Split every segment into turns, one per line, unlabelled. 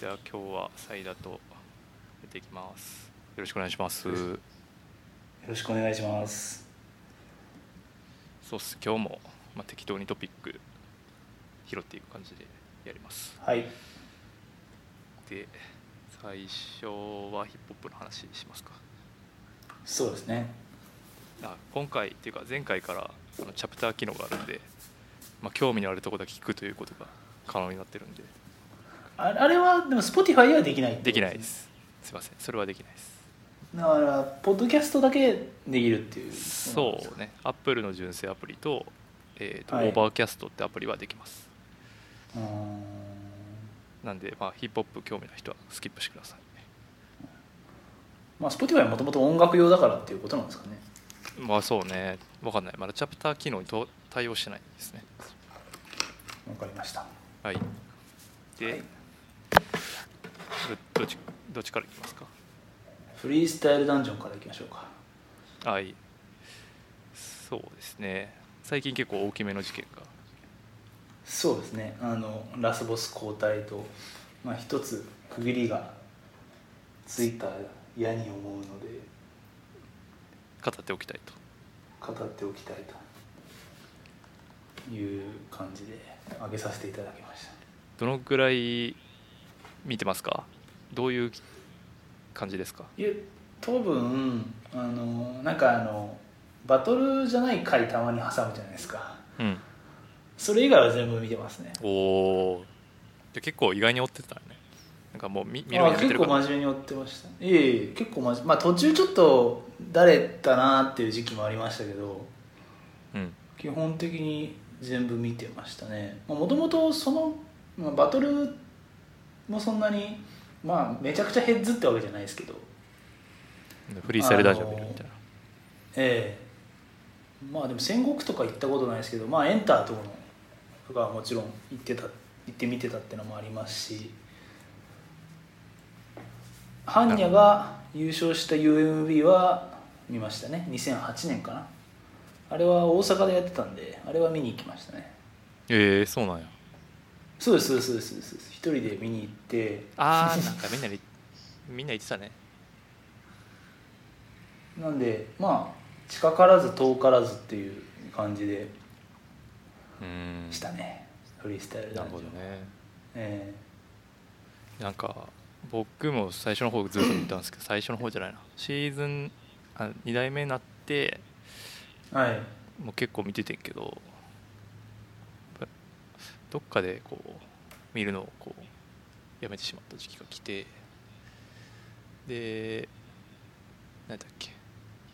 では今日はサイダと出ていきますよろしくお願いします
よろしくお願いします。
そうっす今日もまあ適当にトピック拾っていく感じでやります
はい。
で最初はヒップホップの話しますか
そうですね。
あ今回っていうか前回からあのチャプター機能があるんで、まあ、興味のあるとこだけ聞くということが可能になってるんで
ああれはでも Spotify ではできないってこと
できないで。すすいませんそれはできないです
だからポッドキャストだけできるっていう。
そうね、アップルの純正アプリと,、えーと
はい
オーバーキャストってアプリはできます。
うーん。
なんで、まあ、ヒップホップ興味の人はスキップしてください。
まあ Spotify はもともと音楽用だからっていうことなんですかね。
まあそうね、わかんない。まだチャプター機能にと対応してないですね。
わかりました。
はい。で、
はい
どどっちどっちからいきますか
フリースタイルダンジョンからいきましょうか。
はい。そうですね。最近結構大きめの事件が。
そうですね。あのラスボス交代とまあ一つ区切りがついた嫌に思うので
語っておきたいと。
語っておきたいという感じで挙げさせていただきました。
どのぐらい見てますかどういう感じですか
いや多分あのなんかあのバトルじゃない回たまに挟むじゃないですか
うん。
それ以外は全部見てますね
おおじゃあ結構意外に追ってたねなんかもう見見る
あ
見て
結
る
構
から
真面目に追ってましたいえいえ結構真面目まあ途中ちょっとだれたなっていう時期もありましたけど
うん
基本的に全部見てましたねもともとその、まあ、バトルもそんなにまあめちゃくちゃヘッズってわけじゃないですけど
フリースタイルダンジョン見るみたいな、
ええまあでも戦国とか行ったことないですけどまあエンターとかのとかはもちろん行ってた行ってみてたってのもありますし般若が優勝した UMB は見ましたね2008年かなあれは大阪でやってたんであれは見に行きましたね
ええそうなんや
そうですそうですそうですそうです一人で見に行って
あ ーなんかみんなにみんな言ってたね
なんでまあ近からず遠からずっていう感じで
うん
したねフリースタイルダ
な
ン
る
ジョ
ほ
ン
どね
え
なんか僕も最初の方ずっと見たんですけど最初の方じゃないなシーズンあ2代目になって
えはい
もう結構見ててんけどやっぱどっかでこう見るのをこうやめてしまった時期が来てで何だっけ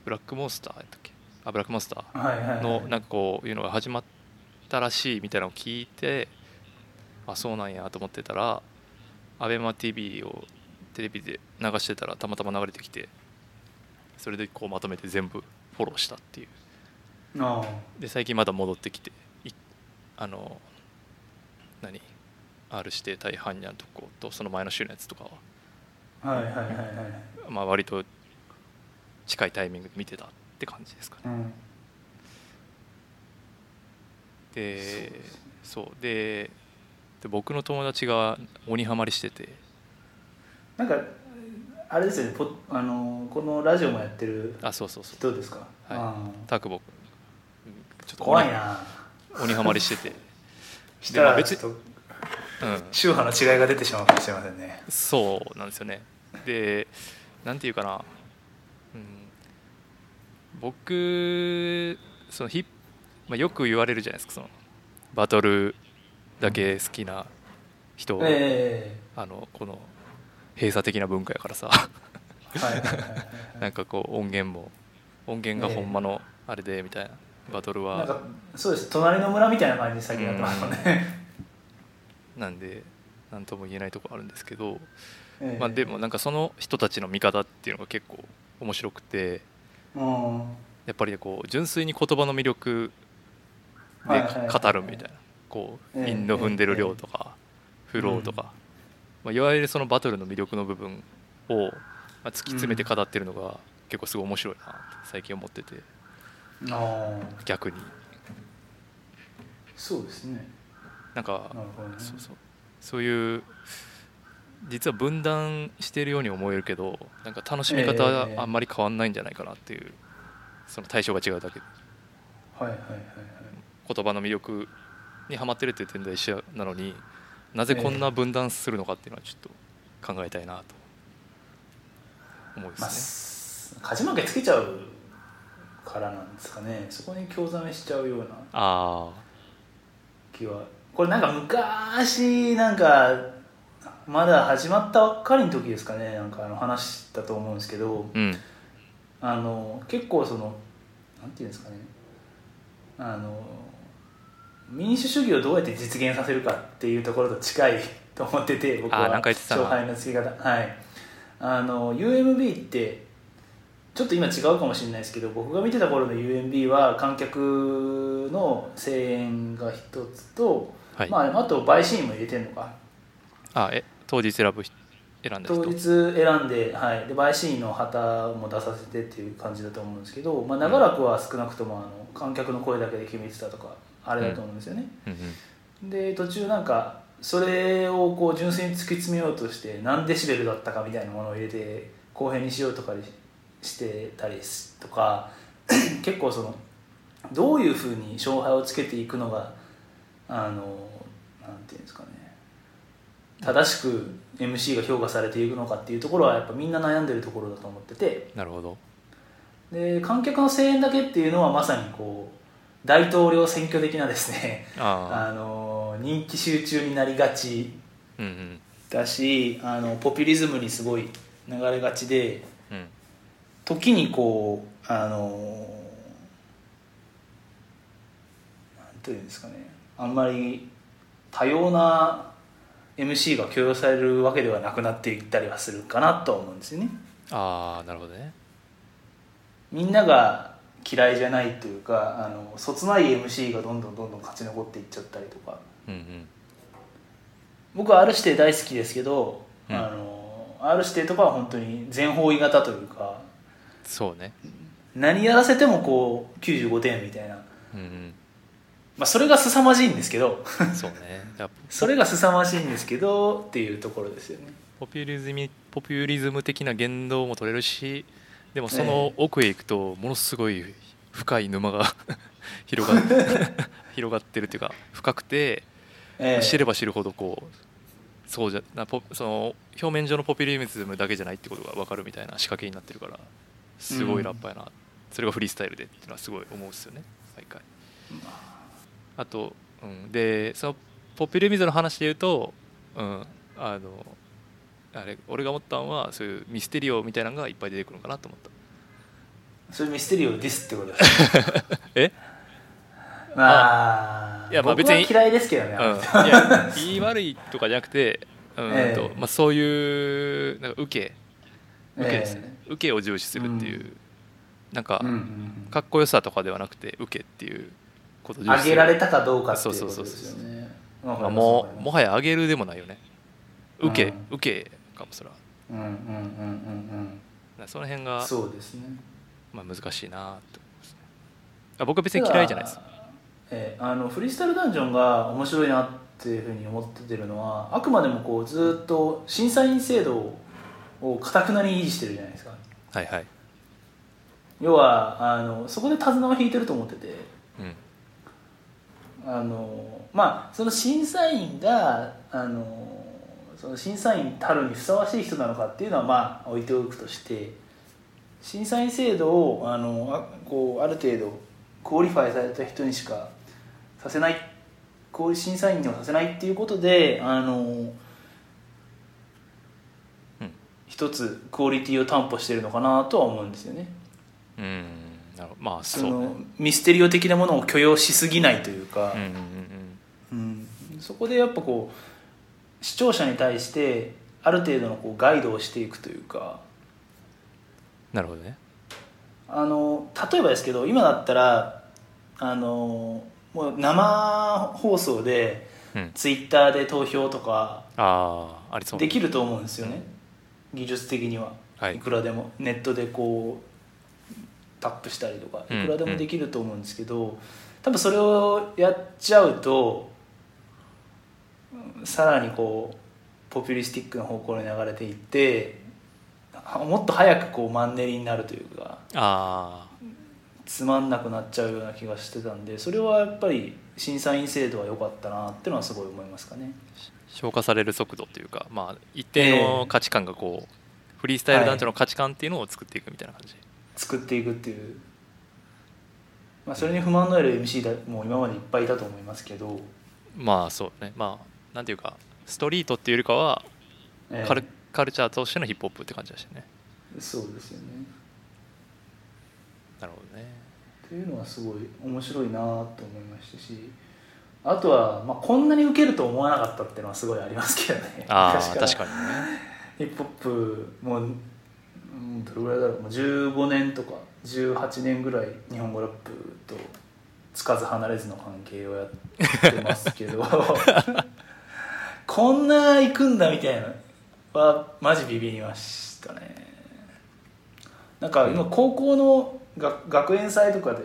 ブラックモンスターやったっけあブラックモンスタ
はいはいは
ー
い
のなんかこういうのが始まったらしいみたいなのを聞いてあそうなんやと思ってたら ABEMATV をテレビで流してたらたまたま流れてきてそれでこうまとめて全部フォローしたっていう
あ
で最近まだ戻ってきていあの何 R して大半にゃんとことその前の週のやつとかは、
あはいはいはいはい、
まあ、割と近いタイミングで見てたって感じですかね
うん、
で
そうですね
そうでで僕の友達が鬼ハマりしてて
なんかあれですよねポあのこのラジオもやってる
あそうそうそう
人ですかあ
はいタクボちょっ
ー
と
怖
鬼
いな
鬼ハマりしてて、
したら
でも
別
別に
と
うん、
宗派の違いが出てしまうかもしれませんね
そうなんですよね。で、なんていうかな、うん、僕、そのヒップまあ、よく言われるじゃないですか、そのバトルだけ好きな人、
え
あのこの閉鎖的な文化やからさ、
えはいはいはいはい
なんかこう、音源も、音源がほんまのあれでみたいな、バトル
な
は
ん。かそうです隣の村みたいな感じで先やってますもんね、
なんでなんとも言えないところあるんですけど、
ええ
まあ、でもなんかその人たちの見方っていうのが結構面白くて、
うん
やっぱりこう純粋に言葉の魅力
は
で
いはいはい
語るみたいなこう
ええ
韻の踏んでる量とかフローとか、まあ、いわゆるそのバトルの魅力の部分を、まあ、突き詰めて語ってるのが結構すごい面白いなって最近思ってて
ああ
逆に
そうですね
なんか
なるほどね
そうそうそういう実は分断しているように思えるけどなんか楽しみ
え
方は
え
あんまり変わんないんじゃないかなっていうその対象が違うだけ
はいはいはいはい
言葉の魅力にはまってるっていう点では一緒なのになぜこんな分断するのかっていうのはちょっと考えたいなと思うで
まあ
す
す勝ち負けつけちゃうからなんですかねそこに興ざめしちゃうような
ね。あ
気はこれなんか昔なんかまだ始まったばっかりの時ですかねなんかあの話だと思うんですけど
あうん
あの結構そのなんていうんですかねあの民主主義をどうやって実現させるかっていうところと近い と思ってて僕
あーな
は
んか言ってたな
勝敗のつけ方はいあの UMB ってちょっと今違うかもしれないですけど僕が見てた頃の UMB は観客の声援が一つと、
はい、
まあ、あと陪審員も入れてるのか
あえ当日選ぶ人選んだ
当
人
日選んで,、はい、で陪審員の旗も出させてっていう感じだと思うんですけど、まあ、長らくは少なくともあの観客の声だけで決めてたとかあれだと思うんですよね、
うんうん
で途中なんかそれをこう純粋に突き詰めようとして何デシベルだったかみたいなものを入れて公平にしようとかにしてたりすとか 結構そのどういうふうに勝敗をつけていくのがあのなんていうんですかね正しく MC が評価されていくのかっていうところはやっぱみんな悩んでるところだと思ってて
なるほど
で観客の声援だけっていうのはまさにこう大統領選挙的なですね
ああ
あの人気集中になりがち
うんうん
だしあのポピュリズムにすごい流れがちで
うん
時にこうあのなんというんですかねあんまり多様な MC が許容されるわけではなくなっていったりはするかなとは思うんですよね。
ああなるほどね
みんなが嫌いじゃないというかあのそつない MC がどんどんどんどん勝ち残っていっちゃったりとか。
うんうん
僕は R 指定大好きですけど、
うん
あの R 指定とかは本当に全方位型というか
そうね
何やらせてもこう95点みたいな、
うん
まあ、それが凄まじいんです けど
うんそうねだから
それが凄まじいんですけどっていうところですよね
ポピュリズムポピュリズム的な言動も取れるしでもその奥へ行くとものすごい深い沼が 広が 広がってるっていうか深くて
ええ
知れば知るほどこうそうじゃなポその表面上のポピュリズムだけじゃないってことが分かるみたいな仕掛けになってるからすごいラッパーやな、それがフリースタイルでっていうのはすごい思うんですよね毎回。あと、うん、でそのポピュリズムの話で言うと、うん、あのあれ俺が思ったのはそういうミステリオみたいなのがいっぱい出てくるのかなと思った
それミステリオですってこ とですね
え
まあ
いやまあ
僕
別
は
に
嫌いですけどね、
うん、い や言い悪いとかじゃなくて、うん
ええ
とまあ、そういうなんか受け受けですね、
え
受けを重視するっていう、
う
なんか、
えうんうん
かっこよさとかではなくて受けっていうことを重視
上
す
げ
る
られたかどうかっていうこと
そう
で
そうそう
す
そ
よ
う
ね
まあもうも
う
はや上げるでもないよね受け、
うん
受けかもそれはだか
うんうんうんうん
らその辺
う
が
んそうですね
まあ、難しいなと思いますねあ僕は別に嫌いじゃないです
ただ、えーあのフリースタイルダンジョンが面白いなっていうふうに思っててるのはあくまでもこうずっと審査員制度をかたくなに維持してるじゃないですか
はいはい、
要はあのそこで手綱を引いてると思ってて
うん、
あのまあその審査員があのその審査員たるにふさわしい人なのかっていうのはまあ置いておくとして審査員制度をあのあこうある程度クオリファイされた人にしかさせないこう審査員にはさせないっていうことであの
うん
一つクオリティを担保してるのかなとは思うんですよね。
うんなるほどまあそう
そ
ね
のミステリオ的なものを許容しすぎないというか。
うんうんうん
うん、そこでやっぱこう視聴者に対してある程度のこうガイドをしていくというか
なるほどね
あの例えばですけど今だったらあのもう生放送で
うん
ツイッターで投票とか
ああありそう
できると思うんですよね技術的には、
はい
いくらでもネットでこうタップしたりとか
うん
いくらでもできると思うんですけど、多分それをやっちゃうとうんさらにこうポピュリスティックな方向に流れていってあもっと早くこうマンネリになるというか
あ
つまんなくなっちゃうような気がしてたんでそれはやっぱり審査員制度は良かったなっていうのはすごい思いますかね。
消化される速度というか、まあ、一定の価値観がこう、フリースタイル男女の価値観っていうのを作っていくみたいな感じ、
作っていくっていう、まあ、それに不満のある MC だもう今までいっぱいいたと思いますけど、
まあそうねまあなんていうかストリートっていうよりかは
ええ
カル,、カルチャーとしてのヒップホップって感じだしね
そうですよね
なるほどね
っていうのはすごい面白いなと思いましたしあとは、まあ、こんなにウケると思わなかったっていうのはすごいありますけどね
あ
昔
あ確かにね
ヒップホップもううんどれぐらいだろうもう15年とか18年ぐらい日本語ラップとつかず離れずの関係をやってますけどこんな行くんだみたいなのはマジビビりましたねなんか今高校のが学園祭とかで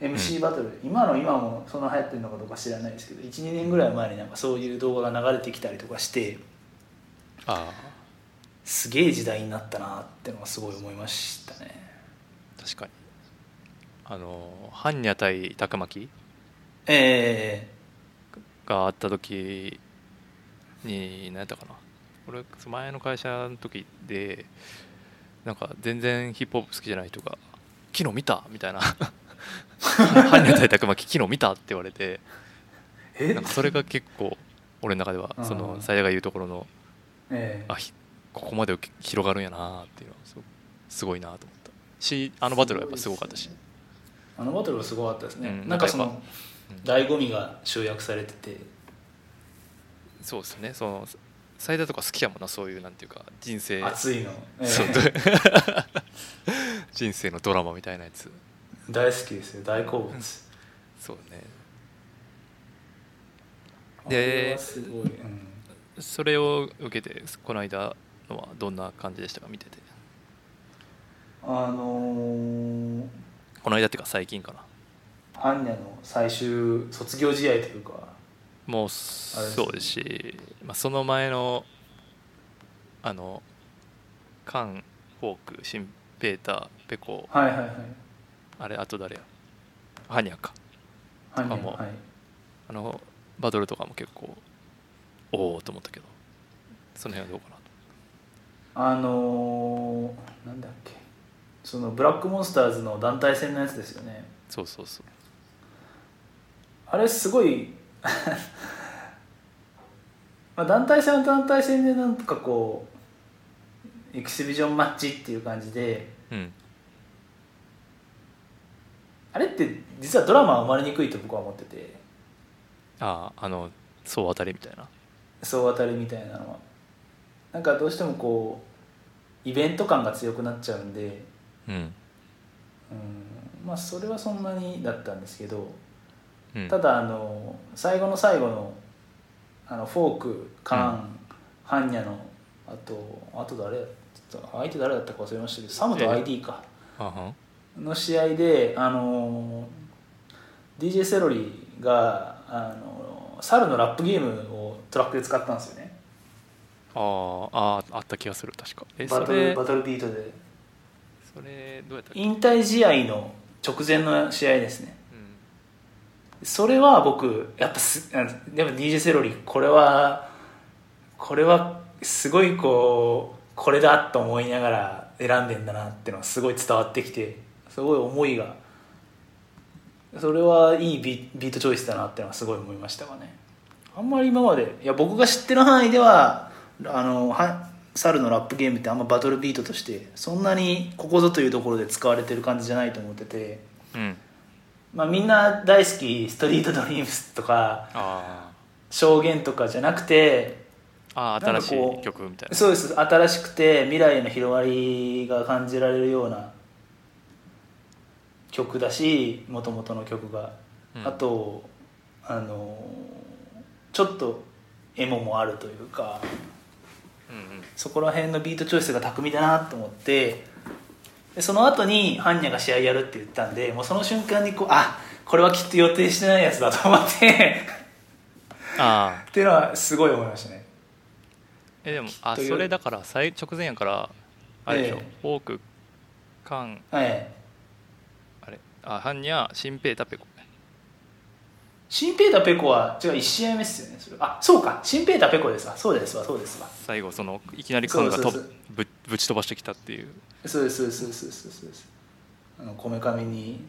MC バトル、今の今もそんな流行ってるのかどうか知らないですけど12年ぐらい前になんかそういう動画が流れてきたりとかして
あ
すげえ時代になったなってのはすごい思いましたね
あ確かにあの般若対たくまき
え
があった時に何やったかな俺前の会社の時でなんか全然ヒップホップ好きじゃない人が「昨日見た!」みた いな「般若対たくまき昨日見た!」って言われて
ええ
なんかそれが結構俺の中では
うん
その最大が言うところの
ええ
あひここまで広がるんやなっていうのはすごすごいなと思ったしあのバトルはやっぱすごかったし、
すごいですねあのバトルはすごかったですね、
うん
なんかそ
なんか
の醍醐味が集約されてて
そうですねその最大とか好きやもんなそういうなんていうか人生
熱いの、ええ
そう人生のドラマみたいなやつ
大好きですよ大好物
そうね
あ
で
れはすごい、うん
それを受けてこの間のはどんな感じでしたか見てて
あのー、
この間っていうか最近かな
般若の最終卒業試合というか
もう
あれです
そうですし、まあ、その前のあのカン・フォークシン・ペーターペコ
はいはいはい
あれあと誰やハニャか
般若
あも
の
う
はい
あのバトルとかも結構おおと思ったけどその辺はどうかな
あのー、なんだっけそのブラックモンスターズの団体戦のやつですよね
そうそうそう
あれすごい まあ団体戦は団体戦でなんとかこうエキシビジョンマッチっていう感じで
うん
あれって実はドラマは生まれにくいと僕は思ってて
あああの総当たりみたいな
総当たりみたいなのはなんかどうしてもこうイベント感が強くなっちゃうんで
うん、
うんまあそれはそんなにだったんですけど
うん、
ただあの最後の最後のあのフォークカーン、ハンニャのあとあと誰ちょっと相手誰だったか忘れましたけどサムと ID か、
あはん
の試合であの DJ セロリがあの猿のラップゲームをトラックで使ったんですよね
あーあーあった気がする確かえそ
バトル
れ
バトルビートで
それどうやったっけ、
引退試合の直前の試合ですね
うん
それは僕やっぱすあでも DJ セロリこれはこれはすごいこうこれだと思いながら選んでんだなってのはすごい伝わってきてすごい思いがそれはいいビビートチョイスだなってのはすごい思いましたかねあんまり今までいや僕が知ってる範囲ではあのは猿のラップゲームってあんまバトルビートとしてそんなにここぞというところで使われてる感じじゃないと思ってて
うん、
まあ、みんな大好き「ストリートドリームス」とか
あ
証言とかじゃなくて
ーあー
な
新
んか
し
こう
い曲みたいな
そうです新しくて未来への広がりが感じられるような曲だしもともとの曲が、
うん
あとあのちょっとエモもあるというか
うんうん
そこら辺のビートチョイスが巧みだなと思ってでその後にハンニャが試合やるって言ったんでもうその瞬間にこうあこれはきっと予定してないやつだと思って
あ
っていうのはすごい思いましたね
えでもあ
という
それだから最直前やからあれでしょ、
え
フォークカン
はい
あれあハンニャシンペイタペコ
新平田ペコは違う1試合目っすよねそれあそうか新平田ペコですわそうですわそうですわ
最後そのいきなりカンが
そ
と
うそうそう
ぶぶち飛ばしてきたっていう
そうですそうですそうですそうですそうですあのこめかみに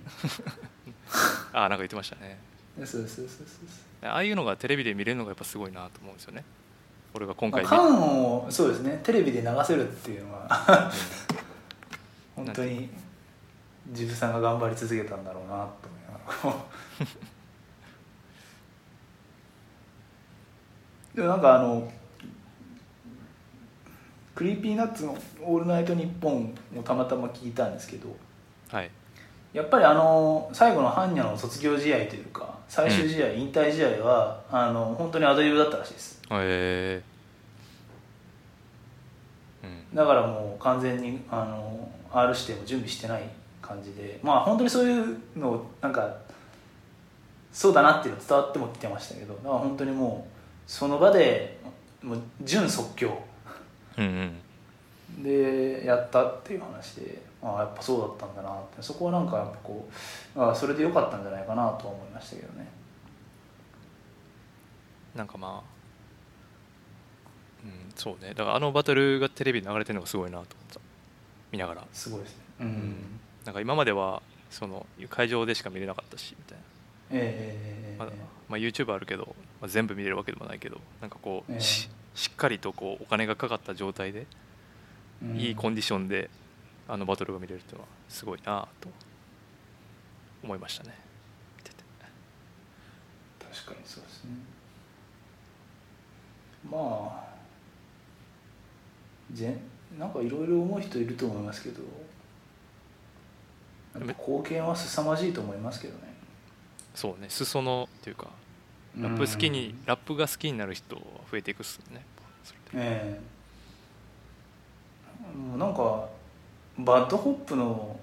あなんか言ってましたね
そうですそうですそうです
ああいうのがテレビで見れるのがやっぱすごいなと思うんですよね俺が今
まあ
回見
カンをそうですねテレビで流せるっていうのは本当にジブさんが頑張り続けたんだろうなと思いながらでもなんかあのクリーピーナッツの「オールナイトニッポン」をたまたま聞いたんですけど
はい
やっぱりあの最後の般若の卒業試合というか最終試合、引退試合はあの本当にアドリブだったらしいです
へえうん
だからもう完全にあの R 指定も準備してない感じでまあ本当にそういうのをなんかそうだなっていうの伝わってもきてましたけどだから本当にもうその場でもう純即興
うんうん
でやったっていう話でああやっぱそうだったんだなってそこはなんかやっぱこうああそれで良かったんじゃないかなとは思いましたけどね
なんかまあうんそうねだからあのバトルがテレビで流れてるのがすごいなと思った見ながら
すごいですねうん、
んなんか今まではその会場でしか見れなかったしみたいな
ええええええ
まだ、まあ、YouTube あるけど、まあ、全部見れるわけでもないけどなんかこう、
ええ
ししっかりとこうお金がかかった状態で、
うん
いいコンディションであのバトルが見れるっていうのはすごいなと思いましたね見てて
確かにそうですねまあぜなんかいろいろ思う人いると思いますけどやっぱ貢献は凄まじいと思いますけどね
そうね裾野っていうかラップ好きに、ラップが好きになる人は増えていくっすよねそれで
ええもうなんかバッドホップの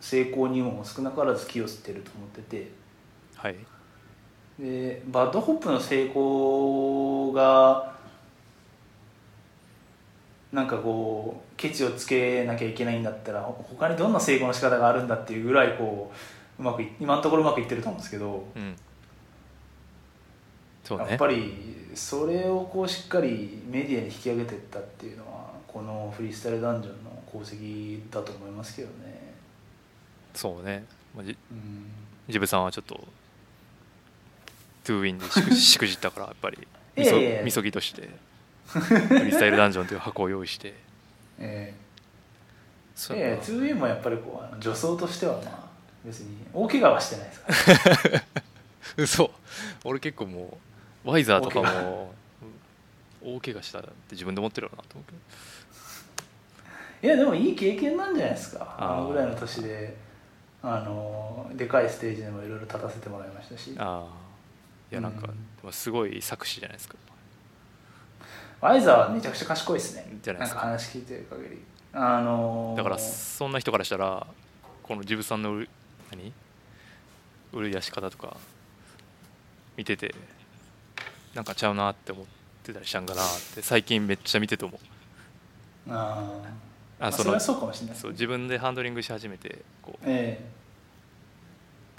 成功にも少なからず寄与してると思ってて
はい
でバッドホップの成功がなんかこうケチをつけなきゃいけないんだったらほ他にどんな成功の仕方があるんだっていうぐらいこううまくい今のところうまくいってると思うんですけど、
うんそう
やっ
ね
ぱりそれをこうしっかりメディアに引き上げていったっていうのはこのフリースタイルダンジョンの功績だと思いますけどね。
そうね、まあ、じ
うん
ジブさんはちょっとトゥーウィンで しくしくじったからやっぱりみそ
いやいや
みそぎとしてフリースタイルダンジョンという箱を用意して
ええ
そ
いやいや 2A もやっぱりこうあの女装としてはまあ別に大怪我はしてないですから
嘘俺結構もうワイザーとかもうん大怪我したって自分で思ってるよなと思うけど
いやでもいい経験なんじゃないですか
あー
あのぐらいの年であのでかいステージでもいろいろ立たせてもらいましたし
ああいやなんか、
うん
でもすごい作詞じゃないですか
アイザーはめちゃくちゃ賢いですね
じゃないですか
んか話聞いてる限りあの
だからそんな人からしたらこのジブさんの売る何売る出し方とか見ててなんかちゃうなって思ってたりしたんかなって最近めっちゃ見てて思う
あーまあ
あ
そ
そ
れ
の
はそうかもしれないです
そう自分でハンドリングし始めてこう
え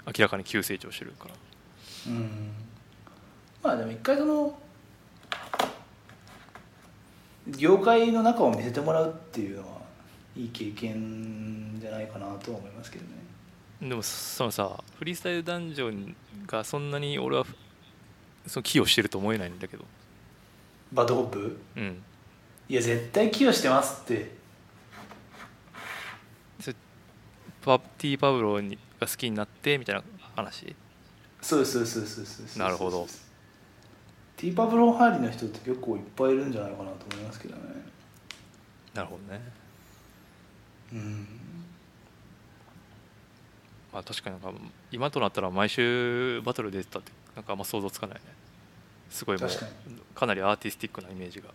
明らかに急成長してるから
えうんまあでも一回その業界の中を見せてもらうっていうのはいい経験じゃないかなとは思いますけどね
でもそのさフリースタイルダンジョンがそんなに俺はふその寄与してると思えないんだけど
バッドホップ
うん
いや絶対寄与してますって
それパティ・パブロにが好きになってみたいな話
そうですそうですそうですそうです
なるほど
ティーパブロンハーリーの人って結構いっぱいいるんじゃないかなと思いますけどね
なるほどね
うん
まあ確かになんか今となったら毎週バトル出てたってなんかあんま想像つかないねすごいもう
確か
かなりアーティスティックなイメージが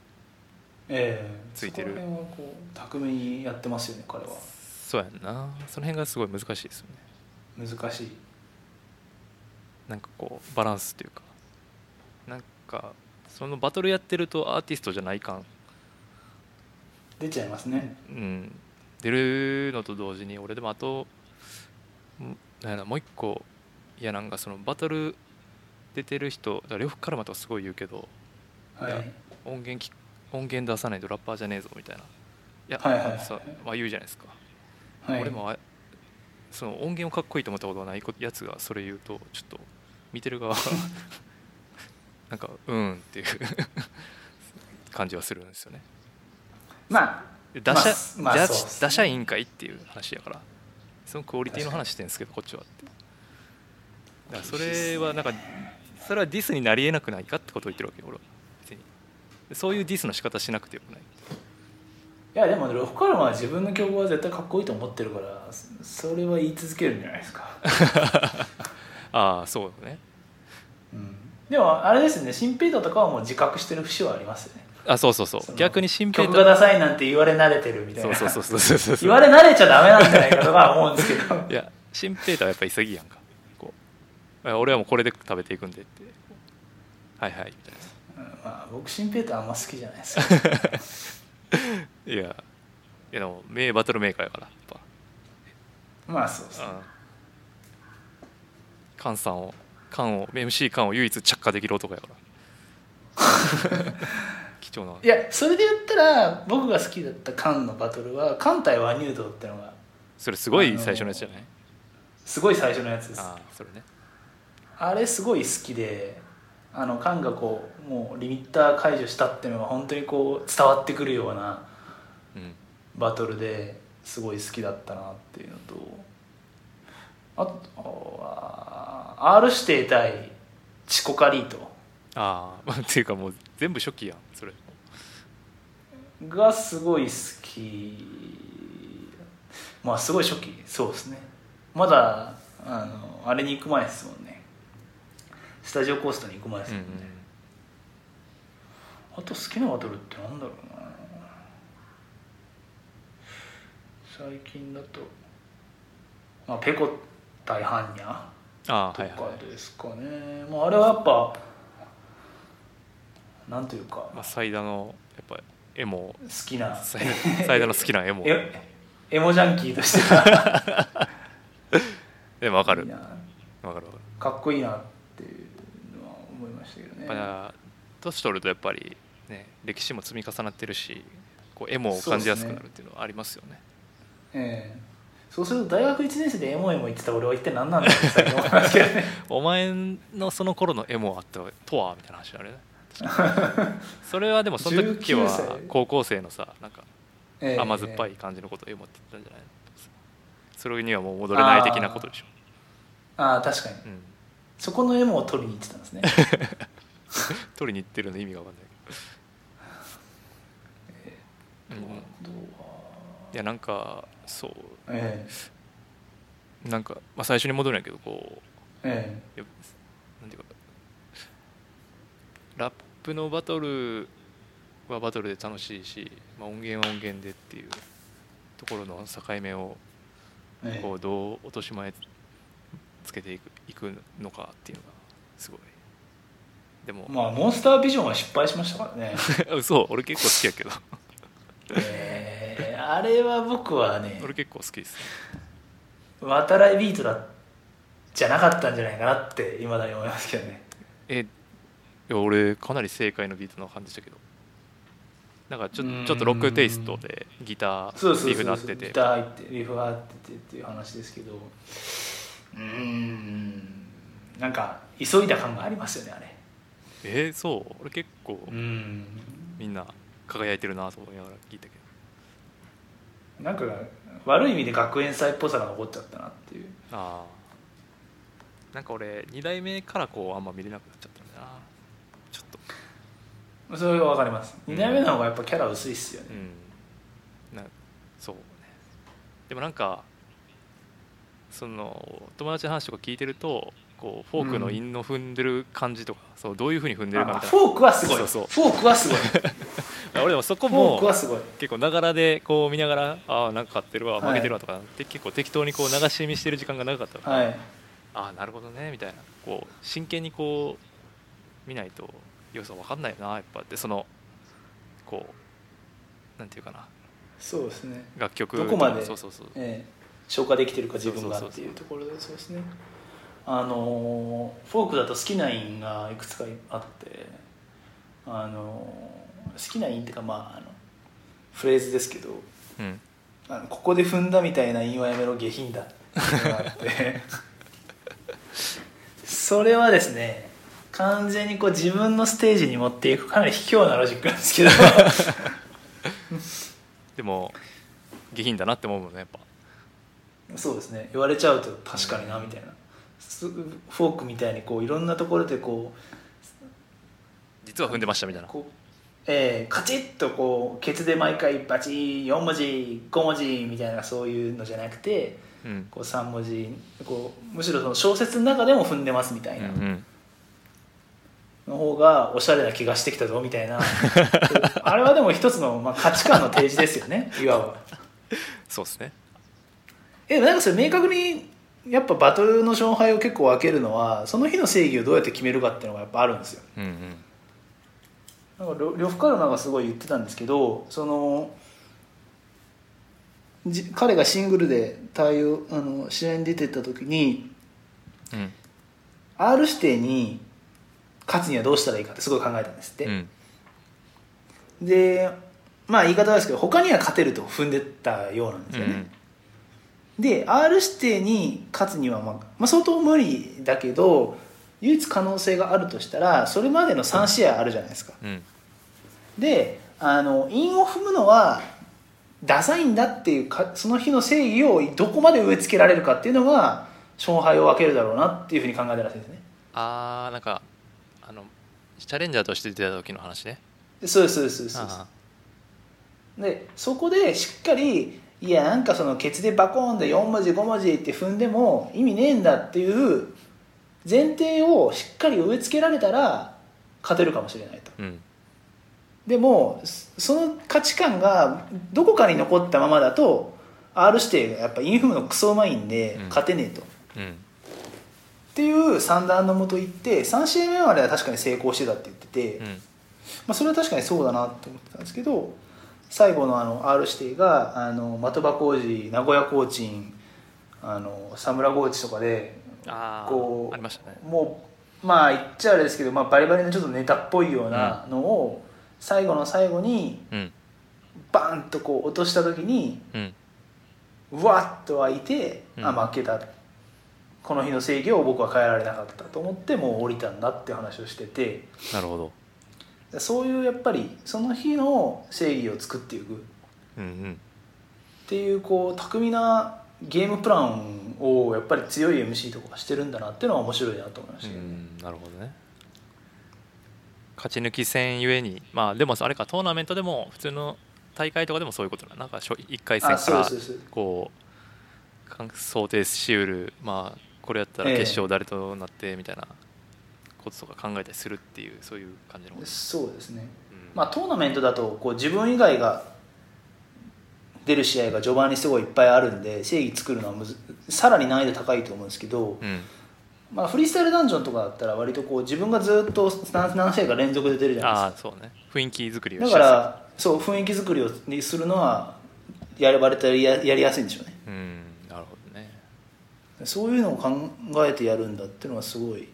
ええ
ついてる
そこら辺はこう巧みにやってますよね彼は
そうやんなその辺がすごい難しいですよね
難しい
なんかこうバランスというかなんかそのバトルやってるとアーティストじゃない感、
出ちゃいますね
うん、出るのと同時に俺でもあとんなんやろもう一個いやなんかそのバトル出てる人だから呂布カルマとかすごい言うけど
はい
いや音源き音源出さないとラッパーじゃねえぞみたいないや、
はいはいはい
そうまあ、言うじゃないですか、
はい
俺もあその音源をかっこいいと思ったことがないやつがそれ言うとちょっと見てる 側はなんかうんっていう 感じはするんですよね
まあ
で打者、
まあま
打
あ
者
そうっすね
打者委員会っていう話やからそのクオリティの話してるんですけどこっちはってだからそれはなんかそれはディスになりえなくないかってことを言ってるわけよ俺は別にでそういうディスの仕方しなくてよく ない
いやでもロフカルマは自分の曲は絶対かっこいいと思ってるからそそれは言い続けるんじゃないで すか、
ああそうね
うん、でもあれですね新平太とかはもう自覚してる節はありますよね
あそうそうそう
その
逆に新平
曲がダサいなんて言われ慣れてるみたい
そう
な
そうそうそうそうそう
言われ慣れちゃダメなんじゃないかとは思うんですけど
いや新平太はやっぱ潔いやんかこういや俺はもうこれで食べていくんでってはいはいみたいな
うんまあ、僕新平太あんま好きじゃないですか
いやいやでも名バトルメーカーやからやっ
まあそうですね
ぱうん菅さんを菅を MC 菅を唯一着火できる男やから貴重ない
やそれで言ったら僕が好きだったカンのバトルはカン対ワニュードってのが
それすごい最初のやつじゃない
すごい最初のやつです
ああそれね
あれすごい好きであの缶がこうもうリミッター解除したっていうのが本当にこう伝わってくるような
うん
バトルですごい好きだったなっていうのとあとは R 指定対チコカリート
あ あっていうかもう全部初期やんそれ
がすごい好きまあすごい初期そうですねまだあのあれに行く前ですもんねスタジオコーストに行く前です
うん
もんね、あと好きなバトルってなんだろうな最近だと、まあ、ペコ対ハンニャ
ああはい
と
は
か
い
ですかね、まあ、あれはやっぱなんというか、
まあ
好
最大のやっぱ絵も
きな
最最大の好きな絵も
エエモジャンキーとしては
でも分か
い
る
いな
分かる分かる
かっこいいなっていうのは思いましたけどね
やっぱ年取るとやっぱりね歴史も積み重なってるしこう絵も感じやすくなるっていうのはありますよね
ええそうすると大学1年生でエモエモ言ってた俺は一体何なんだって最近思いますけど ね
お前のその頃の絵もあったとはみたいな話あれね それはでもその時
19歳
は高校生のさなんか
ええ
甘酸っぱい感じのことを絵もって言ったんじゃないのそれにはもう戻れない的なことでしょ、
ああ確かに
うん、
そこのエモを取りに行ってたんですね
取りに行ってるの意味が分かんない けど、うん、い
どう
やなんかそう
え
なんか、まあ、最初に戻るんやけどこ
え
う
え
やっなんていうかラップのバトルはバトルで楽しいし、まあ、音源は音源でっていうところの境目を
えええ
こうどう落とし前つけていくいくのかっていうのがすごいでも、
まあモンスタービジョンは失敗しましたからね
嘘俺結構好きやけど
ええあれは僕はね
俺結構好きです
渡来ビートだじゃなかったんじゃないかなっていまだに思いますけどね
えいや俺かなり正解のビートの感じだけどなんかちょ
うーん
ちょっとロックテイストでギタ
そう
ー
そう
リフ
そう
になっ
そう
てて
ギター入ってリフが入っててっていう話ですけどうーんなんか急いだ感がありますよねあれ
えーそう俺結構
うん
みんな輝いてるなと思いながら聞いたけど
なんか悪い意味で学園祭っぽさが残っちゃったなっていう
ああなんか俺2代目からこうあんま見れなくなっちゃったんだよなちょっと
それは分かります
うん
2代目の方がやっぱキャラ薄いっすよね
うんなそうねでもなんかその友達の話とか聞いてるとこうフォークの韻の踏んでる感じとか、そうどういうふうに踏んでるか
あ
みたい
フォークはすごい
そうそう
フォークはすごいフ
な俺でもそこ
ォー
も
クはすごい
結構ながらでこう見ながらああなんか買ってるわ
はい
負けてるわとか、で結構適当にこう流し見してる時間が長かったから、
はい
ああなるほどねみたいなこう真剣にこう見ないと良さ分かんないよなやっぱってそのこうなんていうかな
そうですね、
楽曲
どこまで
そうそうそう
ええ消化できてるか自分が
そう
っ
そ
て
うそうそう
いうところでそうですねあのーフォークだと好きな音がいくつかあってあのー好きな音っていうかまああのフレーズですけど
うん
あのここで踏んだみたいな韻はやめろ下品だっていうのがあ ってそれはですね完全にこう自分のステージに持っていくかなり卑怯なロジックなんですけど
でも下品だなって思うもんねやっぱ
そうですね言われちゃうと確かになみたいなすフォークみたいにこういろんなところでこ
実は踏んでましたみたいうな
こう、えーカチッとこうケツで毎回バチー4文字5文字みたいなそういうのじゃなくて
うん
こう3文字こうむしろその小説の中でも踏んでますみた
う
い
んう
な。
ん
の方がおしゃれな気がしてきたぞみた いなあれはでも一つの、まあ、価値観の提示ですよねいわば
そうですね
えなんかそれ明確にやっぱバトルの勝敗を結構分けるのはその日の正義をどうやって決めるかっていうのがやっぱあるんですよ
うんうん
なんか呂呂布カルマがすごい言ってたんですけどそのじ彼がシングルで対応あの試合に出てった時に
うん
R 指定に勝つにはどうしたらいいかってすごい考えたんですって、
うん
でまあ言い方はですけど他には勝てると踏んでったようなんです
うんう
よね
ん、
で R 指定に勝つには、まあまあ、相当無理だけど唯一可能性があるとしたらそれまでの3試合あるじゃないですか
うん
であの韻を踏むのはダサいんだっていうかその日の正義をどこまで植え付けられるかっていうのが勝敗を分けるだろうなっていうふうに考えたらしいですね
あーなんかあのチャレンジャーとして出た時の話ね
でそうですそうですそうですそうです
あ
でそこでしっかりいやなんかそのケツでバコーンで4文字5文字って踏んでも意味ねえんだっていう前提をしっかり植え付けられたら勝てるかもしれないと
ーうん
でもそその価値観がどこかに残ったままだと R 指定がやっぱインフムのクソうまいんで
うん
勝てねえと、っ
うん
ていう算段のもと行って3試合目までは確かに成功してたって言ってて、
うん
まあ、それは確かにそうだなと思ってたんですけど最後のあの R 指定があの的場浩二名古屋コーチンあの佐村コーチとかで
あ
こ
ー
う
ありましたね
もうまあ言っちゃあれですけど、まあ、バリバリのちょっとネタっぽいようなのを最後の最後に
うん
バーンとこう落とした時に
うん
うわっと湧いて、
うん
あ負けたこの日の正義を僕は変えられなかったと思ってもう降りたんだって話をしてて。
なるほど
そういうやっぱりその日の正義を作っていくっ
うんうん
ていうこう巧みなゲームプランをやっぱり強い MC とかがしてるんだなっていうのは面白いなと思いまし
う
たけどね
んなるほどね勝ち抜き戦ゆえにまあでもあれかトーナメントでも普通の大会とかでもそういうことだなんか1回戦
あ
か
そうで
ら
すそうです
こうかん想定しうるまあこれやったら
ええ
決勝誰となってみたいなこととか考えたりするっていうそういう感じのこと
そうですね、
うん
まあ、トーナメントだとこう自分以外が出る試合が序盤にすごいいっぱいあるんで正義作るのはむずさらに難易度高いと思うんですけど、
うん
まあ、フリースタイルダンジョンとかだったら割とこう自分がずっと何何試合か連続で出るじゃないですか
ああそうね雰囲気作りを
だ
し
か
やすい
らそう雰囲気作りをにするのはやればれたらややりやすいんでしょうね
うんなるほどね
そういうのを考えてやるんだっていうのはすごい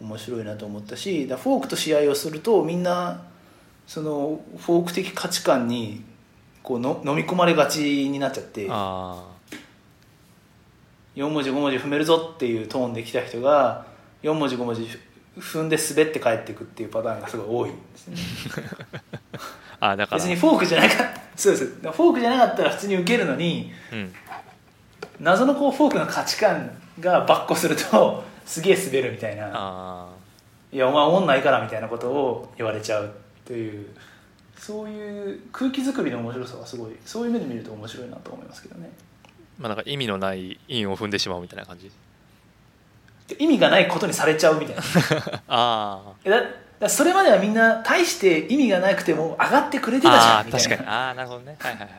面白いなと思ったしだフォークと試合をするとみんなそのフォーク的価値観にこうの飲み込まれがちになっちゃって
ああ
4文字5文字踏めるぞっていうトーンで来た人が4文字5文字踏んで滑って帰っていくっていうパターンがすごい多いんですね
ああだから
別にフォークじゃなかったそうですフォークじゃなかったら普通に受けるのに
うん
謎のこうフォークの価値観がばっこするとすげえ滑るみたいな
ああ
「いやお前おんないから」みたいなことを言われちゃうっていうそういう空気作りの面白さはすごいそういう目で見ると面白いなと思いますけどね
まあなんか意味のない韻を踏んでしまうみたいな感じ
で意味がないことにされちゃうみたいな
あ
えだだそれまではみんな大して意味がなくても上がってくれ
あ
てたじゃ
あ
ん
あ
みたいな
確かにああなるほどねはいはいはい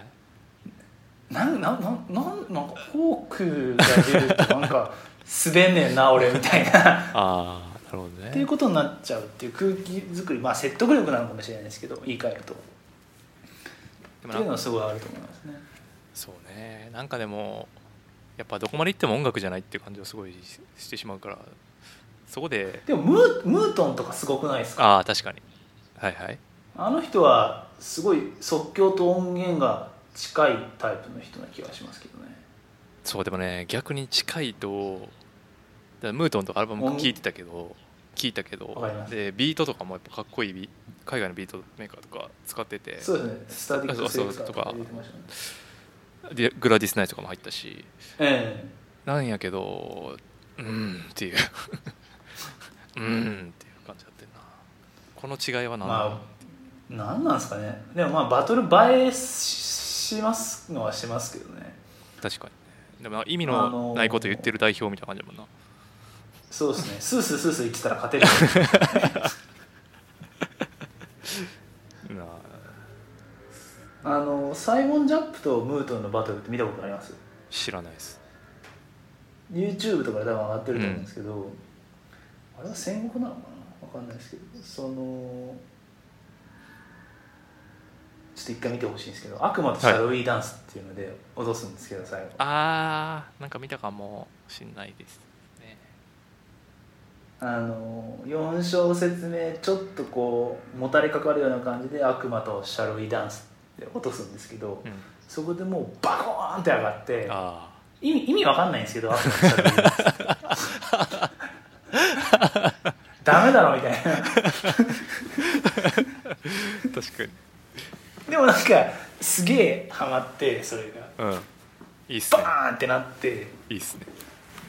なんなんなんなんなんか フォークが出るとなんか滑んねんな俺みたいな
ああなるほどね
っていうことになっちゃうっていう空気作りまあ説得力なのかもしれないですけど言い換えるとっ
でも
てい
な
うの
ん
は
か
すごいあると思いますね
そうねなんかでもやっぱどこまで行っても音楽じゃないっていう感じはすごいししてしまうからそこで
でもムームートンとかすごくないですか
ああ確かにはいはい
あの人はすごい即興と音源が近いタイプの人な気がしますけどね
そうでもね逆に近いとだからムートンとかアルバム
音
聴いてたけど聞いたけど
わかります
でビートとかもやっぱかっこいいビ海外のビートメーカーとか使ってて
そうですねスタディック
あ
ス
そう
レイカーとか
そう
出てましたね
でグラディス・ナイトとかも入ったし
ええ
なんやけどうーんっていううーんっていう感じだったよなこの違いは何だろう、
まあなんなんですかねでもまあバトル映えししますのはしますけどね
確かにねでもなんか意味
あの
の
ー
ないこと言ってる代表みたいな感じだもんな
そうですねスースースースー言ってたら 勝てる
なあ
あのサイモン・ジャップとムートンのバトルって見たことあります
知らないです
YouTube とかで多分上がってると思うんですけど、あれは戦国なのかなわかんないですけどそのちょっと一回見てほしいんですけど「悪魔とシャロウィーダンス」っていうので脅すんですけど最後
あーなんか見たかもしんないですね
あの4小節目ちょっとこうもたれかかるような感じで「悪魔とシャロウィーダンス」って落とすんですけど、
うん
そこでもうバコーンって上がって
ああ
意味意味わかんないんですけど悪魔とシャロウィーダン スダメだろみたいな
確かに
でもなんかすげえハマってそれが
うんいいっすね
バーンってなって、
いいっすね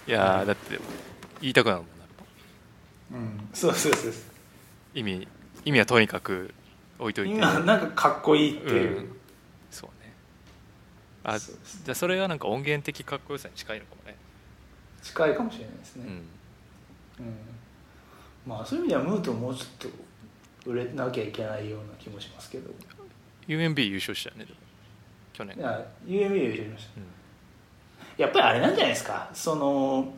いやーだって言いたくなるもんなやっぱ
うん、そうそうそうそ
意味意味はとにかく置いと
う
いて
今なんかかっこいいっていう、
うん、そうねあ
そうです
じゃあそれはなんか音源的かっこよさに近いのかもね
近いかもしれないです
う
ね、
ん
うんまあそういう意味ではムートンもうちょっと売れなきゃいけないような気もしますけど
UMB 優勝したよねでも去年
いや UMU 入れまし
うん
たやっぱりあれなんじゃないですかその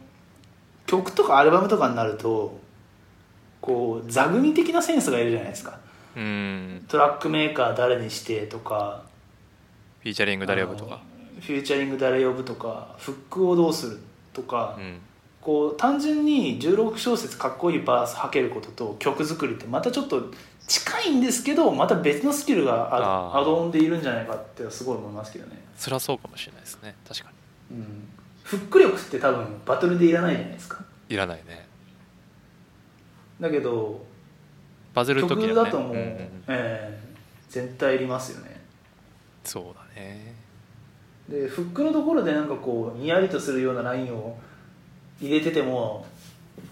曲とかアルバムとかになるとこう座組的なセンスがいるじゃないですか
うん
トラックメーカー誰にしてとか
フィーチャリング誰呼ぶとか
あのフューチャリング誰呼ぶとかフックをどうするとか、
うん
こう単純に16小節かっこいいバースはけることと曲作りってまたちょっと近いんですけどまた別のスキルが
あ
ア
ー
アドオンでいるんじゃないかってすごい思いますけどね、
そりゃそうかもしれないですね確かに
うん、フック力って多分バトルでいらないじゃないですか
いらないね
だけど
バズる時はね
曲だともう、
んんん
ええ絶対いりますよね
そうだね
でフックのところでなんかこうにやりとするようなラインを入れてても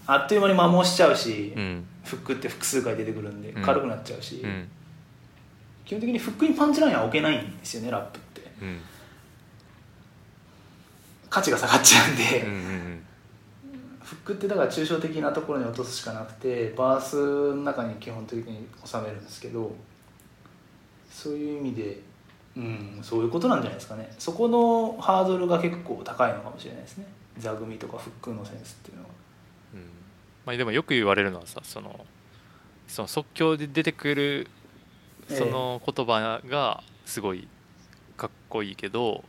あっという間に摩耗しちゃうし、
うん
フックって複数回出てくるんで
うん
軽くなっちゃうし、
うん
基本的にフックにパンチラインは置けないんですよねラップって
うん
価値が下がっちゃうんで、
うんうん
フックってだから抽象的なところに落とすしかなくてバースの中に基本的に収めるんですけどそういう意味でうんそういうことなんじゃないですかねそこのハードルが結構高いのかもしれないですね座組とかフックのセンスっていうのは
うんまあ、でもよく言われるのはさそのその即興で出てくる
ええ
その言葉がすごいかっこいいけど、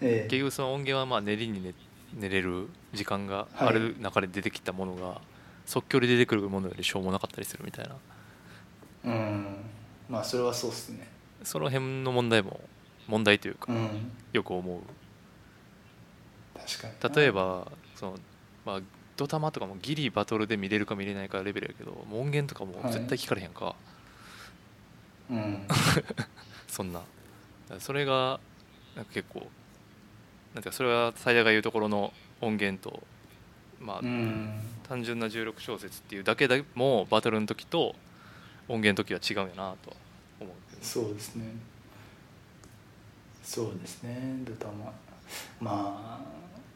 ええ
結局その音源はまあ練りに練練れる時間が
はい
ある中で出てきたものが、即興で出てくるものよりしょうもなかったりするみたいな
うんまあそれはそうっすね
その辺の問題も問題というか
うん
よく思
確かに
う例えばその、まあ、ドタマとかもギリバトルで見れるか見れないかレベルやけどもう音源とかもう絶対聞かれへんか、
うん
そんなだからそれがなんか結構なんていうかそれは最大が言うところの音源とまあ
うん
単純な16小節っていうだけでもバトルの時と音源の時は違うんやなとは思うけど
そうですねそうですねドタマまあ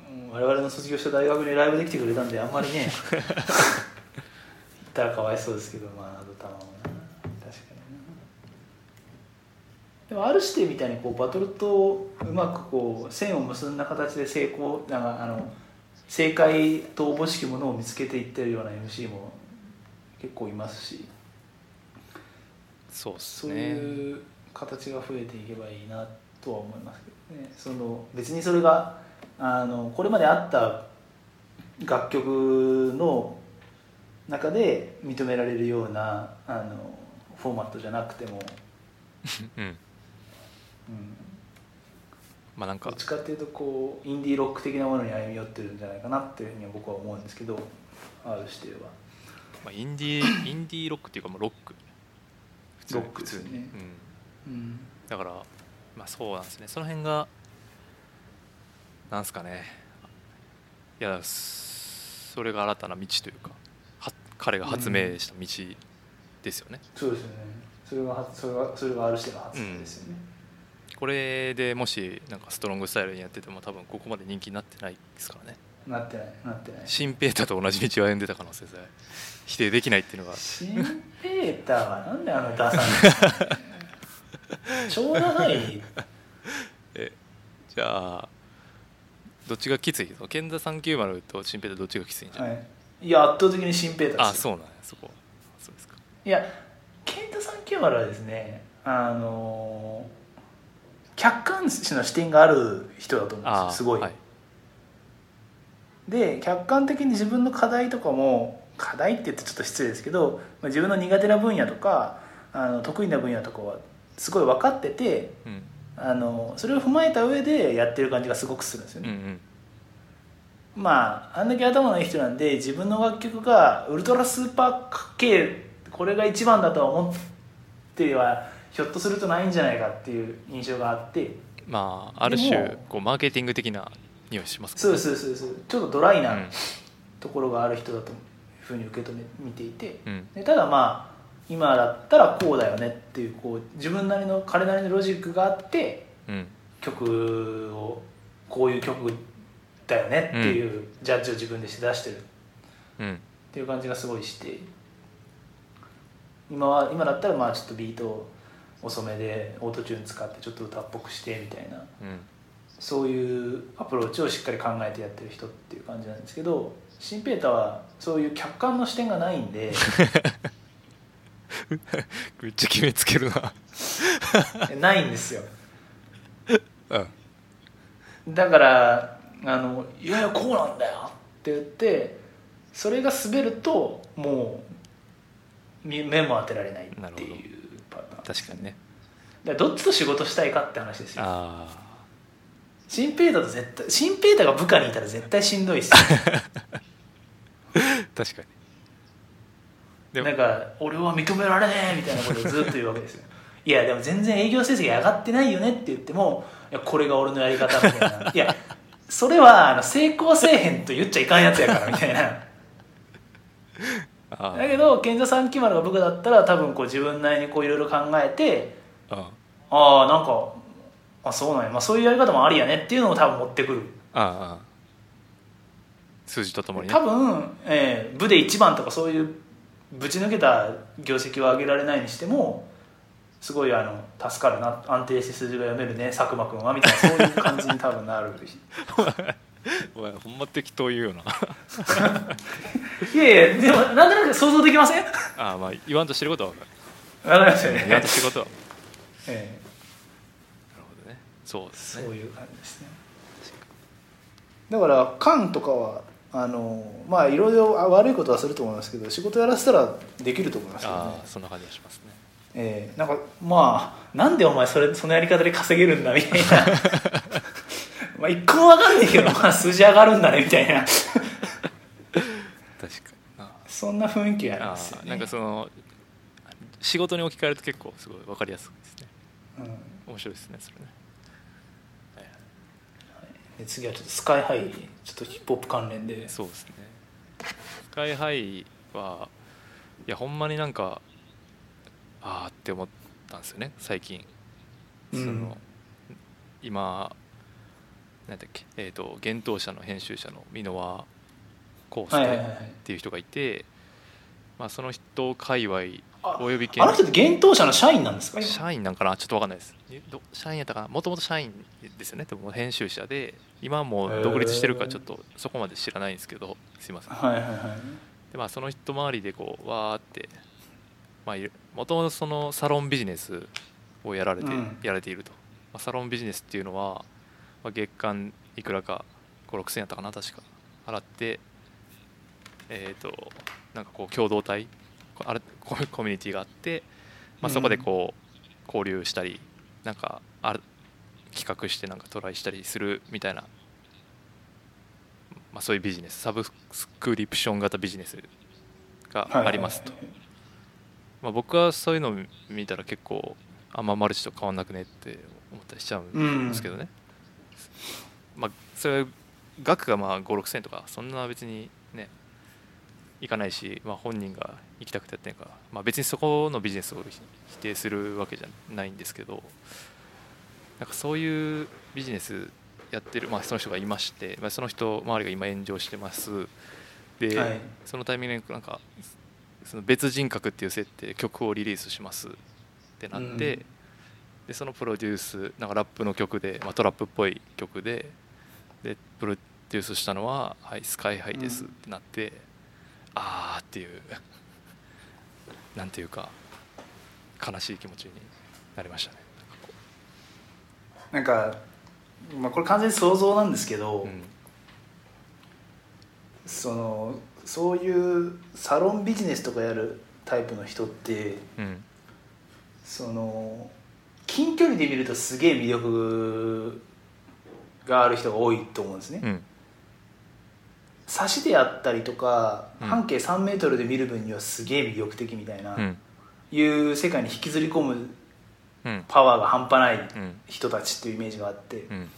うん我々の卒業した大学にライブできてくれたんであんまりね言ったらかわいそうですけどまあドタマもな確かになでもあるしてみたいにこうバトルとうまくこう線を結んだ形で成功なんかあの正解とおぼしきものを見つけていってるような MC も結構いますし
そうです
そう
ね
いう形が増えていけばいいなとは思いますけどねその別にそれがあのこれまであった楽曲の中で認められるようなあのフォーマットじゃなくても、
うん
うん、
まあなん
ど
か
っちかっていうとこうインディーロック的なものに歩み寄ってるんじゃないかなっていうふうには僕は思うんですけど R 指定は。
まあ、インディーインディーロックっていうかもうロック普通に
ロック
普
で
通
すね
に、うん、
うん
だからまあそうなんですねその辺がなんすかねいやそそれが新たな道というかは彼が発明した道ですよね、
そうですよねそれが初それがそれが R 指定の初ですよね。
これでもしなんかストロングスタイルにやってても多分ここまで人気になってないですからね
なってないなってない。
新ペーターと同じ道を歩んでた可能性さえ否定できないっていうのが
シンペーターはなんであのダサいの超ダサい
じゃあどっちがきついの健太390と新ペーターどっちがきついんじゃない、
はいいや圧倒的にシンペーター
あ
ですよ
そうなんやそこそうですか
いや健太さん9丸はですねあのー客観視の視点がある人だと思うんです
あ
よ
ー
すごい、
はい、
で客観的に自分の課題とかも課題って言ってちょっと失礼ですけどまあ自分の苦手な分野とかあの得意な分野とかはすごい分かってて
うん
あのそれを踏まえた上でやってる感じがすごくするんですよ
う
ね
ん、うん
まああんだけ頭のいい人なんで自分の楽曲がウルトラスーパーかっけえこれが一番だとは思ってはひょっとするとないんじゃないかっていう印象があって
まあある
で
種
も
こうマーケティング的な匂いします
そう
ね
そうそうそうちょっとドライな
うん
ところがある人だというふうに受け止め見ていて
うん
でただまあ今だったらこうだよねっていうこう自分なりの彼なりのロジックがあって
うん
曲をこういう曲だよねっていうジャッジを自分でして出してる
うん
っていう感じがすごいして今は今だったらまあちょっとビートを遅めでオートチューン使ってちょっと歌っぽくしてみたいな
うん
そういうアプローチをしっかり考えてやってる人っていう感じなんですけどシンペーターはそういう客観の視点がない んで
めっちゃ決めつけるな
ないんですよ
うん
だからあの「いやいやこうなんだよ」って言ってそれが滑るともうみ目も当てられないって
なるほど
いうパターン
確かにね
だからどっちと仕事したいかって話ですよ
あ
シンペーターと絶対シンペーターが部下にいたら絶対しんどいっすよ
あ 確かに でも
なんか俺は認められねえみたいなことをずっと言うわけです よいやでも全然営業成績上がってないよねって言ってもいやこれが俺のやり方みたいないやそれはあの成功せえへんと言っちゃいかんやつやからみたいな
あー
だけど賢者さん決まるが部下だったら多分こう自分なりにこういろいろ考えて
あ
ああなんかあそうなんや、まあ、そういうやり方もありやねっていうのを多分持ってくる
あああ数字とともにね
多分、えー部で一番とかそういうぶち抜けた業績は上げられないにしてもすごいあの助かるな安定して数字が読めるね佐久間君はみたいなそういう感じに多分なる
お前ほんま適当言うよな
いやいやでもなんとなく想像できませんわか
ああまあ言わんとしてることは分 かる
りますよね
言わんとしてることは
ええ
なるほどねそうです
そう
ね
いう感じですねだから缶とかはあのまあいろいろあ悪いことはすると思いますけど仕事やらせたらできると思いますけどね
ああそんな感じがしますね
えー、なんかまあなんでお前それそのやり方で稼げるんだみたいな まあ一個も分かんないけど、まあ、数字上がるんだねみたいな
確かにな
そんな雰囲気があり
あ
ますよ
ー
ね
なんかその仕事に置き換えると結構すごい分かりやすいですね
うんは
面白いですねそれね
いで次はちょっとスカイハイちょっとヒップホップ関連で
そうですねスカイハイはいやほんまになんかああって思ったんですよね最近その、
うん
今なんだっけえっ、と「幻冬舎」の編集者の箕輪康
はいは
介
いはいは
っ
い
ていう人がいて、まあ、その人界隈
あ
および
あの人って幻冬舎の社員なんですか今
社員なんかなちょっと分かんないですえど社員やったかなもともと社員ですよねでも編集者で今はもう独立してるからちょっとそこまで知らないんですけどすいません
はいはいはい
でまあその一回りでこうわーってまあいるもともとそのサロンビジネスをやられて、
うん
やれていると、まあ、サロンビジネスっていうのは、まあ、月間いくらか56000円やったかな確か払ってえっ、となんかこう共同体こあれココミュニティがあって、まあ、そこでこう交流したりなんかある企画してなんかトライしたりするみたいな、まあ、そういうビジネスサブスクリプション型ビジネスがありますと、
はいはいはい
まあ、僕はそういうのを見たら結構あんまマルチと変わんなくねって思ったりしちゃうんですけどね、まあそれ額がまあ56000とかそんな別にねいかないし、まあ、本人が行きたくてやってんから、まあ、別にそこのビジネスを否否定するわけじゃないんですけどなんかそういうビジネスやってる、まあ、その人がいまして、まあ、その人周りが今炎上してますで、
はい
そのタイミングでなんかその別人格っていう設定曲をリリースしますってなって、
うん
でそのプロデュースなんかラップの曲で、まあ、トラップっぽい曲ででプロデュースしたのは「はい、スカイハイです」っ
うん
てなって、あーっていうなんていうか悲しい気持ちになりましたね。なんかこ
なんか、まあ、これ完全に想像なんですけど、
ううん
そのそういうサロンビジネスとかやるタイプの人って
うん
その近距離で見るとすげえ魅力がある人が多いと思うんですね、
うん
差しでやったりとか、
うん
半径3メートルで見る分にはすげえ魅力的みたいな、
うん
いう世界に引きずり込む
うん
パワーが半端な
う
い
ん
人たちっていうイメージがあって、
うん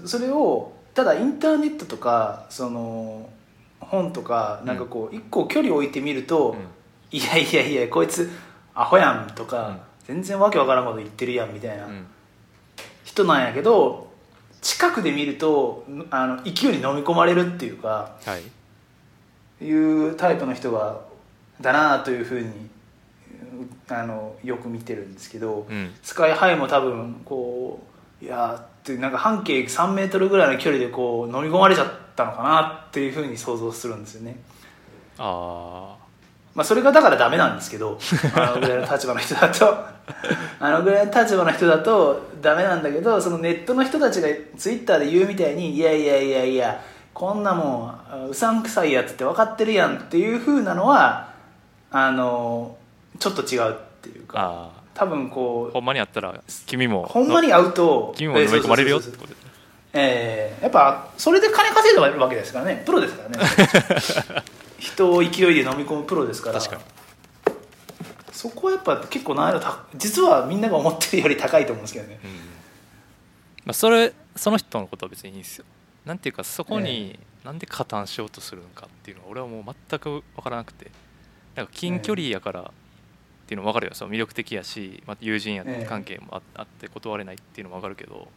でそれをただインターネットとかその本とかなんかこう一個距離置いてみると、いやいやいやこいつアホやんとか、全然わけわからんこと言ってるやんみたいな
うん
人なんやけど近くで見るとあの勢いに飲み込まれるっていうか
はい
いうタイプの人がだなというふうにうんあのよく見てるんですけど。
うん
スカイハイも多分こういやーってなんか半径3メートルぐらいの距離でこう飲み込まれちゃったのかなっていうふうに想像するんですよね、
あ
まあ、それがだからダメなんです けどあのぐらいの立場の人だと あのぐらいの立場の人だとダメなんだけどそのネットの人たちがツイッターで言うみたいにいやいやいやいやこんなもんあうさんくさいやつって分かってるやんっていうふうなのはあのちょっと違うっていう
ー
か
あ
多分こ
ー
う
ほんまにあったら君も
ほんまに会うと
君も飲み込まれるよってことで
えーやっぱそれで金稼いでるわけですからねプロですからね 人を勢いで飲み込むプロですから
確かに
そこはやっぱ結構難易度た実はみんなが思ってるより高いと思うんですけどね
うんまあ、それその人のことは別にいいんですよなんていうかそこになんで加担しようとするのかっていうのは俺はもう全く分からなくてなんか近距離やからっていうのも分かるよその魅力的やし、まあ、友人や
ええ
関係もああって断れないっていうのも分かるけど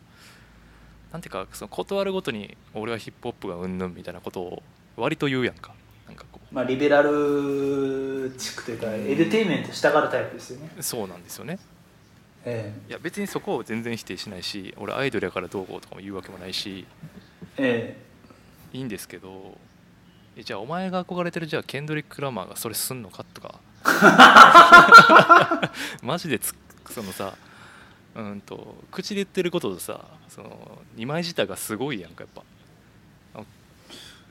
なんていうかその断るごとに俺はヒップホップがうんぬんみたいなことを割と言うやんかなんかこ
まあリベラル地区というかエデュテインメントしたがるタイプですよね
うそうなんですよね
え
いや別にそこを全然否定しないし俺アイドルやからどうこうとかも言うわけもないし
ええ
いいんですけどえじゃあお前が憧れてるじゃあケンドリック・ラマーがそれすんのかと かマジでつそのさうんと口で言ってることとさその二枚舌がすごいやんかやっぱ
え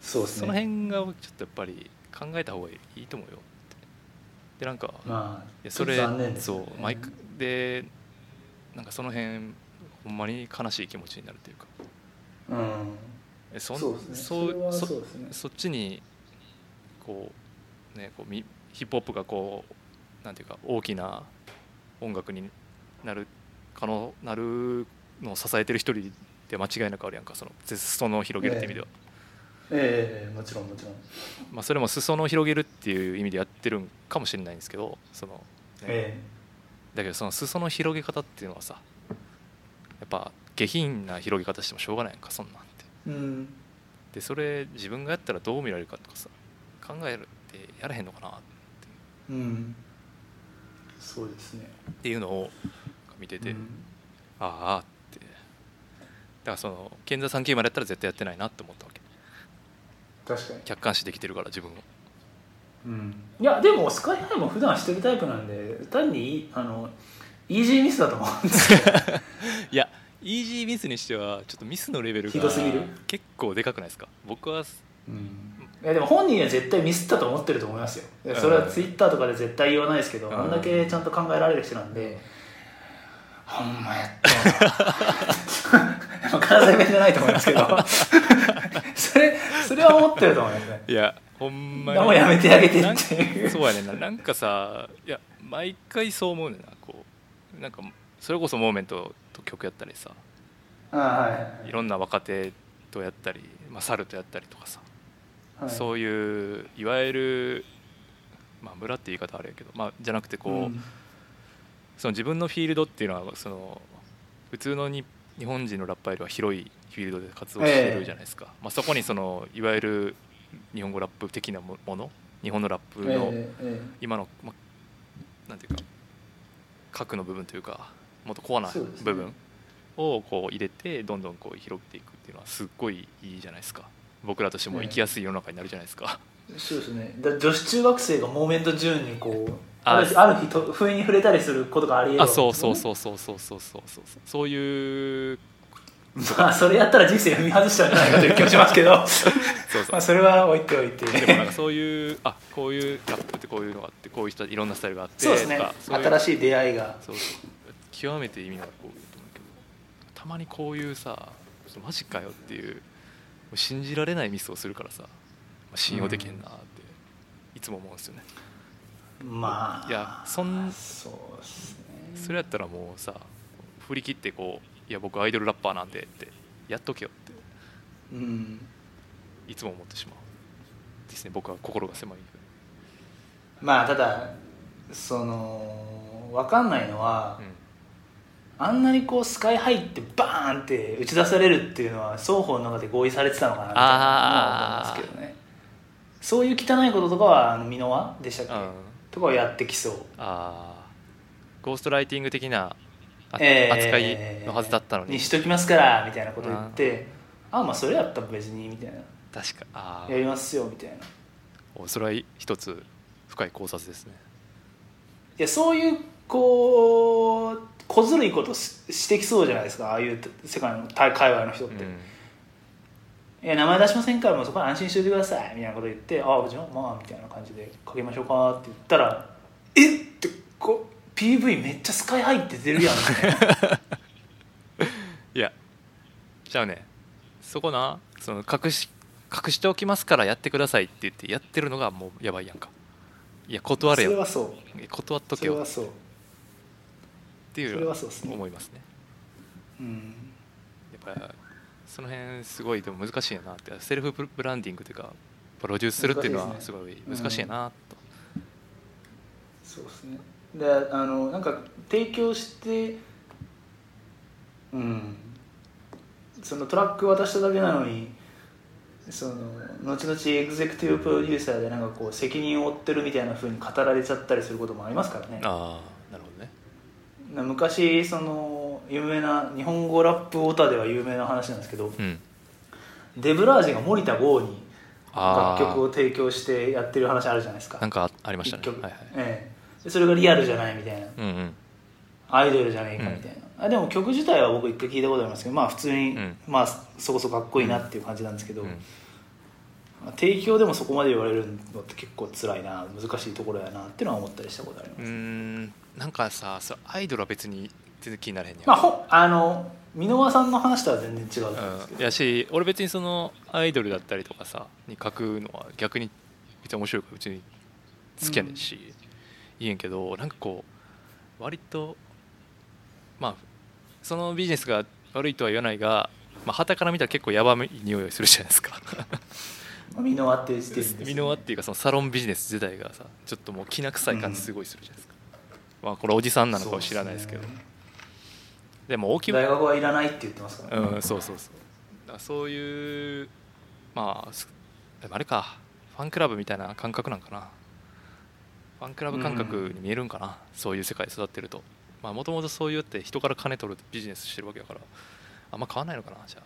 そうですね
その辺がちょっとやっぱり考えた方がいいと思うよってでなんか、
まあ
いやそれ
残念ですよ
そ
ね
うマイクでなんかその辺ほんまに悲しい気持ちになるというか
うん
えそん
そうですね
そう
それは
そ
そうですね
そっちにこうねこうみヒップホップがこうなんていうか大きな音楽になる可能なるのを支えてる一人で間違いなくあるやんかそのぜ裾野を広げるって意味では、
ええもちろんもちろん
まあ、それも裾野を広げるっていう意味でやってるんかもしれないんですけどその、ね
え
だけどその裾野の広げ方っていうのはさやっぱ下品な広げ方してもしょうがないやんかそんなんって
えうん
でそれ自分がやったらどう見られるかとかさ考えるってやらへんのかなっ
うんそうですね
ていうのを見てて、
うん
ああってだからその健三さん系までやったら絶対やってないなって思ったわけ
確かに
客観視できてるから自分を
うん、いやでもスカイハイも普段してるタイプなんで単にいあのイージーミスだと思うんですよ
いやイージーミスにしてはちょっとミスのレベル
ひ
が
どすぎる
結構でかくないですか僕は
うんいやでも本人は絶対ミスったと思ってると思いますよいやそれは
うん
ツイッターとかで絶対言わないですけど、
うん
あんだけちゃんと考えられる人なんで、ほんまやったな関西弁じゃないと思いますけど それそれは思ってると思いますね
いやほんまに
もうやめてあげてって
なん
いう
そうやねんななんかさいや毎回そう思うねんなこうなんかそれこそモーメントと曲やったりさ
あはい
ろんな若手とやったり、まあ、サルとやったりとかさ、
い、はい、
そういういわゆる、まあ、村って言い方あれやけど、まあ、じゃなくてこう、
ん
その自分のフィールドっていうのはその普通のに日本人のラッパーよりは広いフィールドで活動してるじゃないですか、まあ、そこにそのいわゆる日本語ラップ的なももの日本のラップ
え
の
ええ
今の、まあ、なんていうか核の部分というかもっとコアな
そうですね
部分をこう入れてどんどんこう広げていくっていうのはすっごいいいじゃないですか僕らとしても生きやすい世の中になるじゃないですか、
えそうですねだ女子中学生がモーメント10にこう
あ
ある日ある日と不意に触れたりすることがありえる
あそうそう
う
そうそうそうそうそうそうそういう
まあそれやったら人生踏み外したんじゃないかという気もしますけ ど
そうそう
まあそれは置いておいて
でもなんかそういうあこういうラップってこういうのがあってこういう人いろんなスタイルがあって
そうですね
とかそういう
新しい出会いが
そうそう極めて意味がこういうと思うけどたまにこういうさちょっとマジかよっていうもう信じられないミスをするからさ、まあ信用できへんなっていつも思うんですよね、
まあ
いやそん
そうですね
それやったらもうさ振り切ってこういや僕アイドルラッパーなんでってやっとけよっ
うん
ていつも思ってしまうですね僕は心が狭い
まあただその分かんないのは
う、ん
あんなにこうスカイハイってバーンって打ち出されるっていうのは双方の中で合意されてたのかなみたいなのは思いますけどねそういう汚いこととかはあの箕輪でしたっけ、
うん
とかをやってきそう
あーゴーストライティング的なあ
えー
扱いのはずだったのに、
にしときますからみたいなこと言ってああまあそれやったら別にみたいな
確かあー
やりますよみたいない
おそれは一つ深い考察ですね
やそういうこう小ずるいことししてきそうじゃないですかああいう世界の大界隈の人って、いや名前出しませんからもうそこは安心しておいてくださいみたいなこと言って「ああじゃあまあ」みたいな感じで「かけましょうか」って言ったら「えっ!」てこ PV めっちゃスカイハイって出るやんみたいな
いやじゃあねそこなその隠し隠しておきますからやってくださいって言ってやってるのがもうやばいやんかいや断
そ
れ
れ
よ
はそう
断っと
そ
け
れ
よ
は
っ
そう
てい
そうれ
のは
はそうですね
思いますね
うん
やっぱその辺すごいでも難しいよなってセルフブランディングというかプロデュースするっていうのは
難しい
す
です
ごい
うん
難しいなと、
そうですねであのなんか提供してうんそのトラック渡しただけなのにその後々エグゼクティブプロデューサーでなんかこう責任を負ってるみたいなふうに語られちゃったりすることもありますからね
ああなるほどね
な昔その有名な日本語ラップオタでは有名な話なんですけど、
うん
デブラージが森田剛に
あー
楽曲を提供してやってる話あるじゃないですか
なんかあありましたね
一曲
はいはい
ええでそれがリアルじゃないみたいな
うんうん
アイドルじゃないかみたいな、あでも曲自体は僕一回聞いたことありますけどまあ普通に、
うん
まあそこそこかっこいいなっていう感じなんですけど、
うん
まあ提供でもそこまで言われるのって結構辛いな難しいところやなっていうのは思ったりしたことあります、
うーんなんかさそうアイドルは別に全然気になれへんやん、
まあほあの箕輪さんの話とは全然違うと思うんですけ
うん、
ど、
やし俺別にそのアイドルだったりとかさに書くのは逆に別に面白いから別に好きやねんし、いいんやけどなんかこう割とまあそのビジネスが悪いとは言わないがまあ旗から見たら結構やばい匂いがするじゃないですか
まあ箕輪っていう時点で、
美濃輪っていうかそのサロンビジネス自体がさちょっともうきな臭い感じすごいするじゃないですか、まあこれおじさんなのかは知らないですけど
そう
でも大きい
大学はいらないって言ってますからね、
うん、そうそうそうだからそういうまあすでもあれかファンクラブみたいな感覚なんかなファンクラブ感覚に見えるんかな、そういう世界で育ってるとまあもともとそういうって人から金取るビジネスしてるわけだからあんま変わんないのかなじゃあ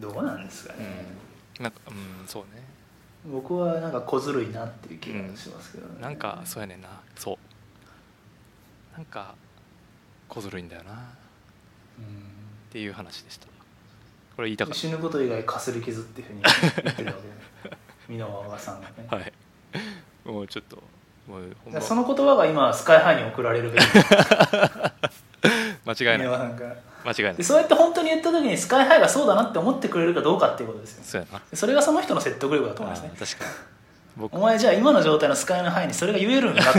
どうなんですかね、
なんかうんそうね
僕はなんか小ずるいなっていう気がしますけどね、
なんかそうやねんなそうなんか小ずるいんだよなっ
うん
ていう話でしたこれ言いたかっ
死ぬこと以外かすり傷っていうふうに言ってるわけで箕輪和さんがね、
たはい もうちょっともうほん
だか
ま
らその言葉が今スカイハイに送られるべき
間違いない
箕輪さんが
間違いない
でそうやって本当に言った時にスカイハイがそうだなって思ってくれるかどうかっていうことです
そ
よ
うやな
それがその人の説得力だと思い
あ
ますね
ー確 かに僕
お前じゃあ今の状態のスカイの範囲にそれが言えるんだっ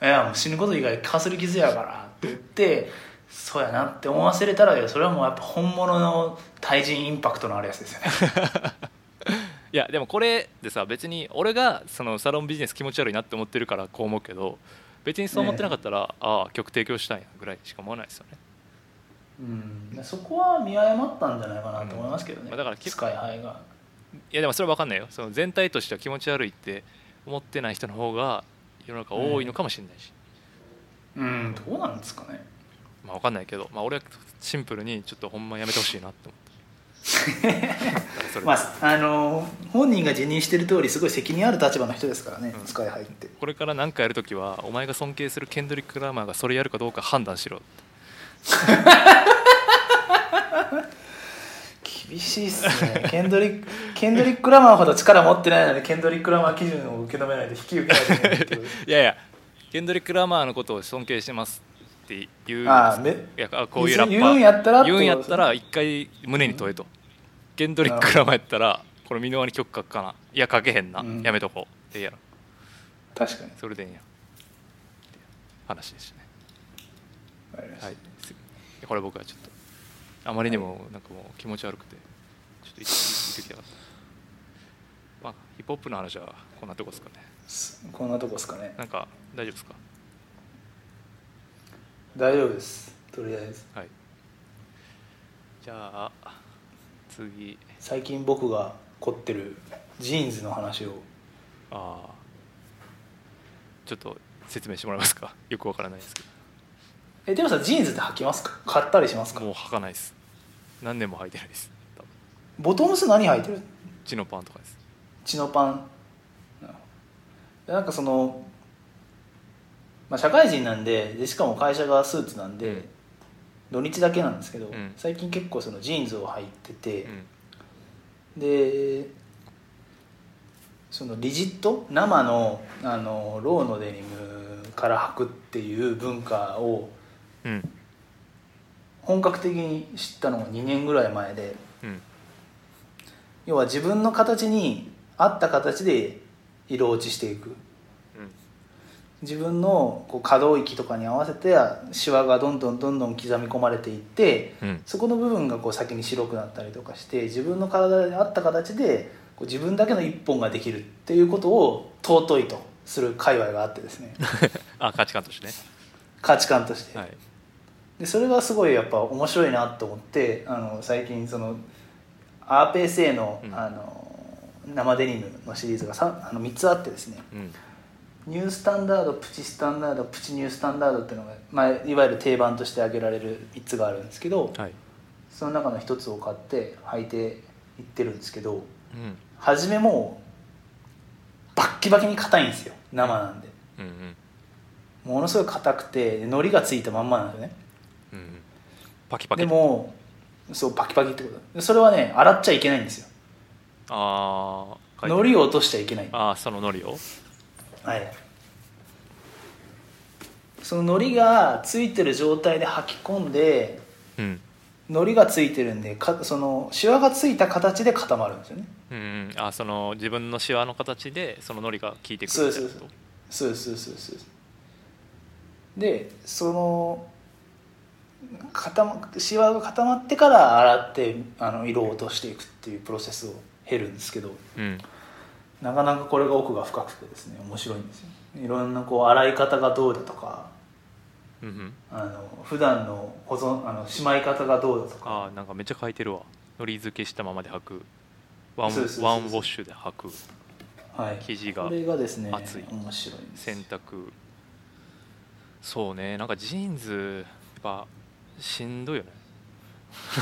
て いやもう死ぬこと以外かすり傷やからって言ってそうやなって思わせれたらそれはもうやっぱ本物の対人インパクトのあるやつですよね
いやでもこれでさ別に俺がそのサロンビジネス気持ち悪いなって思ってるからこう思うけど別にそう思ってなかったら、ああ曲提供したいんやぐらいしか思わないですよね
うんそこは見誤ったんじゃないかなと思いますけどね、
うんまあだから
スカイハイが
いやでもそれは分かんないよその全体としては気持ち悪いって思ってない人の方が世の中多いのかもしれないし、
うんどうなんですかね
まあ分かんないけど、まあ、俺はシンプルにちょっとほんまやめてほしいなって思 ったそれで
まああのー本人が辞任してる通りすごい責任ある立場の人ですからね、
うん
スカイハイって
これから何かやるときはお前が尊敬するケンドリック・ラーマーがそれやるかどうか判断しろ
厳しいっすねケンドリックケンドリック・ラマーほど力持ってないのでケンドリック・ラマー基準を受け止めないと引き受けないといけないってこ とです
いやいやケンドリック・ラーマーのことを尊敬してますって言う
ああめ
いやあこういうラッパー
言うんやったらって
言
こと
うんやったら一回胸に問えと、ケンドリック・ラーマーやったらこの箕輪に曲書くかないや書けへんな、
うん
やめとこうでいいやろ
確かに
それでいいんや話でしたね
わかりました
はいすこれ僕はちょっとあまりにもなんかもう気持ち悪くてちょっと一時言ってきたかったまあヒップホップの話はこんなとこですかね
すこんなとこですかね
なんか大丈夫ですか
大丈夫ですとりあえず
はいじゃあ次
最近僕が凝ってるジーンズの話を
ああちょっと説明してもらえますか よくわからないですけ
えでもさジーンズって履きますか買ったりします
ど
か
もう履かないです何年も履いてないです多分
ボトムス何履いてる
チノパンとかです
チノパンでなんかその、まあ、社会人なんででしかも会社がスーツなんで、
うん
土日だけなんですけど、
うん
最近結構そのジーンズを履いてて
う、ん
でそのリジット生のあのローのデニムから履くっていう文化を
うん
本格的に知ったのが2年ぐらい前で
うん
要は自分の形に合った形で色落ちしていく
うん
自分のこう可動域とかに合わせてシワがどんどんどんどん刻み込まれていって
うん
そこの部分がこう先に白くなったりとかして自分の体に合った形でこう自分だけの一本ができるっていうことを尊いとする界隈があってで すね
あ価値観としてね
価値観として、
はい
でそれがすごいやっぱ面白いなと思ってあの最近その RPSA の,、
うん
あの生デニムのシリーズが 3, あの3つあってですね、
うん
ニュースタンダードプチスタンダードプチニュースタンダードっていうのが、まあ、いわゆる定番として挙げられる3つがあるんですけど
はい
その中の1つを買って履いていってるんですけど
うん
初めもうバッキバキに硬いんですよ生なんで
うんうん
ものすごい硬くてのりがついたまんまなんですよね
うんうんパキパキ
でもそうパキパキってことでそれはね洗っちゃいけないんですよ
ああ
のりを落としちゃいけない
ああそののりを
はいそののりがついてる状態で履き込んで
うん
糊がついてるんでかそのシワがついた形で固まるんですよね
うんうんあその自分のシワの形でそののりが効いてく
そう
る
で
ってこ
すそ
と
うそうそうそうそうでその固まシワが固まってから洗ってあの色を落としていくっていうプロセスを経るんですけど
うん
なかなかこれが奥が深くてですね面白いんですよいろんなこう洗い方がどうだとか
うんうん
あの普段の保存あのしまい方がどうだとか
ああなんかめっちゃ書いてるわのり付けしたままで履くワン
そうそうそうそう
ワンウォッシュで履く
はい
生地が
これがですね
厚い
面白いんですよ
洗濯そうねなんかジーンズやっぱしんどいよね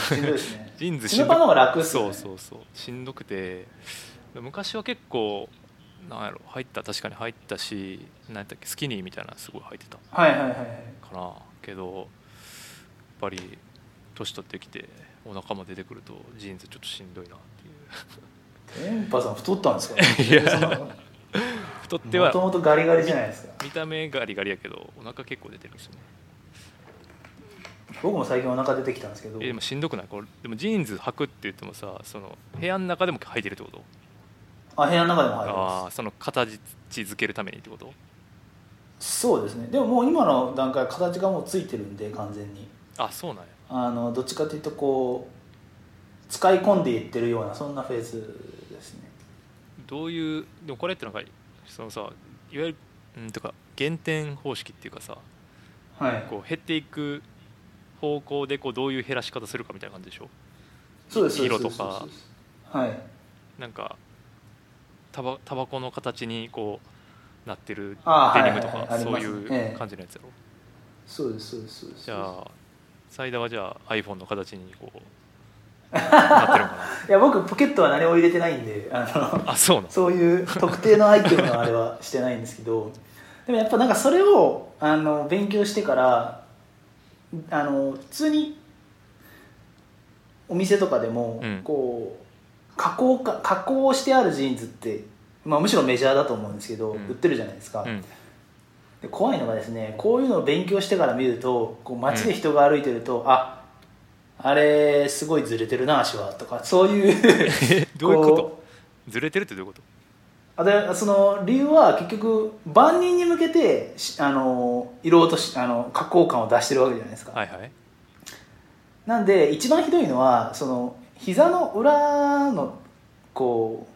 しんどいですね
ジーンズ
チノパンの方が楽っすよ
そ
ね
うそうそうしんどくて昔は結構なんやろ入った確かに入ったし何やったっけスキニーみたいなのすごい入ってた
はいはいはいはい
かなけどやっぱり年取ってきてお腹も出てくるとジーンズちょっとしんどいなっていう
天パさん太ったんですか、
いや太って
もと
は
もとガリガリじゃないですか
見た目ガリガリやけどお腹結構出てるんですよね
僕も最近お腹出てきたんですけど
えでもしんどくないこれでもジーンズ履くって言ってもさその部屋の中でも履いてるってこと
あ部屋の中でも入り
あ
ま
あその形づけるためにってこと
すそうですねでももう今の段階形がもうついてるんで完全に
あそうなんや
あのどっちかというとこう使い込んでいってるようなそんなフェーズですね
どういうでもこれってなんかそのさいわゆるうんとか減点方式っていうかさ
はい
こう減っていく方向でこうどういう減らし方するかみたいな感じでしょ
そうですそうで
色
す
とか
そうですそうですはい
なんかタバタバコの形にこうなってる
あー
デニムとか、
はいはいはい
そうい
ありますねえ
う
え
感じのやつやろ、
そうですそうですそうです
じゃあサイダーはじゃあ iPhone の形にこう なってるのか
いや僕ポケットは何も入れてないんであの
なあそうなの
そういう特定のアイテムのあれはしてないんですけどでもやっぱなんかそれをあの勉強してからあの普通にお店とかでも、
うん
こう加工か加工してあるジーンズって、まあ、むしろメジャーだと思うんですけど、
うん
売ってるじゃないですか、
うん
で怖いのがですねこういうのを勉強してから見るとこう街で人が歩いてると、ああれすごいずれてるな足はとかそういう
えどういうこと
こ
ずれてるってどういうこと
あでその理由は結局万人に向けてしあの色落としあの加工感を出してるわけじゃないですか、
はいはい
なんで一番ひどいのはその膝の裏のこ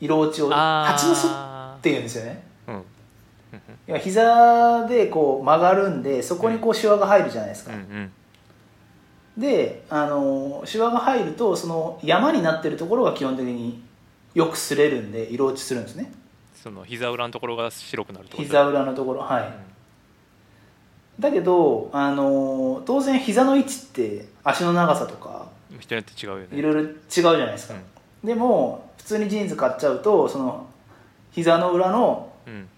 う色落ちを蜂の巣
あ
っていうんですよね
ーうんうん
いや膝でこう曲がるんでそこにこうシワが入るじゃないですか、
うんうん
であのシワが入るとその山になってるところが基本的によく擦れるんで色落ちするんですね
その膝裏のところが白くなるってこと
膝裏のところはい、だけど、あのー当然膝の位置って足の長さとか
うん人によって違うよね
いろいろ違うじゃないですか、でも普通にジーンズ買っちゃうとその膝の裏の
うん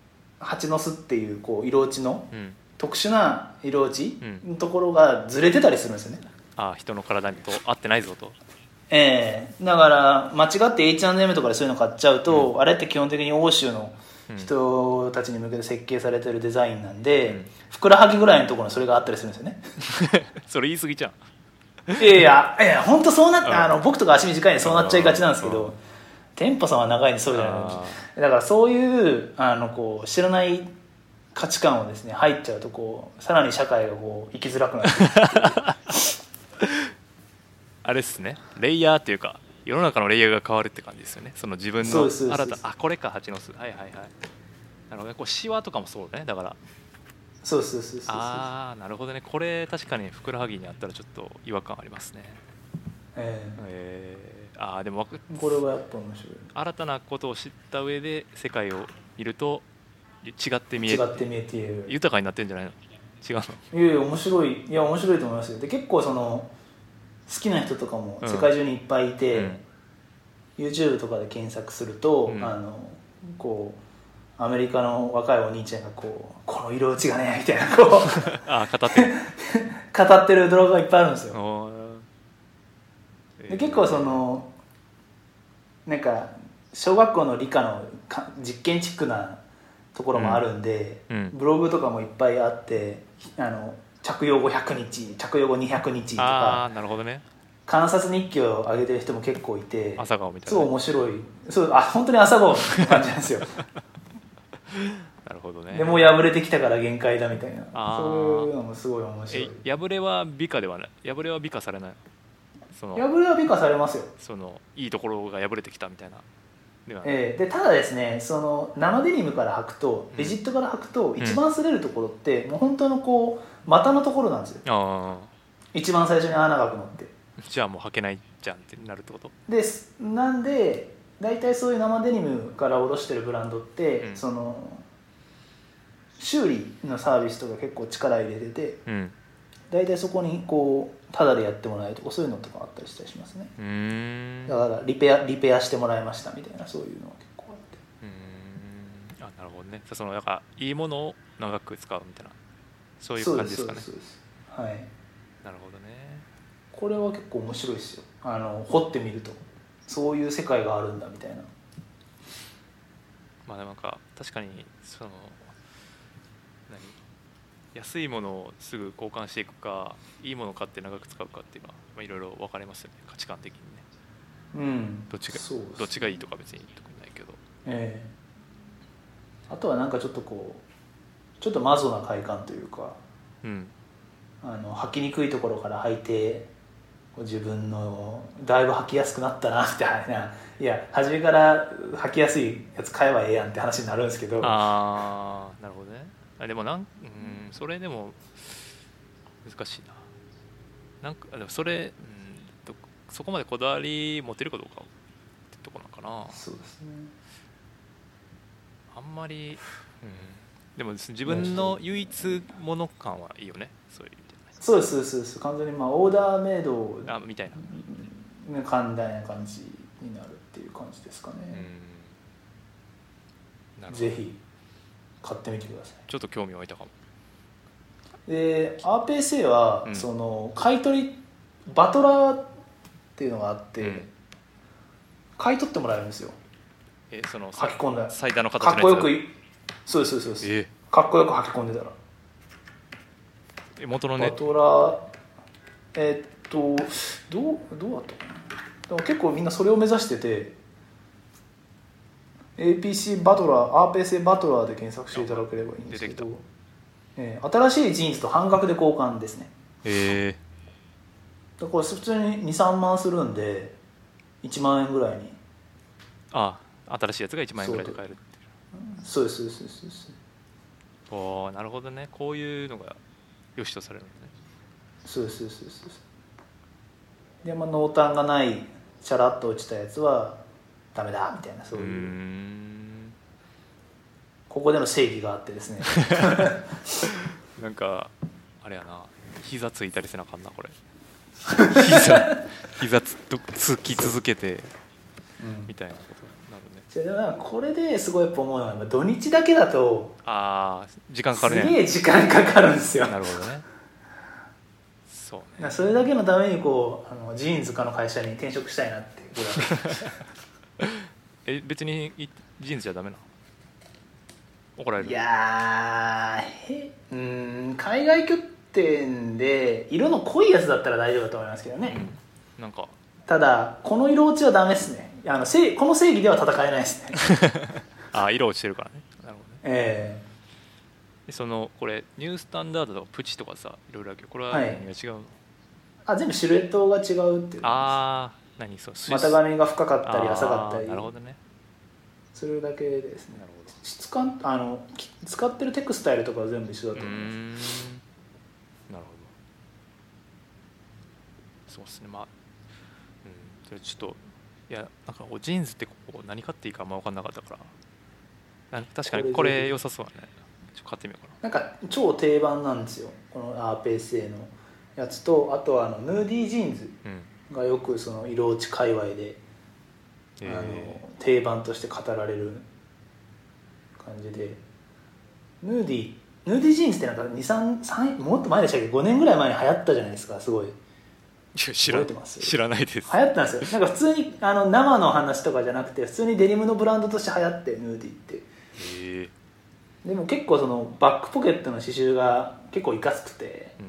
蜂の巣っていうこう色落ちの
うん、うん、
特殊な色落ち
うん
のところがずれてたりするんですよね、
あー人の体にと合ってないぞと
ええだから間違って H&M とかでそういうの買っちゃうと、あれって基本的に欧州の
うん
人たちに向けて設計されてるデザインなんで、
うん
ふくらはぎぐらいのところにそれがあったりするんですよね
それ言い過ぎじゃん
いやいや、いや本当そうなっ
うん
あの僕とか足短いんでそうなっちゃいがちなんですけ
うん
ど、店舗さんは長いんでそうじゃない
あ
のだからそういうあのこう知らない価値観をですね入っちゃうとこうさらに社会がこう生きづらくなる
あれっすねレイヤーっていうか世の中のレイヤーが変わるって感じですよねその自分
そう
の
ですそうです
新たあこれか蜂の巣はいはいはいなるほどねこうシワとかもそうねだから
そうそうそうそうそ う
ああなるほどねこれ確かにふくらはぎにあったらちょっと違和感ありますね
え
えー、ああでもわか
えこれはやっぱ面白い
新たなことを知った上で世界を見ると違って見え
違
る
って見えている
豊かになってんじゃないの違うの
いやいや面白いいや面白いと思いますよで結構その好きな人とかも
うん
世界中にいっぱいいて、
うん
YouTube とかで検索すると、
うん
あのこうアメリカの若いお兄ちゃんがこう「この色落ちがね」みたい なこう
ああ語 ってる
語ってる動画がいっぱいあるんですよ
おーえ
で
ー
結構そのなんか小学校の理科のか実験チックなところもあるんで、
うんうん
ブログとかもいっぱいあってあの着用後100日着用後200日とか
ああなるほどね
観察日記を上げてる人も結構いて
朝顔みたい
そう
な
面白いそうあ本当に朝顔って感じなんで すよ
なるほどね
でもう破れてきたから限界だみたいな
あー
そういうのもすごい面白い
え破れは美化ではない破れは美化されないその
破れは美化されますよ、
そのいいところが破れてきたみたいなではない
ええでただですねその生デニムから履くと
ん
レジットから履くと、
ん
一番擦れるところってもう本当のこう股のところなんですよ
ああ
一番最初に穴がくのって
じゃあもう履けないじゃんってなるってこと
ですなんで大体そういう生デニムから卸してるブランドって、
うん
その修理のサービスとか結構力入れてて
うん
大体そこにこうタダでやってもらえるとかそういうのとかあったりしたりしますね
うーん
だからリペアリペアしてもらいましたみたいなそういうのは結構あって
うーんあなるほどねそのなんかいいものを長く使うみたいなそういう感じですかね
そうですそうですはい
なるほどね
これは結構面白いですよあの掘ってみるとそういう世界があるんだみたいな
まあでもなんか確かにその何安いものをすぐ交換していくかいいものを買って長く使うかっていうのはまあいろいろ分かれますよね価値観的にね
うん
どっちが
そうです
どっちがいいとか別に特にないけど
ええあとはなんかちょっとこうちょっとマゾな快感というか
うん
あの履きにくいところから履いてこう自分のだいぶ履きやすくなったなみたいない や初めから履きやすいやつ買えばええやんって話になるんですけど
ああなるほどねあでもなんうんそれでも難しいななんかあでもそれうんどそこまでこだわり持てるかどうかってとこなんかな
そうですね
あんまり、でも自分の唯一もの感はいいよねそういう意味じ
そうですそうですそうです完全にまあオーダーメイド
ゃないあみたいな
ね簡単な感じになるっていう感じですか
うん
ね、
なるほ
ぜ
ど
ひ買ってみてくださ
ちょっと興味湧いたかも
いで RPSA は、
うん
その買い取りバトラーっていうのがあって、
うん
買い取ってもらえるんですよ
えその
書き込んだ
最大の形の
かっこよく
や
いそうですそうですそうで
え
すかっこよく履き込んでたら
え元の
バ
ね
トラーえっとどうどうだったかなでも結構みんなそれを目指してて APC バトラー RPC バトラーで検索していただければいいんですけ
出て
ど
きた、
えー新しいジーンズと半額で交換ですね
え
だから普通に23万するんで1万円ぐらいに
あ新しいやつが1万円ぐらいで買えるっていう
そうですそうですそうですそうです
おーなるほどねこういうのが良しとされるのね
そうですそうですそうですそうですで、まあ、濃淡がないチャラッと落ちたやつはダメだみたいなそう
うー
いう、
ん
ここでの正義があっ てですね
なんかあれやな膝ついたりせなあかんな これ膝膝つどつき続けてみたいなことになるね
じゃあでもなんかこれですごいやっぱ思うのはやっぱ土日だけだと
ああ時間かか
す
る
げ
ね
え時間かかるんですよ
なるほどねそうね
それだけのためにこうあのジーンズかの会社に転職したいなっていうぐらい
え別にいジーンズじゃダメなの怒られる
いやーへうーん海外拠点で色の濃いやつだったら大丈夫だと思いますけどね、
うんなんか
ただこの色落ちはダメですねあのせいこの正義では戦えないですね
ああ色落ちてるからねなるほどね
え
でそのこれニュースタンダードとかプチとかさいろいろあるけどこれは
はい
何が違うの、
えあ全部シルエットが違うっていう
ああ何そうスイス
股上が深かったり
あー
浅かったり
なるほどね
するだけですね
なるほど
質感あのき使ってるテクスタイルとかは全部一緒だ
う
と
ー
思います
んなるほどそうですねまあうんそれちょっといやなんかこうジーンズってこう何買っていいかあんま分かんなかったからな確かにこ
これ
れ良さそうだねちょっと買ってみようか
なんか超定番なんですよこのアーペー製のやつとあとはあのヌーディージーンズ
なうん
がよくその色落ち界隈で、あ
え
の定番として語られる感じでヌーディーヌーディージーンズってなんか233もっと前でしたっけど5年ぐらい前に流行ったじゃないですかすごい
ー いや知ら
覚えてます
知らないです
流行ったんですよなんか普通にあの生の話とかじゃなくて普通にデニムのブランドとして流行ってヌーディーって
えー
でも結構そのバックポケットの刺繍が結構いかつくて
うん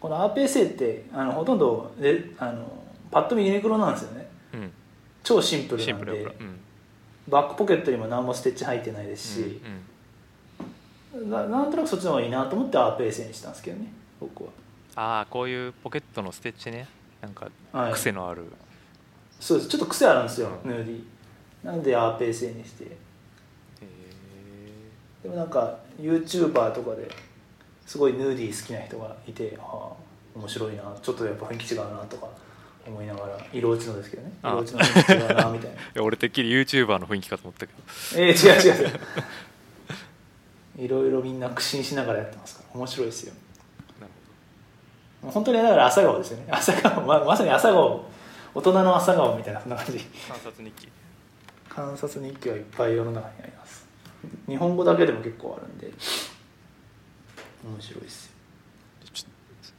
この RPSA ってあのほとんどであのパッと見ユニクロなんですよね
うん
超シンプ
うん
ル
シ
な
ンプ
ん
ル
で
だからうん
バックポケットにも何もステッチ入ってないですし、
うんうん
ななんとなくそっちの方がいいなと思って RPSA にしたんですけどね僕は
ああこういうポケットのステッチねなんか
はい
癖のある、
そうですちょっと癖あるんですよ、
うん
ヌーディなんで RPSA にして
え
でもなんか YouTuber とかですごいヌーディー好きな人がいてああ面白いなちょっとやっぱ雰囲気違うなとか思いながら色落ちのですけどね
ああ
色落ちの雰囲気違うなみた い
ー、
な
いや俺てっきり YouTuber の雰囲気かと思ったけど
えー、違う違う違ういろいろみんな苦心しながらやってますから面白いですよ、
なる
本当にだから朝顔ですよね朝顔ままさに朝顔大人の朝顔みたいなそんな感じ
観察日記
観察日記はいっぱい世の中にあります日本語だけでも結構あるんで面白いですよ
ちょ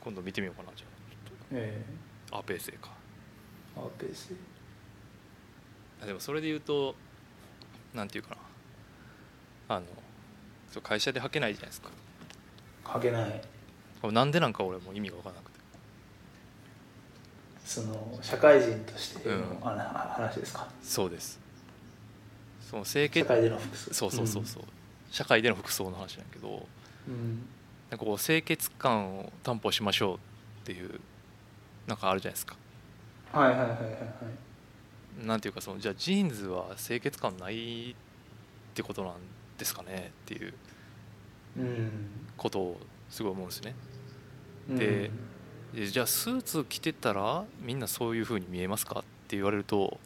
今度見てみようかなじゃあちょっ
え
とアーペーセーか
えアーペース
あでもそれで言うとなんていうかなあのそう会社で履けないじゃないですか
書けない
これなんでなんか俺も意味が分からなくて
その社会人としての、
うん
あな話ですか
そうですその清
社
潔
会での服装
そうそうそうそう、社会での服装の話なんやけど
うん、うん
なんかこう清潔感を担保しましょうっていうなんかあるじゃないですか
はいはいはいはいはい
なんていうかそのじゃあジーンズは清潔感ないってことなんですかねっていう
うん
ことをすごい思うんですねででじゃあスーツ着てたらみんなそういう風に見えますかって言われると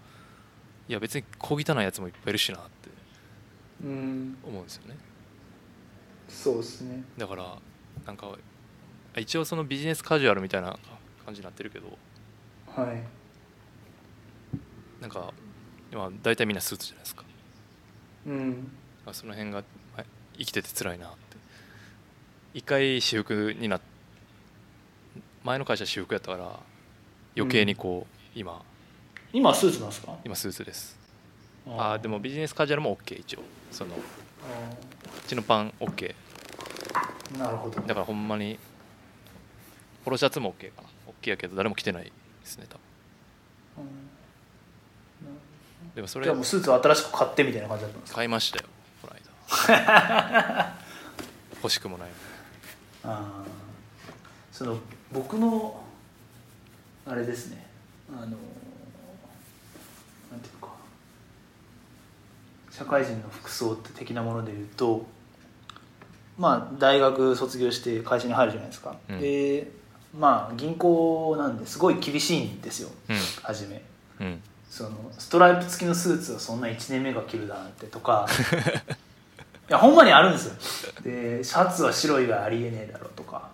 いや別に小汚いやつもいっぱいいるしなって
うん、うん、
思うんですよね
そうですね
だからなんか一応そのビジネスカジュアルみたいな感じになってるけど
はい
なんかまあ大体みんなスーツじゃないですか
うん
あその辺があ生きてて辛いなって一回私服になっ前の会社私服やったから余計にこう、今
今スーツなんですか
今スーツですあーでもビジネスカジュアルも OK 一応そのう
あ
ちのパン OK
ーなるほど
だからほんまにポロシャツも OK かな OK やけど誰も着てないですね多
うんな
分でもそ
じ
れ
ゃあもうスーツを新しく買ってみたいな感じだったんですか
買いましたよこの間 欲しくもないのに
あーその僕のあれですねあのなんていうか社会人の服装って的なもので言うとまあ大学卒業して会社に入るじゃないですか、
うん
でまあ銀行なんですごい厳しいんですよ初め
うんうん
そのストライプ付きのスーツをそんな1年目が着るだなんてとか いやほんまにあるんですよでシャツは白いがありえねえだろとか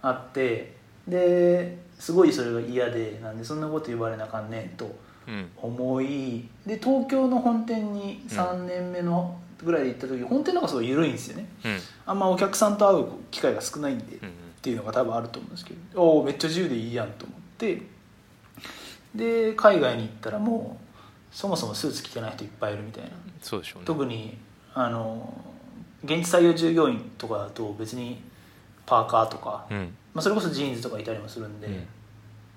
あってですごいそれが嫌でなんでそんなこと言われなあかんねんと
うん
思いで東京の本店に3年目のぐらいで行った時、本店の方がすごい緩いんですよね
うん
あんまお客さんと会う機会が少ないんで、
うん
っていうのが多分あると思うんですけどおおめっちゃ自由でいいやんと思ってで海外に行ったらもうそもそもスーツ着てない人いっぱいいるみたいな
そうでしょうね
特にあの現地採用従業員とかだと別にパーカーとか、
うん
まあ、それこそジーンズとかいたりもするんで、
うん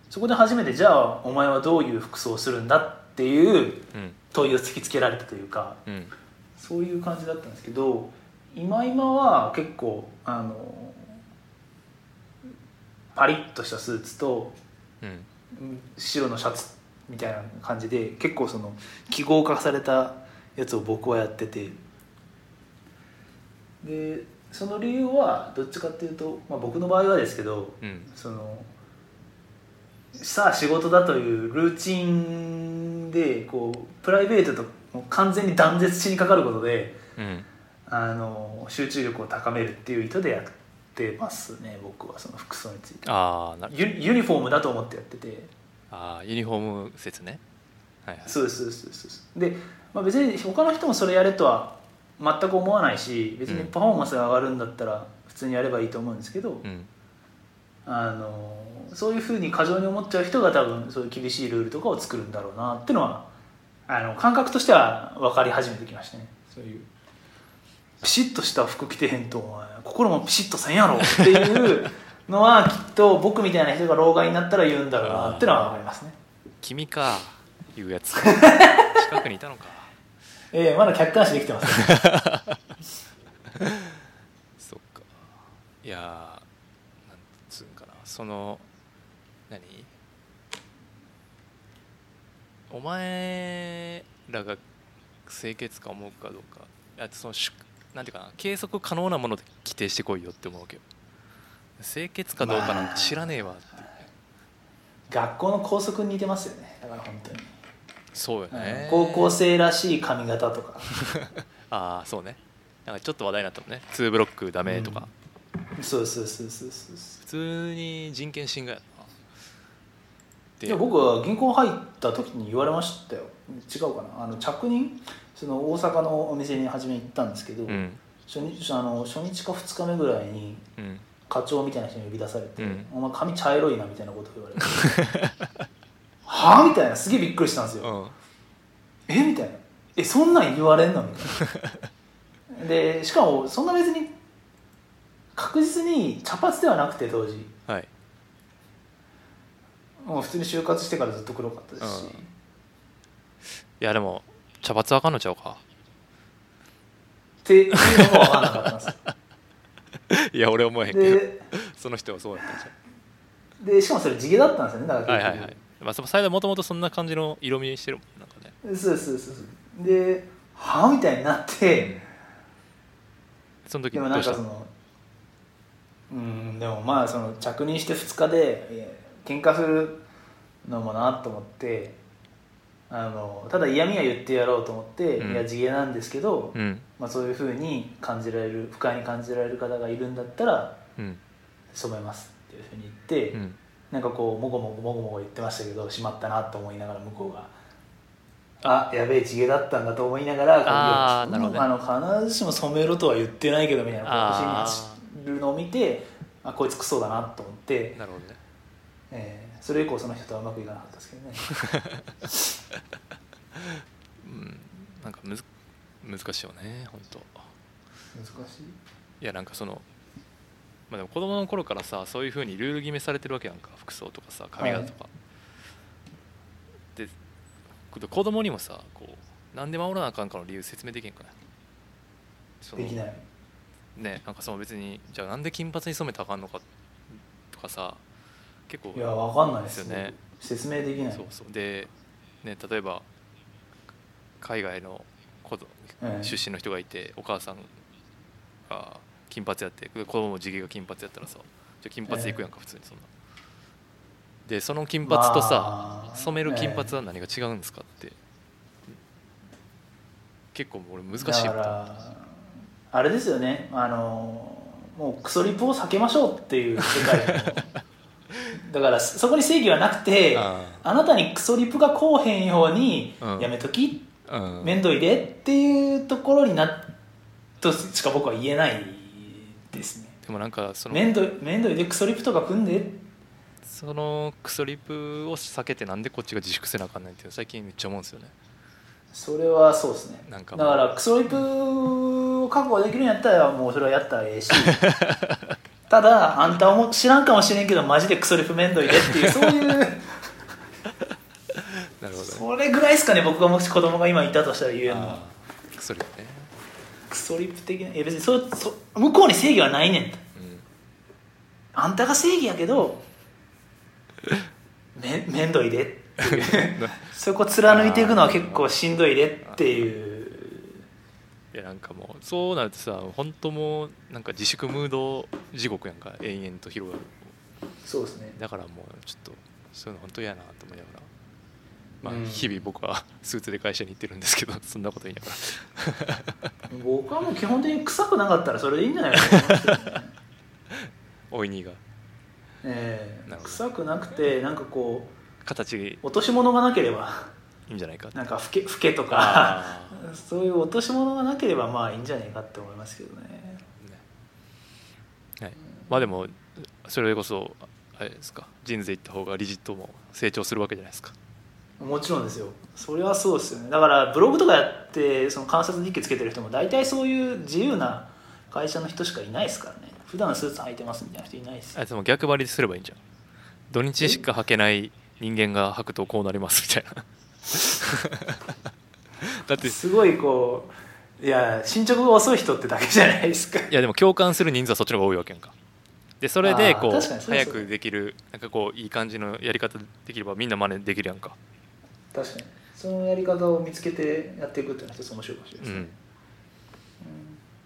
そこで初めてじゃあお前はどういう服装をするんだっていう
うん
問いを突きつけられたというか
うん
そういう感じだったんですけど今今は結構あのパリッとしたスーツと
うん
うん白のシャツみたいな感じで結構その記号化されたやつを僕はやっててでその理由はどっちかっていうと、まあ、僕の場合はですけど
うん
そのさあ仕事だというルーチンでこうプライベートともう完全に断絶しにかかることで
うん
あの集中力を高めるっていう意図でやってますね僕はその服装について
ああな
ユユニフォームだと思ってやってて
あーユニフォーム説ねはいはい
そうですそうですそうですで、まあ、別に他の人もそれやれとは全く思わないし別にパフォーマンスが上がるんだったら普通にやればいいと思うんですけど、
うん
あのそういうふうに過剰に思っちゃう人が多分そういう厳しいルールとかを作るんだろうなっていうのはあの感覚としては分かり始めてきましたねそういうピシッとした服着てへんとお前心もピシッとせんやろっていうのはきっと僕みたいな人が老害になったら言うんだろうなってのは分かりますね
君かいうやつ近くにいたのか
ええまだ客観視できてますね
そっかいやーなんつうんかなその何お前らが清潔感を思うかどうかあとそのしなんていうかな計測可能なもので規定してこいよって思うわけど清潔かどうかなん
ま
か
あ
知らねえわって、
学校の校則に似てますよねだから本当に、
そうよ
う
ね
ん高校生らしい髪型とか
ああそうねなんかちょっと話題になったもんね2ブロックダメとか、
そうそうそうそうそう
普通に人権侵害やなで
いや僕は銀行入った時に言われましたよ違うかなあの着任その大阪のお店に初め行ったんですけど、
うん
初日あの初日か2日目ぐらいに
うん
課長みたいな人に呼び出されて
う
「
ん
お前髪茶色いな」みたいなこと言われて「はあ?」みたいなすげえびっくりしたんですよ、
うん
えみたいなえそんなん言われんのみたい なでしかもそんな別に確実に茶髪ではなくて当時
はい
もう普通に就活してからずっと黒かったですし、
うんいやでも茶髪あかんのちゃうか
っていうのも分かんなかったんですよ
いや俺思えへんけど
で
その人はそうやったんちゃ
でしかもそれ地毛だったんですよねだ
う
か
は
ら
いはいはいまあそのサイダーもともとそんな感じの色味にしてるもんなんかね
そうそうそうそうではあみたいになって
その時
で
ど
もなん
うし
か
た
そのうんでもまあその着任して2日でいや喧嘩するのもなと思ってあのただ嫌味は言ってやろうと思って、
うん
いや地毛なんですけど、
うん
まあ、そういうふうに感じられる不快に感じられる方がいるんだったら
うん
染めますっていうふうに言って、
うん
なんかこうもごもごもごもご言ってましたけどしまったなと思いながら向こうが「あやべえ地毛だったんだ」と思いながら
あー
こういや
なる
あの必ずしも染めろとは言ってないけどみたいな
あー
私に走るのを見てあこいつクソだなと思って、
なるほどね
えーそれ以降その人とはうまくいかなかったですけどね
うんなんかむず難しいよね本当
難しい
いやなんかそのまあでも子供の頃からさそういう風にルール決めされてるわけやんか服装とかさ髪型とか、でこ子供にもさこうなんで守らなあかんかの理由説明できへんくないその
できない
ねなんかその別にじゃあなんで金髪に染めたらあかんのかとかさ結構
いやわかんないです
ですよね
説明できない
そうそうで、ね、例えば海外の子ど
うん
出身の人がいてお母さんが金髪やってで子供も地毛が金髪やったらさじゃあ金髪でいくやんか普通にそんな。でその金髪とさ、
まあ
染める金髪は何が違うんですかって結構俺難しい
だ
よ
からあれですよねあのもうクソリプを避けましょうっていう世界 のだからそこに正義はなくて
うん
あなたにクソリプがこうへんように
うん
やめとき、
うん
面倒いでっていうところになとしか僕は言えないですね
でもなんかその
面倒い面倒いでクソリプとか組んで
そのクソリプを避けてなんでこっちが自粛せなあかんないっていうの最近めっちゃ思うんですよね
それはそうですね
なんかも
だ
う
からクソリプを覚悟できるんやったらもうそれはやったらえ えしただあんたも知らんかもしれんけどマジでクソリプめんどいでっていう そういう
なるほどね
それぐらいですかね僕がもし子供が今いたとしたら言えるのは
あークソリプね
クソリプ的ないや別にそそ向こうに正義はないねんと
うん
あんたが正義やけ どめめんどいでっていうそこ貫いていくのは結構しんどいでっていう
いやなんかもうそうなるとさ本当もうなんか自粛ムード地獄やんか延々と広がる
そうですね
だからもうちょっとそういうの本当嫌やなと思いながらまあ、
うん
日々僕はスーツで会社に行ってるんですけどそんなこと言いながら
僕はもう基本的に臭くなかったらそれでいいんじゃないかなと思ってますけどね
おいにが
ええ
なるほど
臭くなくてなんかこ
形い
うん落とし物がなければ
じゃないかって
なんかふけふけとか
あ
そういう落とし物がなければまあいいんじゃないかって思いますけどね
ーねはい、まあでもそれこそあれですか人生行った方がリジットも成長するわけじゃないですか
もちろんですよそれはそうですよねだからブログとかやってその観察日記つけてる人も大体そういう自由な会社の人しかいないですからね普段スーツ履いてますみたいな人いないです
あでも逆張りすればいいんじゃん土日しか履けない人間が履くとこうなりますみた いなだってい
すごいこういや進捗が遅い人ってだけじゃないですか
やでも共感する人数はそっちの方が多いわけやんかでそれで
あー
こう
確かにそうそう
早くできるなんかこういい感じのやり方できればみんな真似できるやんか
確かにそのやり方を見つけてやっていくっていうのは一つ面白いかもしれな
う
いですね、
ん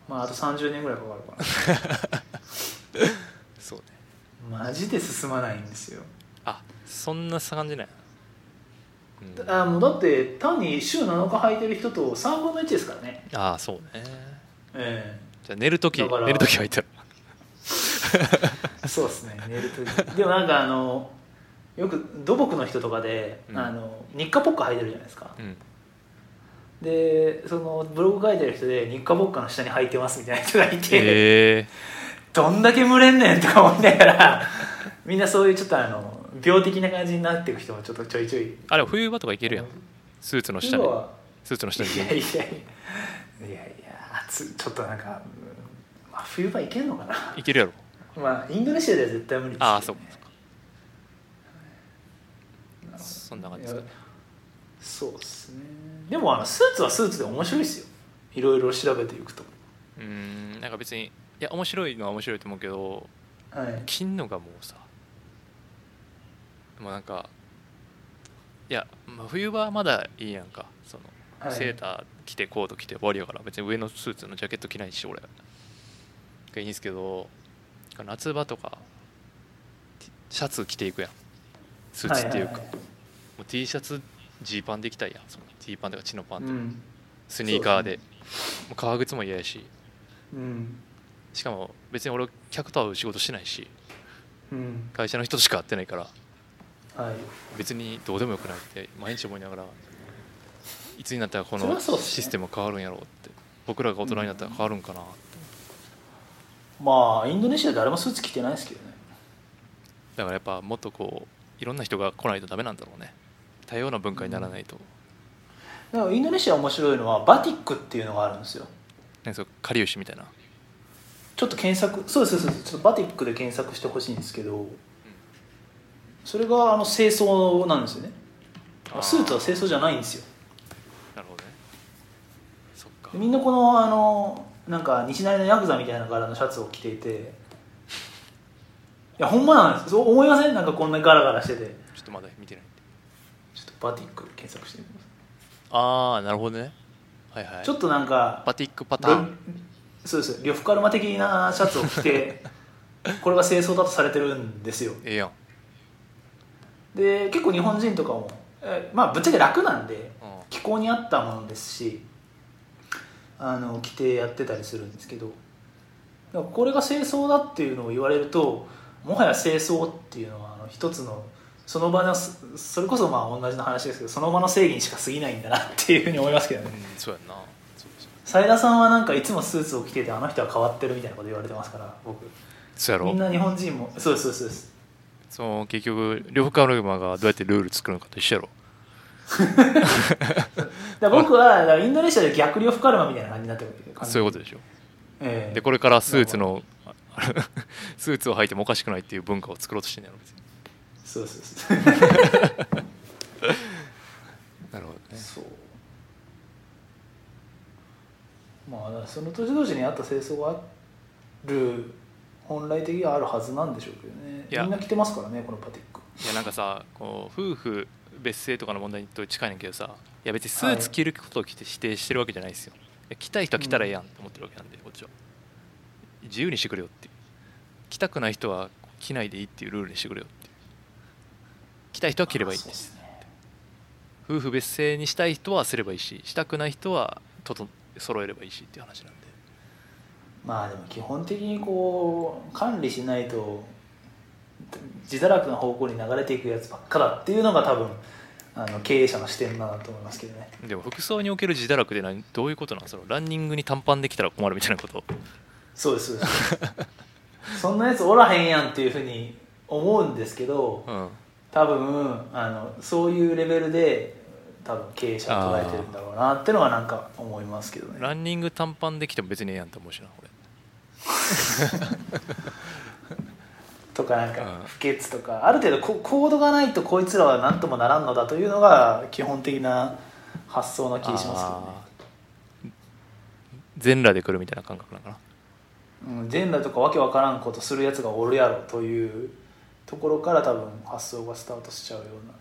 まああと30年ぐらいかかるか
そうね
なマジで進まないんですよ、
あそんな感じなんやうん、あ
あもうだって単に週7日履いてる人と3分の1ですからね
あーそうね
え
じゃあ寝るとき
だから
寝るとき履いたら
そうです ね寝るとでもなんかあのよく土木の人とかで、
うん
あの日課ポッカ履いてるじゃないですか
うん
でそのブログ書いてる人で日課ポッカの下に履いてますみたいな人がいて、
え
どんだけ蒸れんねんとか思いながらみんなそういうちょっとあの病的な感じになっていく人もちょっとちょいちょい
ー、あれ冬場とかいけるやんスーツの下
今
に
は
スーツの
い
下に
やいやいやいやいや暑いちょっとなんか、うんまあ、冬場いけんのかない
けるやろ
まあインドネシアでは絶対無理ですよ
ああそうかそうか
なるほど
そんな感じですかね
いやそうですねでもあのスーツはスーツで面白いですよいろいろ調べていくと
うーんなんか別にいや面白いのは面白いと思うけど
はい
切んのがもうさもうなんかいや、まあ、冬場はまだいいやんかその、
はい
セーター着てコート着て終わりやから別に上のスーツのジャケット着ないし俺がいいんですけど夏場とか T- シャツ着ていくやんスーツっていうか、
ははは
もう T シャツジーパンできたいやんその T パンとかチノパンと
う
か、
ん
スニーカーでもう革靴も嫌やし
うん
しかも別に俺客と会う仕事してないし
うん
会社の人としか会ってないから
はい
別にどうでもよくないって毎日思いながらいつになったらこ
そり
の
ゃそうっすね
システム変わるんやろうって僕らが大人になったら変わるんかなって
まあインドネシアで誰もスーツ着てないですけどね
だからやっぱもっとこういろんな人が来ないとダメなんだろうね多様な文化にならないと、
だからインドネシア面白いのはバティックっていうのがあるんですよ
なんかそうかりゆしみたいな
ちょっと検索そうですそうですちょっとバティックで検索してほしいんですけどそれがあの清掃なんですよね
あー
スーツは清掃じゃないんですよ
なるほどねそっか
みんなこのあのなんか西成のヤクザみたいな柄のシャツを着ていていやほんまなんですそう思いませんなんかこんなガラガラしてて
ちょっとまだ見てないんで
ちょっとバティック検索してみます、
ああなるほどねはいはい
ちょっとなんか
バティックパターン
りそうです呂布カルマ的なシャツを着て これが清掃だとされてるんですよ
ええやん
で結構日本人とかも、えまあぶっちゃけ楽なんで
うん
気候に合ったものですしあの着てやってたりするんですけどだからこれが清掃だっていうのを言われるともはや清掃っていうのはあの一つのその場のすそれこそまあ同じの話ですけどその場の正義にしか過ぎないんだなっていうふうに思いますけど
うん
ね
そうやんなそうそう
斉田さんはなんかいつもスーツを着ててあの人は変わってるみたいなこと言われてますから僕
そうやろ
みんな日本人もそうですそうですそうです
その結局両方の馬がどうやってルール作るのかと一緒やろ
だから僕はだからインドネシアで逆流フカルマみたいな感じになってる感じ
そういうことでしょ
ええ
でこれからスーツのああの スーツを履いてもおかしくないっていう文化を作ろうとしてんのやろ別に
そうそうそう
なるほど
そうまあだからその年々にあった清掃がある本来的にはあるはずなんでしょうけどね
いや
みんな着てますからねこのパティック
いやなんかさこう夫婦別姓とかの問題と近いねんけどさいや別にスーツ着ることを着て否定してるわけじゃないですよ、いや着たい人は着たらええやんって思ってるわけなんでこっちは自由にしてくれよっていう着たくない人は着ないでいいっていうルールにしてくれよっていう着たい人は着ればいいん
そう
で
ですすね
夫婦別姓にしたい人はすればいいししたくない人はとと揃えればいいしっていう話なんで
まあでも基本的にこう管理しないと自堕落な方向に流れていくやつばっかだっていうのが多分あの経営者の視点だなと思いますけどね
でも服装における自堕落で何どういうことなんそのランニングに短パンできたら困るみたいなこと
そうですそうで すそんなやつおらへんやんっていうふうに思うんですけど、
うん
多分あのそういうレベルで多分経営者を捉えてるんだろうなってのはなんか思いますけどね
ランニング短パンできても別にええやんと思うしな俺
とかなん
うん
か不潔とかある程度こコードがないとこいつらは何ともならんのだというのが基本的な発想な気がします
全裸で来るみたいな感覚なのかな
けどねうん全裸、とかわけわからんことするやつがおるやろというところから多分発想がスタートしちゃうような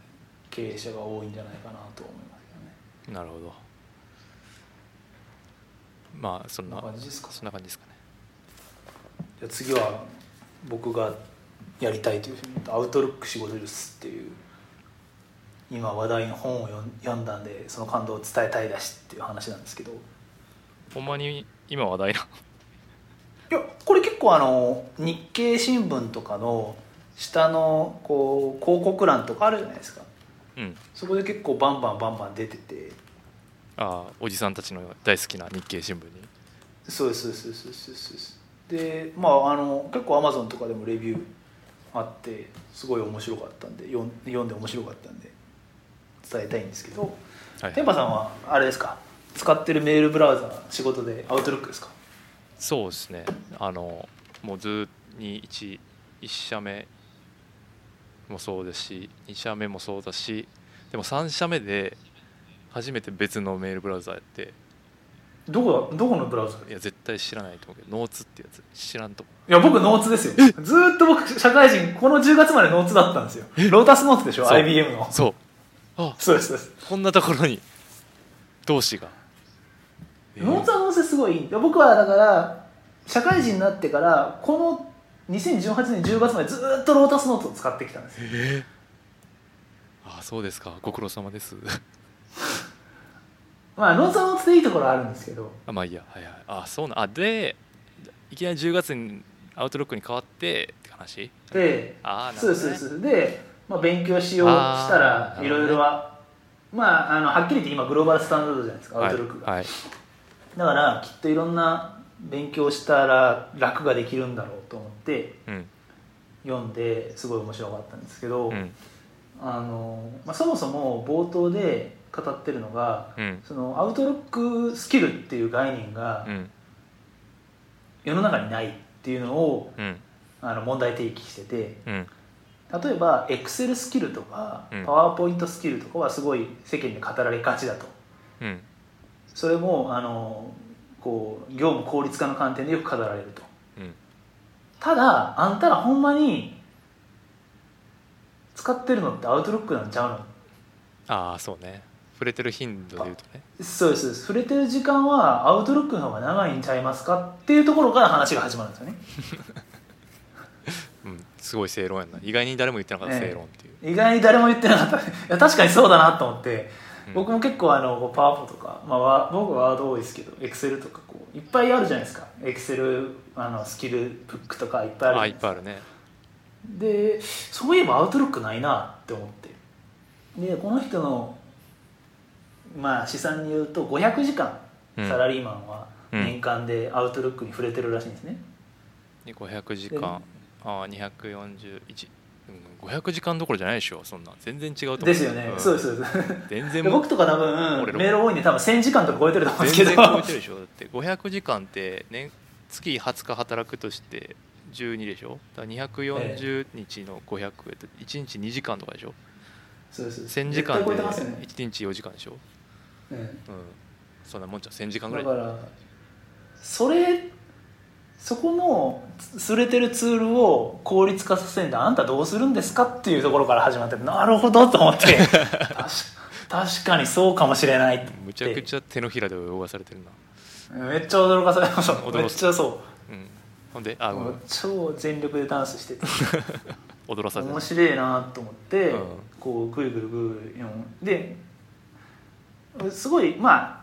経営者が多いんじゃないかなと思いますけどね
なるほどまあそんな
こんな感じですか
そんな感じですかね
じゃあ次は僕がやりたいというふうに言ったアウトルック仕事術」っていう今話題の本を読ん読んだんでその感動を伝えたいだしっていう話なんですけどい
ほんまに今話題な
やこれ結構あの日経新聞とかの下のこう広告欄とかあるじゃないですか
うん
そこで結構バンバンバンバン出てて
ああおじさんたちの大好きな日経新聞に
そうですそうですそうですそうですそうですでまああの結構アマゾンとかでもレビューあってすごい面白かったんで読ん読んで面白かったんで伝えたいんですけど
はい
天パさんはあれですか使ってるメールブラウザ仕事でアウトロックですか
そうですねあのもうずーっとに 1, 一社目もそうですし2社目もそうだしでも3社目で初めて別のメールブラウザやって
どこだどこのブラウザ
いや絶対知らないと思うけどノーツってやつ知らんと思
いや僕ノーツですよずーっと僕社会人この10月までノーツだったんですよロータスノーツでしょ
そう
IBM の
うそうあ
そうですそうです
こんなところに同志が、えー
ノーツはノーツですごいいい僕はだから社会人になってからこの2018年10月までずーっとロータスノーツを使ってきたんですよ
えーあそうですかご苦労様です
まあノーツはノーツでいいところはあるんですけど
あまあいいやはいはいあそうなあでいきなり10月にアウトロックに変わってって話
で
ああなる
そ
ほ
う
ど、
で
ね、
すそうですで、まあ、勉強しようしたら
あー
いろいろはまああのはっきり言って今グローバルスタンダードじゃないですかアウトロックが、
はい、はい
だからきっといろんな勉強したら楽ができるんだろうと思って
うん
読んですごい面白かったんですけど、
うん
あのまあ、そもそも冒頭で語ってるのが
うん
そのアウトロックスキルっていう概念が
うん
世の中にないっていうのを
うん
あの問題提起してて
うん
例えばエクセルスキルとか
うん
パワーポイントスキルとかはすごい世間に語られがちだと
うん
それもあのこう業務効率化の観点でよく語られると
うん
ただあんたらほんまに使ってるのってアウトロックなんちゃうの
ああそうね触れてる頻度で言うとね
そうですそうです触れてる時間はアウトロックの方が長いんちゃいますかっていうところから話が始まるんですよね
うんすごい正論やんな意外に誰も言ってなかった
ええ
正論っていう、
意外に誰も言ってなかった いや確かにそうだなと思って、
うん
僕も結構あのパワポとか、まあワ、僕はワード多いですけどエクセルとかこういっぱいあるじゃないですかエクセルあのスキルブックとかいっぱいあるじゃ
あ
ないい
っ
です
ぱ
か
いあるね
でそういえばアウトロックないなって思ってでこの人のまあ試算に言うと500時間
うん
サラリーマンは
うん
年間でアウトロックに触れてるらしいんですね、
で500時間ああ241うん500時間どころじゃないでしょそんな全然違うと思う
ですよね、
ん
そうですそうです
全然
で
も
僕とか多
俺
分
らも
メール多いんで多分1000時間とか超えてると思うんですけ
全
ど
然超えてるでしょだって500時間って年月20日働くとして12でしょだから240日の500、えっと1日2時間とかでしょ
そうです
1000時間で
絶対超えてますよね、
1日4時間でしょ、
うん
うん、そんなもんじゃん1000時間ぐら
だ
い
からそれそこのつ連れてるツールを効率化させるんだあんたどうするんですかっていうところから始まってなるほどと思って 確か確かにそうかもしれないって
むちゃくちゃ手のひらで泳がされてるな、
めっちゃ驚かされました
驚か
めっちゃそ
うん、ほんであ
う
ごめん
超全力でダンスしてて
踊らされて
面
る
白いなと思って、
うん
こうぐるぐるぐるぐる読んですごいまあ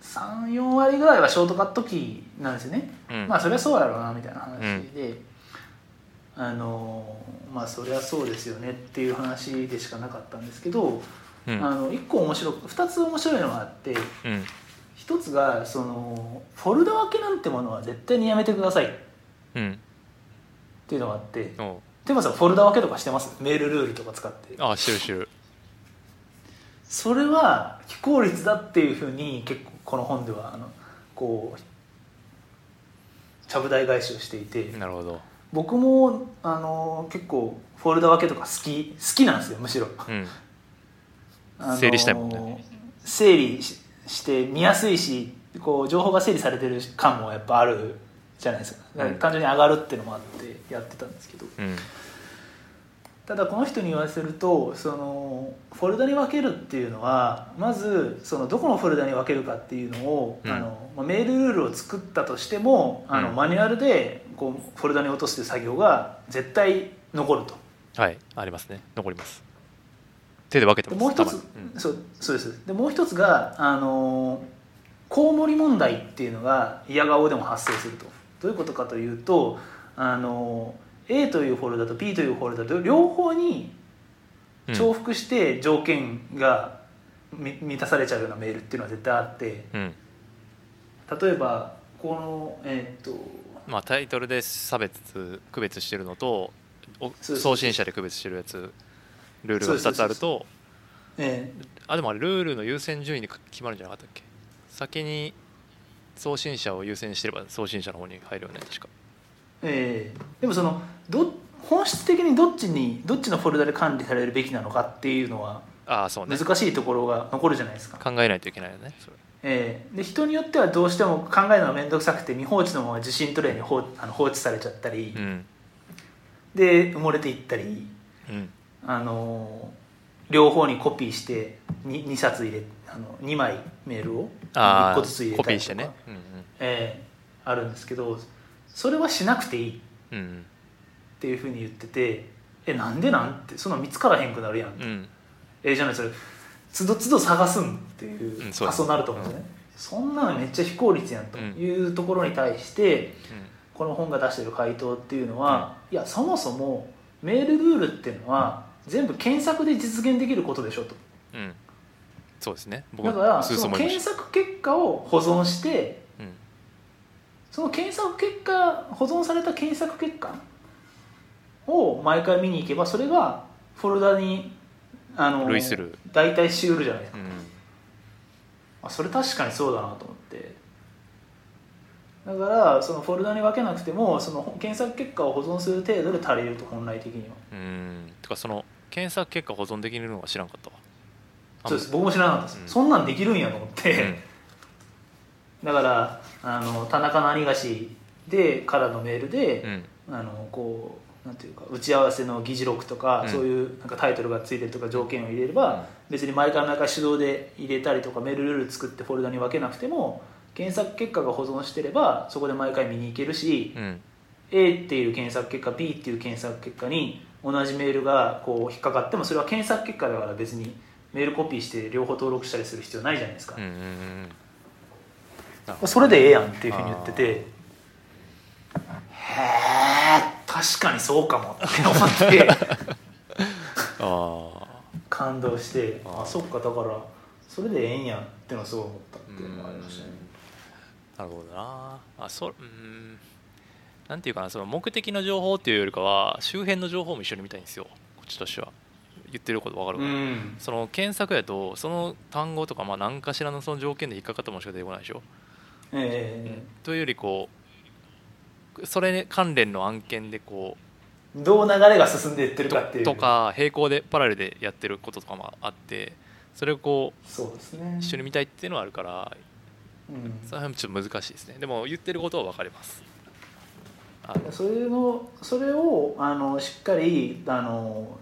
34割ぐらいはショートカットキーなんですよね、
うん
まあそりゃそうやろうなみたいな話で、あのーまあそりゃそうですよねっていう話でしかなかったんですけど、
う
あ
ん
の1個面白く2つ面白いのがあって
うん
1つがそのフォルダ分けなんてものは絶対にやめてくださいっ
うん
ていうのがあって
おう
テーマさんフォルダ分けとかしてますメールルールとか使って
あ知る知る
それは非効率だっていうふうに結構この本ではあのこうちゃぶ台返しをしていて
なるほど
僕もあの結構フォルダ分けとか好き好きなんですよむしろ、
うん
あの
整理したいもんね
整理しして見やすいしこう情報が整理されてる感もやっぱあるじゃないですかだから単純に上がるっていうのもあってやってたんですけど、
うん
ただこの人に言わせるとそのフォルダに分けるっていうのはまずそのどこのフォルダに分けるかっていうのを、
うん
あのまあメールルールを作ったとしてもあの、
うん
マニュアルでこうフォルダに落とすという作業が絶対残ると
はいありますね残ります手で分けて
で
ます
もう一つ、
たまに
そうそうですでもう一つがあのコウモリ問題っていうのが嫌顔でも発生するとどういうことかというとあの A というフォルダと P というフォルダと両方に
うん
重複して条件がみ満たされちゃうようなメールっていうのは絶対あって
うん
例えばこのえーっと
まあ、タイトルで差別区別してるのとお
そうそう
送信者で区別してるやつルールが2つあると
え
あでもあれルールの優先順位で決まるんじゃなかったっけ先に送信者を優先してれば送信者の方に入るよね確か
ーえーでもそのど本質的にどっちにどっちのフォルダで管理されるべきなのかっていうのは
ああそうね
難しいところが残るじゃないですか、
考えないといけないよねそれ
えーで人によってはどうしても考えるのが面倒くさくて未放置のまま受信トレイに放あの放置されちゃったり、
うん
で埋もれていったり
うん
あのー両方にコピーしてに 2, 冊入れあの2枚メールを
あ
1
あ
個ずつ入れ
コ
た
ピー
りと
し
か
てねうん
えーあるんですけどそれはしなくていいっ
うん
ていうふうに言っててえなんでなんてそんな見つからへんくなるやん、
うんうん
えーじゃないそれつどつど探すんっていう
うん
発
そうです
想になると思うんですね、そんなのめっちゃ非効率やんというところに対して、この本が出してる回答っていうのは、いやそもそもメールルールっていうのは全部検索で実現できることでしょと
うんうんそうですね僕
だから
そう
その
思いま
検
した
索結果を保存して
うん
その検索結果保存された検索結果を毎回見に行けばそれがフォルダにあの
類する
代替しうるじゃないです
う
か、
ん
あそれ確かにそうだなと思ってだからそのフォルダに分けなくてもその検索結果を保存する程度で足りると本来的には
うんてかその検索結果保存できるのは知らんかったわあ
そうです僕も知らなかったです、
うん
そんなんできるんやと思っ
う
て、
ん
だからあの田中何がしでからのメール
う
で、
ん
あのこうなんていうか打ち合わせの議事録とか、
うん
そういうなんかタイトルがついてるとか条件を入れれば、
うん
別に毎回毎回手動で入れたりとかメールルール作ってフォルダに分けなくても検索結果が保存してればそこで毎回見に行けるし、
うん
A っていう検索結果 B っていう検索結果に同じメールがこう引っかかってもそれは検索結果だから別にメールコピーして両方登録したりする必要ないじゃないですか、
うんうんうんうんなるほど
それでええやんっていうふうに言っててへえ確かにそうかもって思って
あ
感動して
あー
あそっかだからそれでええんやってのはすごい思ったっ
あ
ていうのがありましたね
なるほどなあそうんなんていうかなその目的の情報っていうよりかは周辺の情報も一緒に見たいんですよこっちとしては言ってること分かる
う
かな、
ん
その検索やとその単語とかまあ何かしらのその条件で引っかかったものしか出てこないでしょ、
え
というよりこうそれ関連の案件でこ
えどう流れが進んでいってる
う
かっていう
とか並行でパラレルでやってることとかもあってそれをこう
そうですね
一緒に見たいっていうのはあるから
うん
その辺もちょっと難しいですねでも言ってることは分かりますあの
それのそれをあのしっかりあの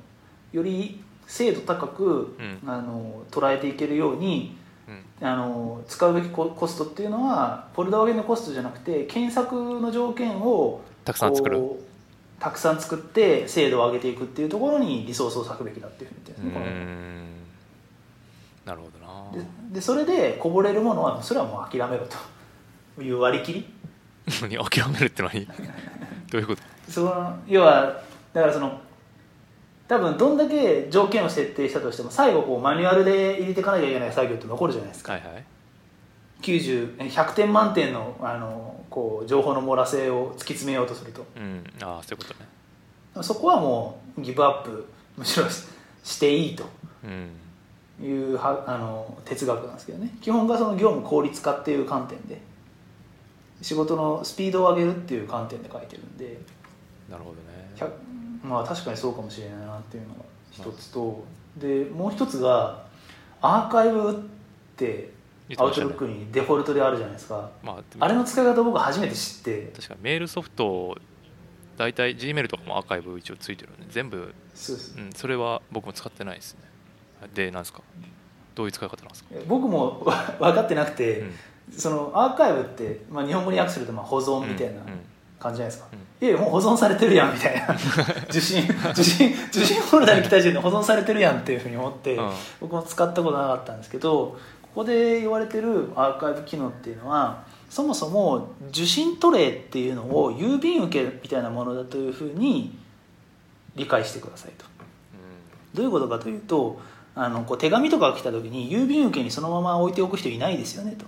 より精度高く、
うん
あの捉えていけるように
うん
あの使うべきココストっていうのはフォルダ分けのコストじゃなくて検索の条件を
たくさん作る
こうたくさん作って精度を上げていくっていうところにリソースを割くべきだっていうふうに言ってるんですね
んな
この
るほどな
ででそれでこぼれるものはそれはもう諦めろという割り切り
何諦めるって 何どういうこと
その要はだからその多分どんだけ条件を設定したとしても最後こうマニュアルで入れていかなきゃいけない作業って残るじゃないですか
はいはい
90え100点満点のあのこう情報の漏らせを突き詰めようとすると
うんああそういうことね
そこはもうギブアップむしろししていいと
うん
いうはあの哲学なんですけどね基本がその業務効率化っていう観点で仕事のスピードを上げるっていう観点で書いてるんで
なるほど
100
ね
まあ確かにそうかもしれないなっていうのが一つとでもう一つがアーカイブって
言って
ア
ま
ウ
し
ト
たね
ロックにデフォルトであるじゃないですか
まあでも
あれの使い方僕初めて知って
確かにメールソフト大体 Gmail とかもアーカイブ一応ついてるよね全部、
そうです
うん、それは僕も使ってないですねでなんですかどういう使い方なんですか、
僕も 分かってなくて、
うん
そのアーカイブって、まあ、日本語に訳するとまあ保存みたいな
うんうん
感じじゃないですか、
うん
いやいやもう保存されてるやんみたい な受信受信受信フォルダに来た時点で保存されてるやんっていうふうに思って、
うん
僕も使ったことなかったんですけどここで言われてるアーカイブ機能っていうのはそもそも受信トレイっていうのを郵便受けみたいなものだというふうに理解してくださいとどういうことかというとあのこう手紙とかが来た時に郵便受けにそのまま置いておく人いないですよねと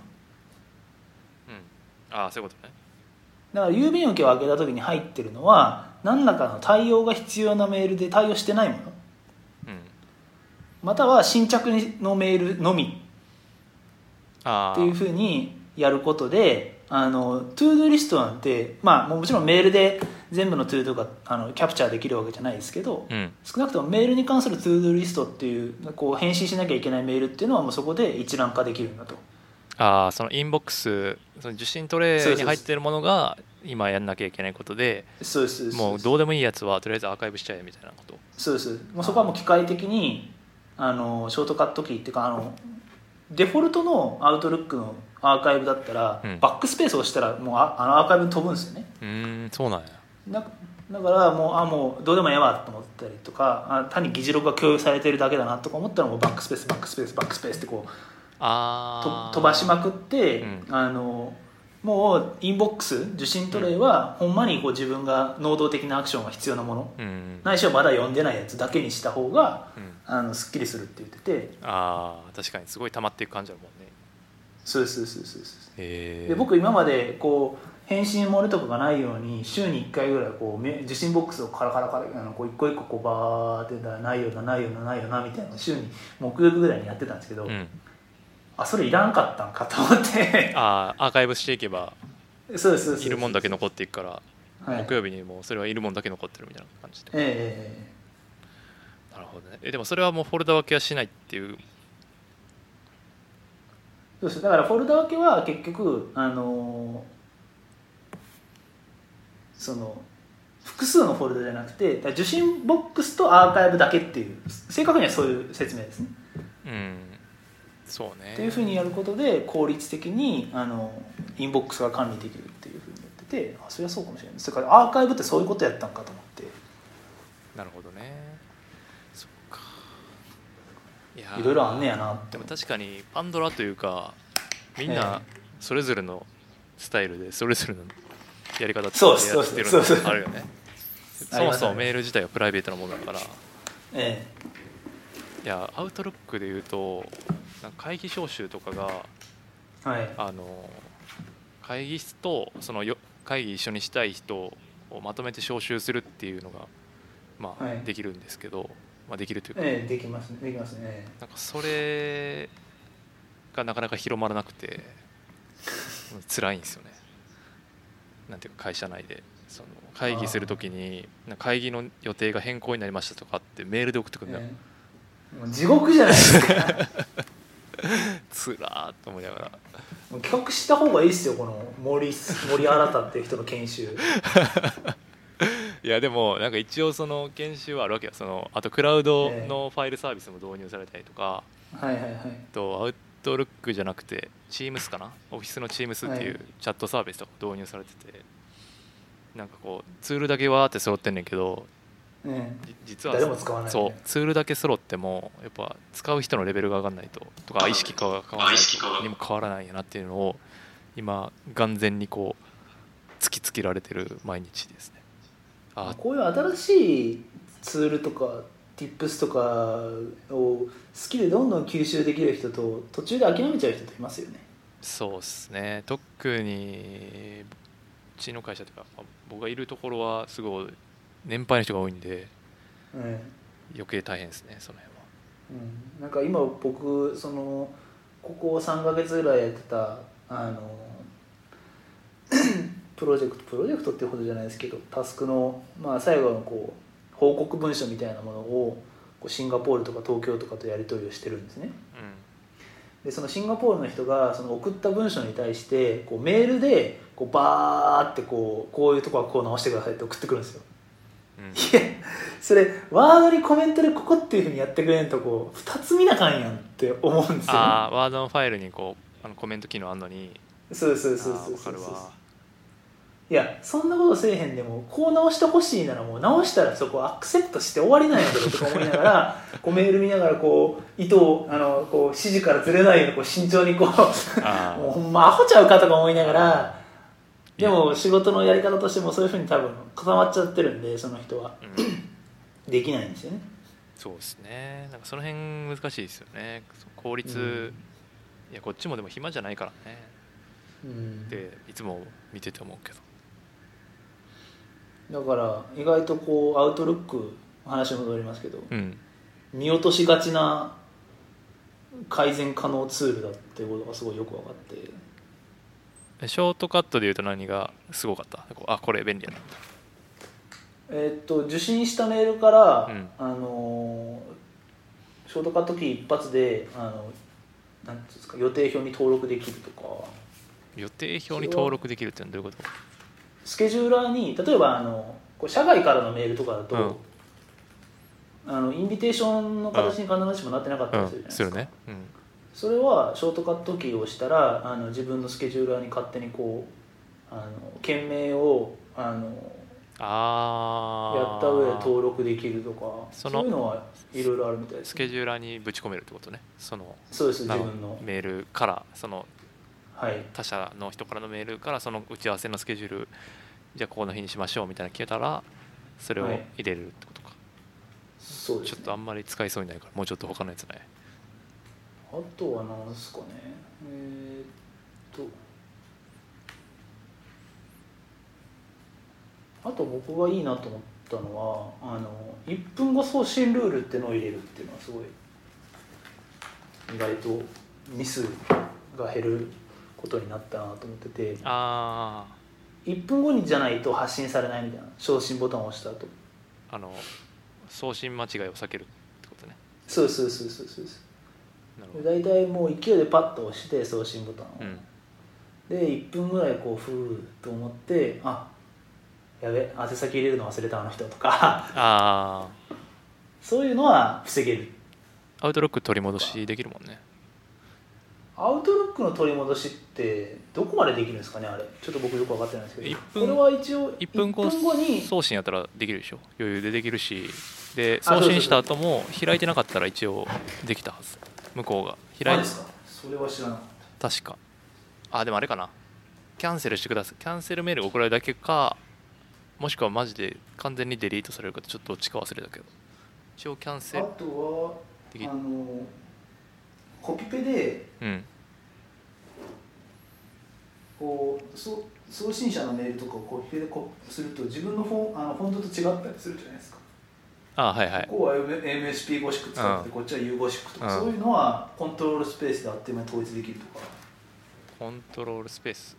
うん、うん、ああそういうことね
だから郵便受けを開けた時に入ってるのは何らかの対応が必要なメールで対応してないもの
うん
または新着のメールのみ
あ
っ
あ
ていうふうにやることであのトゥードゥリストなんて、まあ、もうもちろんメールで全部のトゥードゥがあのキャプチャーできるわけじゃないですけど、
うん
少なくともメールに関するトゥードゥリストっていうこう返信しなきゃいけないメールっていうのはもうそこで一覧化できるんだと
ああそのインボックスその受信トレイに入ってるものが今やんなきゃいけないことで
そうですそうです
もうどうでもいいやつはとりあえずアーカイブしちゃえみたいなこと
そうですもうそこはもう機械的にあのショートカットキーっていうかあのデフォルトのアウトルックのアーカイブだったら、
うん
バックスペースを押したらもうああのアーカイブに飛ぶんですよね
うーんそうなんや
だだからもうあもうどうでもええわと思ったりとかあ単に議事録が共有されてるだけだなとか思ったらもうバックスペースバックスペースバックスペースってこう
あ
と
あ
飛ばしまくって、
うん
あのもうインボックス受信トレイは、ほんまにこう自分が能動的なアクションが必要なもの
うん
ないしはまだ読んでないやつだけにした方が
うん
あのすっきりするって言ってて
ああ確かにすごい溜まっていく感じだもんね
そうですそうですそうですそう
へ
で
え
すで僕今までこう返信漏れとかがないように週に1回ぐらいこうめ受信ボックスをカラカラカラあのこう一個一個こうバーってなないよなないよなないよなみたいなのを週に木曜日ぐらいにやってたんですけど、
うん、
あそれいらんかったんかと思って
ああアーカイブしていけば
そうですそうです
いるもんだけ残っていくから
はい
木曜日にもうそれはいるもんだけ残ってるみたいな感じで
ええええ
なるほどねえでもそれはもうフォルダ分けはしないっていう
そうですだからフォルダ分けは結局あのーその複数のフォルダじゃなくてだから受信ボックスとアーカイブだけっていう正確にはそういう説明ですね。
うんそうね
っていうふうにやることで効率的にあのインボックスが管理できるっていうふうに言っててあそりゃそうかもしれないそれからアーカイブってそういうことやったんかと思って
なるほどねそっかいやー
いろいろあんねやなって
でも
思って
確かにパンドラというかみんな
え
それぞれのスタイルでそれぞれのやり方って
そうです
やってる
そうです
のがあるよね
う
そ
です
もそ
ありますあ
も
ります
メール自体はプライベートなものだからい
え
やアウトロックで言うとなんか会議招集とかが
えはい
あの会議室とそのよ会議一緒にしたい人をまとめて招集するっていうのが、まあ
はい
できるんですけど、まあ、できるというか、
ええできますねできますね
なんかそれがなかなか広まらなくて辛いんですよね。なんていうか会社内でその会議するときになんか会議の予定が変更になりましたとかってメールで送ってくるんだよ、
ええもう地獄じゃないですか
つらーっと思いながら
もう企画した方がいいですよこの森す森新太っていう人の研修
いやでもなんか一応その研修はあるわけよそのあとクラウドのファイルサービスも導入されたりとか、
はいはいはい
とアウトルックじゃなくて Teams かなオフィスの Teams ってい
は
う
い
チャットサービスとか導入されてて、なんかこうツールだけわーって揃ってんねんけど
ね
じ実は
誰も使わないよ
そう
ね
ツールだけ揃ってもやっぱ使う人のレベルが上がらないととか意識化が変わらないとにも変わらないんやなっていうのを今眼前にこう突きつけられてる毎日ですねあ
こういう新しいツールとか Tips とかを好きでどんどん吸収できる人と途中で諦めちゃう人といますよね
そうですね特にうちの会社というかまあ僕がいるところはすごい年配の人が多いんで
うん、
余計大変ですねその辺は
うん、なんか今僕そのここ3ヶ月ぐらいやってたあの プロジェクトプロジェクトっていうほどじゃないですけどタスクの、まあ、最後のこう報告文書みたいなものをこうシンガポールとか東京とかとやり取りをしてるんですねでそのシンガポールの人がその送った文章に対してこうメールでこうバーってこうこういうとこはこう直してくださいって送ってくるんですよ
うん、うん、
いやそれワードにコメントでここっていうふうにやってくれんとこう2つ見なあかんやんって思うんですよ、
ああワードのファイルにこうあのコメント機能あんのに
そうそう
あ
そう
ー
そう
わか
そう
る
そう
わ
いやそんなことせえ へんでもこう直してほしいならもう直したらそこアクセプトして終わりなんやけどとか思いながらこうメール見ながらこう糸をあのこう指示からずれないようにこう慎重にこう
あー
もうほんまアホちゃうかとか思いながらでも仕事のやり方としてもそういうふうに多分固まっちゃってるんでその人は
うん
できないんですよね
そうですねなんかその辺難しいですよね効率、いやこっちもでも暇じゃないからね
うん
っていつも見てて思うけど
だから意外とこうアウトルック話戻りますけど
うん
見落としがちな改善可能ツールだっていうことがすごいよく分かって
ショートカットで言うと何がすごかったこうあこれ便利やな
えーっと受信したメールから、
うん
あのーショートカットキー一発であのなんていうんですか予定表に登録できるとか
予定表に登録できるってのはどういうこと
スケジューラーに例えばあのこう社外からのメールとかだと、
うん
あのインビテーションの形に必ずしもなってなかったりする
う
じゃな
ん
いですすか、
るねうん
それはショートカットキーを押したらあの自分のスケジューラーに勝手にこうあの件名をあの
ああ
やった上で登録できるとか
そ
そ
の
ういうのはいろいろあるみたいです
スケジューラーにぶち込めるってことねその
そうです自
なんか
分の
メールからその
はい
他社の人からのメールからその打ち合わせのスケジュールじゃあここの日にしましょうみたいなの聞けたらそれを
は
入
い
れるってことか、
そうです、
ちょ
ね
っ、とあんまり使いそうにないからもうちょっと他のやつね
あとは何ですかねえーっとあと僕がいいなと思ったのはあの1分後送信ルールってのを入れるっていうのはすごい意外とミスが減ることになったなと思ってて
あ
1分後にじゃないと発信されないみたいな送信ボタンを押した後
ああの送信間違いを避けるってことね
そうそうそうそうそうです
なるほ
で
ど
大体もう勢いでパッと押して送信ボタンを、
うん
で1分ぐらいこうふうと思ってあやべ宛先入れるの忘れたあの人とか
ああ
そういうのは防げる
アウトロック取り戻しできるもんね
アウトロックの取り戻しってどこまでできるんですかねあれちょっと僕よく分かってないんですけど
一分
これは一応
1分後
一に
送信やったらできるでしょ余裕でできるしで
あそ
送
うそうそう
信した後も開いてなかったら一応できたはず向こうが
マ
開
ジ
い
ですかそれは知らなかった
確かあでもあれかなキャンセルしてくださいキャンセルメール送られるだけかもしくはマジで完全にデリートされるかちょっとどっちか忘れたけど一応キャンセ
あ
ル
とは
でき
あのコピペで
うん
こうそ送信者のメールとかをコピペでこうすると自分のフォンあのフォントと違ったりするじゃないですか
あはいはい
ここは M- MSP ゴシック使ってて、
う
こっちは U ゴシックとか、
うん
そういうのはコントロールスペースであっという間に統一できるとか
コントロールスペース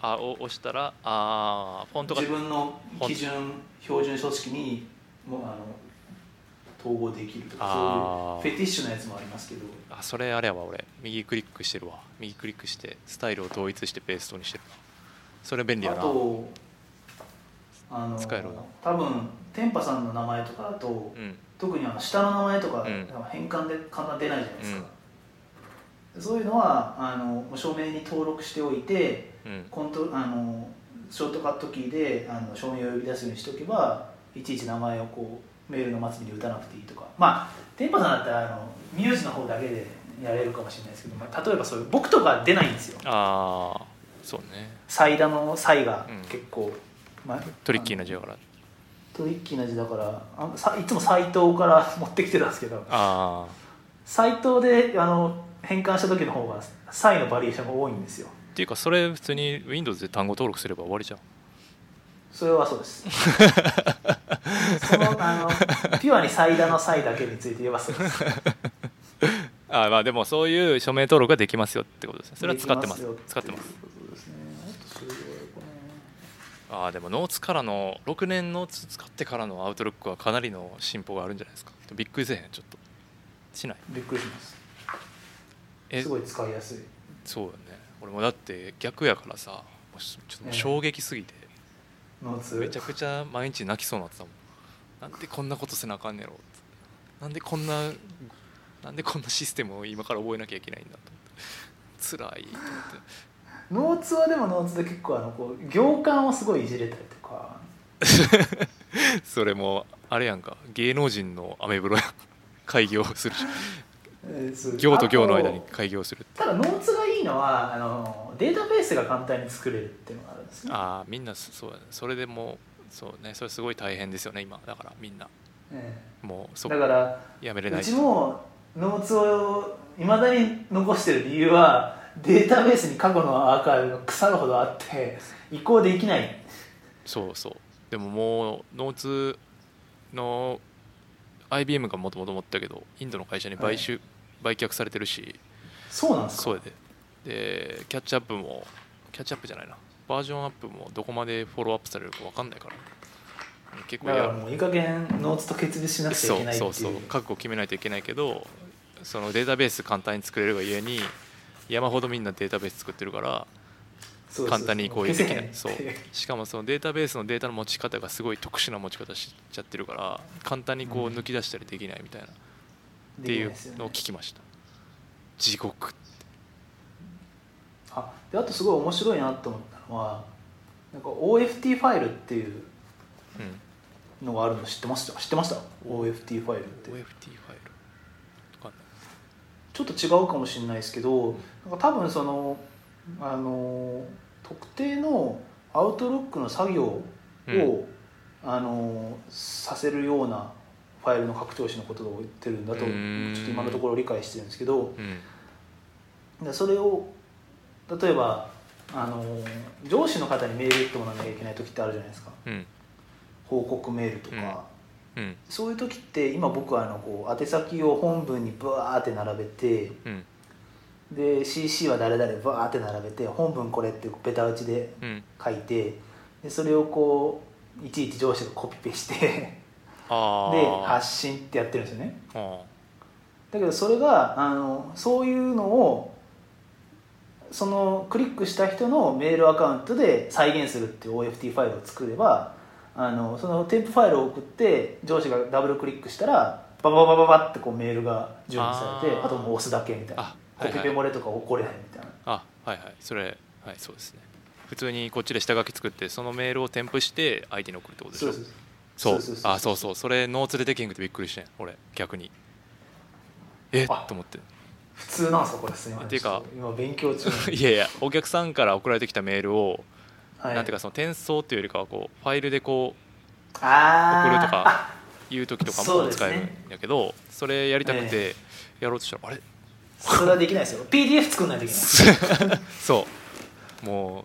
あを押したらあーフォントが
自分の基準標準書式にもうあの統合できると
あ
か
ー
そういうフェティッシュなやつもありますけど
あそれあれやわ俺右クリックしてるわ右クリックしてスタイルを統一してペーストにしてるわそれ便利や
あ
な
とあの
使えるな
多分天パさんの名前とかだと、
うん
特にあの下の名前とか、
うん
変換で簡単に出ないじゃないですか、そういうのはあの署名に登録しておいて
うん
コントあのショートカットキーであの署名を呼び出すようにしておけばいちいち名前をこうメールの末尾に打たなくていいとかまあ天パさんだったらあの名字の方だけでやれるかもしれないですけど、まあ、例えばそういう僕とか出ないんですよ
ああそうね
最大の才が
うん
結構、まあ
トリッキーな字やから
トリッキーな字だからあさいつも斎藤から 持ってきてたんですけど
ああ
サイトであの変換した時の方がサイのバリエーションが多いんですよ
っていうかそれ普通に Windows で単語登録すれば終わりじゃん
それはそうです そのあのピュアにサイダのサイだけについて言えばそうです
あーまあでもそういう署名登録ができますよってことですねそれは使ってます
できよ
使ってます
ということですねあとそれぐらいか
ああでもノーツからの6年ノーツ使ってからのアウトロックはかなりの進歩があるんじゃないですかびっくりせえへんちょっとしない
なびっくりします
え
すごい使いやすい
そうよね俺もだって逆やからさもうしちょっともう衝撃すぎて、
ノーツ
めちゃくちゃ毎日泣きそうになってたもんなんでこんなことせなあかんねやろってなんでこんななんでこんなシステムを今から覚えなきゃいけないんだと思って辛いと思っ
ノーツはでもノーツで結構あのこう行間をすごいいじれたりとか
てそれもあれやんか芸能人のアメブロやん会議を する
えーそう
行と行の間に
あと
会議をするって
ただノーツがいいのはあのデータベースが簡単に作れるっていうのがあるんですね
ああみんなそそうだねそれでもうそうねそれすごい大変ですよね今だからみんな
え
もう
え
そこ
だから
やめれな
う
い
ちもノーツをいまだに残してる理由はデータベースに過去のアーカイブが腐るほどあって移行できない
そうそうでももうノーツの IBM がもともと持ってたけどインドの会社に買収、売却されてるし
そうなんですか
そうやででキャッチアップもキャッチアップじゃないなバージョンアップもどこまでフォローアップされるか分かんないから結構
だ
や
からもういい加減ノーツと決別しなくちゃい
そ
けな
う
いってい
そううそう覚悟を決めないといけないけどそのデータベース簡単に作れるがゆえに山ほどみんなデータベース作ってるから
そうそう
簡単にこういうできない
そ
そううしかもそのデータベースのデータの持ち方がすごい特殊な持ち方しちゃってるから簡単にこう
うん
抜き出したりできないみたいなっ
って
ていうの
の
を聞きました地獄
あであとすごい面白いなと思ったのはなんか OFT ファイルっていう
うん
のがあるの知ってました知ってました OFT ファイルっ
OFT ファイ
て
ルわかんない
ちょっと違うかもしれないですけどなんか多分そのあの特定のアウトロックの作業を、
うん
あのさせるようなファイルの拡張子のことを言ってるんだ
う
とちょ
ーん
っと今のところ理解してるんですけど
うん
でそれを例えばあの上司の方にメール打ってもらわなきゃいけない時ってあるじゃないですか
うん
報告メールとか。
うんうん
そういう時って今僕はあのこう宛先を本文にブワーって並べて
うん
で CC は誰々ブワーって並べて本文これってベタ打ちで
うん
書いてでそれをこういちいち上司がコピペしてで
ああ
発信ってやってるんですよね
あ
だけどそれがあのそういうのをそのクリックした人のメールアカウントで再現するっていう OFT ファイルを作ればあのその添付ファイルを送って上司がダブルクリックしたらバババババってこうメールが準備されて
あ
あ
ー
ともう押すだけみたいな
あ
コ
はいはい
ピペ漏れとか起これないみたいな、
あはいはいそれはいそうですね普通にこっちで下書き作ってそのメールを添付して相手に送るってことでし
そう
ょそう
そうそうそうそう
あそうそうそれノーツでできんくてびっくりしてん俺逆にえっ
あ
と思って
普通なんですかこれすみません
ていうか
今勉強中
いやいやお客さんから送られてきたメールを、
は
なんていうかその転送っていうよりかはこうファイルでこう
あー
送るとか言う時とか
そう
も
です
使
ね
えるんだけどそ,、れやりたくてやろうとしたら、あれ
あそれはできないですよ PDF 作んないといけない
そうも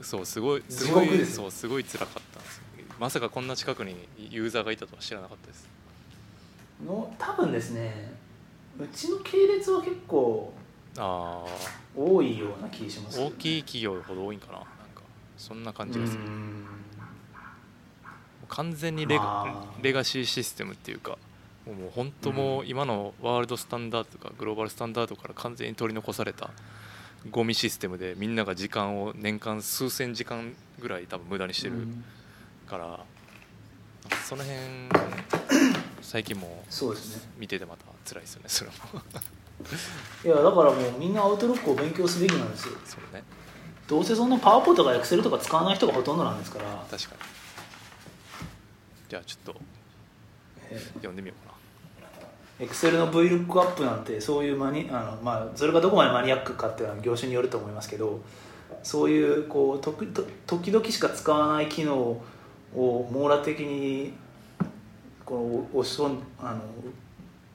うそうすごいすご
地獄
い
ですね
そうすごい辛かったんですよまさかこんな近くにユーザーがいたとは知らなかったです
の多分ですねうちの系列は結構
ああ
多いような気しますけど
大
ね、
きい企業ほど多いんかななんかそんな感じ
う
がする
ん
完全にレガ,、
まあ
レガシーシステムっていうかもうもう本当もう今のワールドスタンダードとかグローバルスタンダードから完全に取り残されたゴミシステムでみんなが時間を年間数千時間ぐらい多分無駄にして
う
る
ん
から、その辺最近も
そうですね
見ててまた辛いですよねそれも
いやだからもうみんなアウトロックを勉強すべきなんですよ
それね
どうせそんなパワポとかエクセルとか使わない人がほとんどなんですから、
確かにじゃあちょっと
え
読んでみようかな
ーエクセルの VLOOKUP なんてそういうマニあの、まあ、それがどこまでマニアックかっていうのは業種によると思いますけどそういうこうとくと時々しか使わない機能を網羅的にこのおしんあの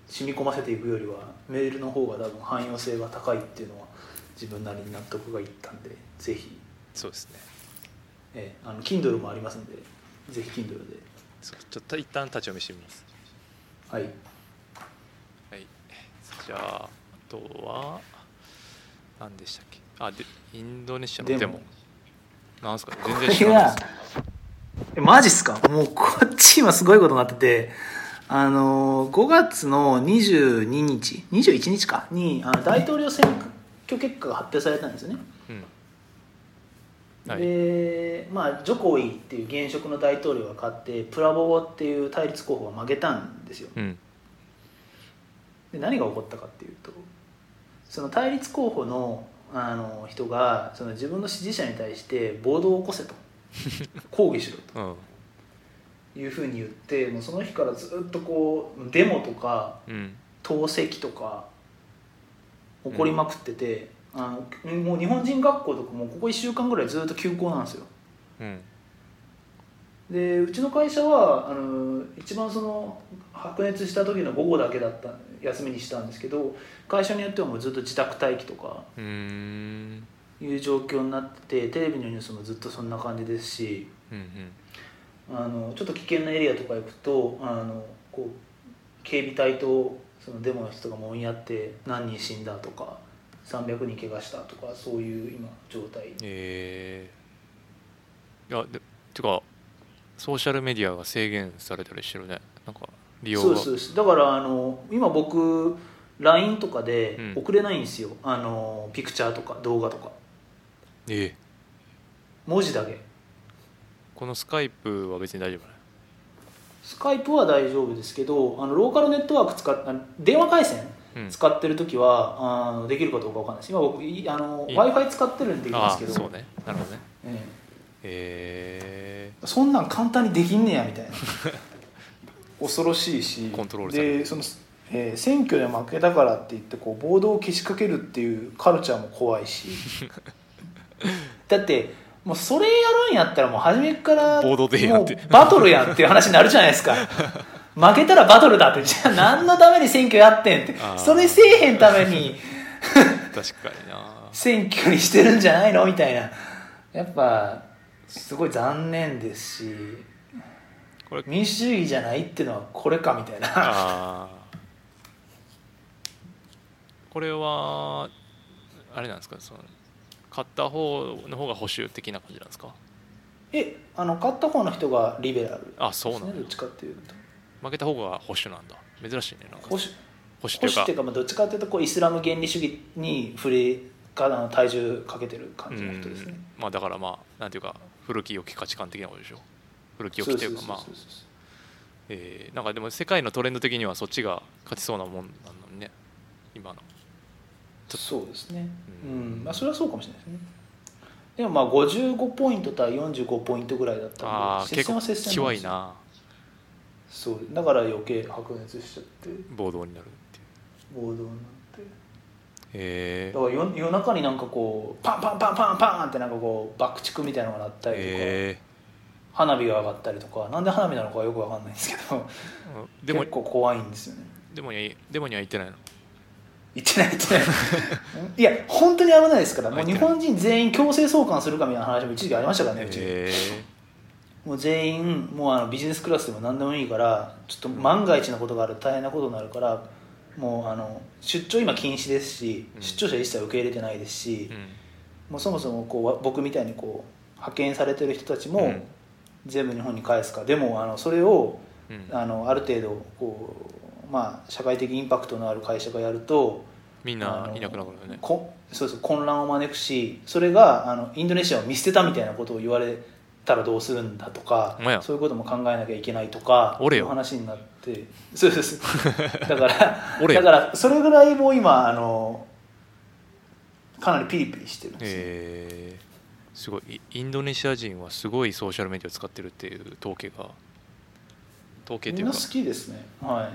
染み込ませていくよりはメールの方が多分汎用性が高いっていうのは自分なりに納得がいったんでぜひ、
そうですね
えーあの Kindle もありますんでぜひ Kindle で
そうちょっと一旦立ち読みしてみます
はい
はい、じゃああとは何でしたっけあでインドネシアのデモ
デモ
なんすか全然知らないです
えマジっすかもうこっち今すごいことになっててあのー5月の22日21日かにあの大統領選挙結果が発表されたんですよね、
うんはい
でまあジョコイっていう現職の大統領が勝ってプラボボっていう対立候補が負けたんですよ
うん
で何が起こったかっていうとその対立候補のあの人がそ の自分の支持者に対して暴動を起こせと抗議しろと
うん
いうふうに言ってもうその日からずっとこうデモとか
うん
投石とか起こりまくってて、あのもう日本人学校とかもうここ1週間ぐらいずっと休校なんですよ
うん
でうちの会社はあの一番その白熱した時の午後だけだった休みにしたんですけど会社によってはもうずっと自宅待機とか
うーん
いう状況になっててテレビのニュースもずっとそんな感じですし
うんうん
あのちょっと危険なエリアとか行くとあのこう警備隊とそのデモの人とかも追いやって何人死んだとか300人怪我したとかそういう今状態
えー、いやでてかソーシャルメディアが制限されたりしてるねなんか利用
そう
が
ですそうですだからあの今僕 LINE とかで
うん
送れないんですよ、あのピクチャーとか動画とか
ええ
文字だけ
このスカイプは別に大丈夫だね
スカイプは大丈夫ですけどあのローカルネットワーク使っあの電話回線
うん
使ってる時は、あのできるかどうかわかんないです今僕いあの
い
w i f i 使ってるんでできま
あ
すけ
あ
ど
そうねなるほどね
ええ
え
そんなん簡単にできんねやみたいな 恐ろしいし
コントロールされる
でその、えー選挙で負けたからって言ってこう暴動をけしかけるっていうカルチャーも怖 いしだってもうそれやるんやったらもう初めから
暴動でええやんって
もうバトルやんっていう話になるじゃないで すか負けたらバトルだってじゃあ何のために選挙やってんって
あー
それせえへんため に
ー、確かにな
選挙にしてるんじゃないのみたいなやっぱすごい残念ですし
これ
民主主義じゃないってのはこれかみたいな
あーこれはあれなんですかその買った方の方が保守的な感じなんですか
えあの勝った方の人がリベラル
あそうなん
ですねどっ
だ
ちかっていうと
負けた方が保守なんだ珍しいねなんか
保守
保守というか
保守っていうか、まあ、どっちかっていうとこうイスラム原理主義に触れかあの体重かけてる感じの人ですね
うんまあだからまあなんていうか古き良き価値観的なことでしょ古き良
そ
き
う
という
そ
う
そう
かまあ、
そう
えーなんかでも世界のトレンド的にはそっちが勝ちそうなもんなのにね今の
そうですね
う
うんん、まあ、それはそうかもしれないですねでもまあ55ポイント対45ポイントぐらいだった
あ
の
あ
で接
結
戦
構
は接戦
きわ
んで
い
すよ
な
そうだから余計白熱しちゃって
暴動になるっていう
暴動になって
え
だから夜夜中になんかこうパンパンパンパンパンってなんかこう爆竹みたいなのが鳴ったりとか、
え
花火が上がったりとかなんで花火なのかはよくわかんないんですけど
ー でも
結構怖いんですよね
でもにでもには言ってないの
行ってない行ってない いや本当に危ないですからも
入っ
う
て
日
ない
本人全員強制送還するかみたいな話も一時期ありましたからねうち、
え
もう全員もうあのビジネスクラスでも何でもいいからちょっと万が一のことがあると大変なことになるからもうあの出張今禁止ですし、
うん
出張者一切受け入れてないですし、
ー
もうそもそもこうわ僕みたいにこう派遣されてる人たちも
うん
全部日本に返すか、でもあのそれを
うんうん
あのある程度こう、まあ、社会的インパクトのある会社がやると
みん
あ
な
の
いなくなるよね
こそうそう混乱を招くしそれがあのインドネシアを見捨てたみたいなことを言われたらどうするんだとか
ほんまや
そういうことも考えなきゃいけないとか
おれよ
そういう話になってそう そうそうだから
おれよ
だからそれぐらいもう今あのかなりピリピリしてるんですよ
えーすごいイインドネシア人はすごいソーシャルメディアを使ってるっていう統計が統計って
み
いう
んな
か
好きですねは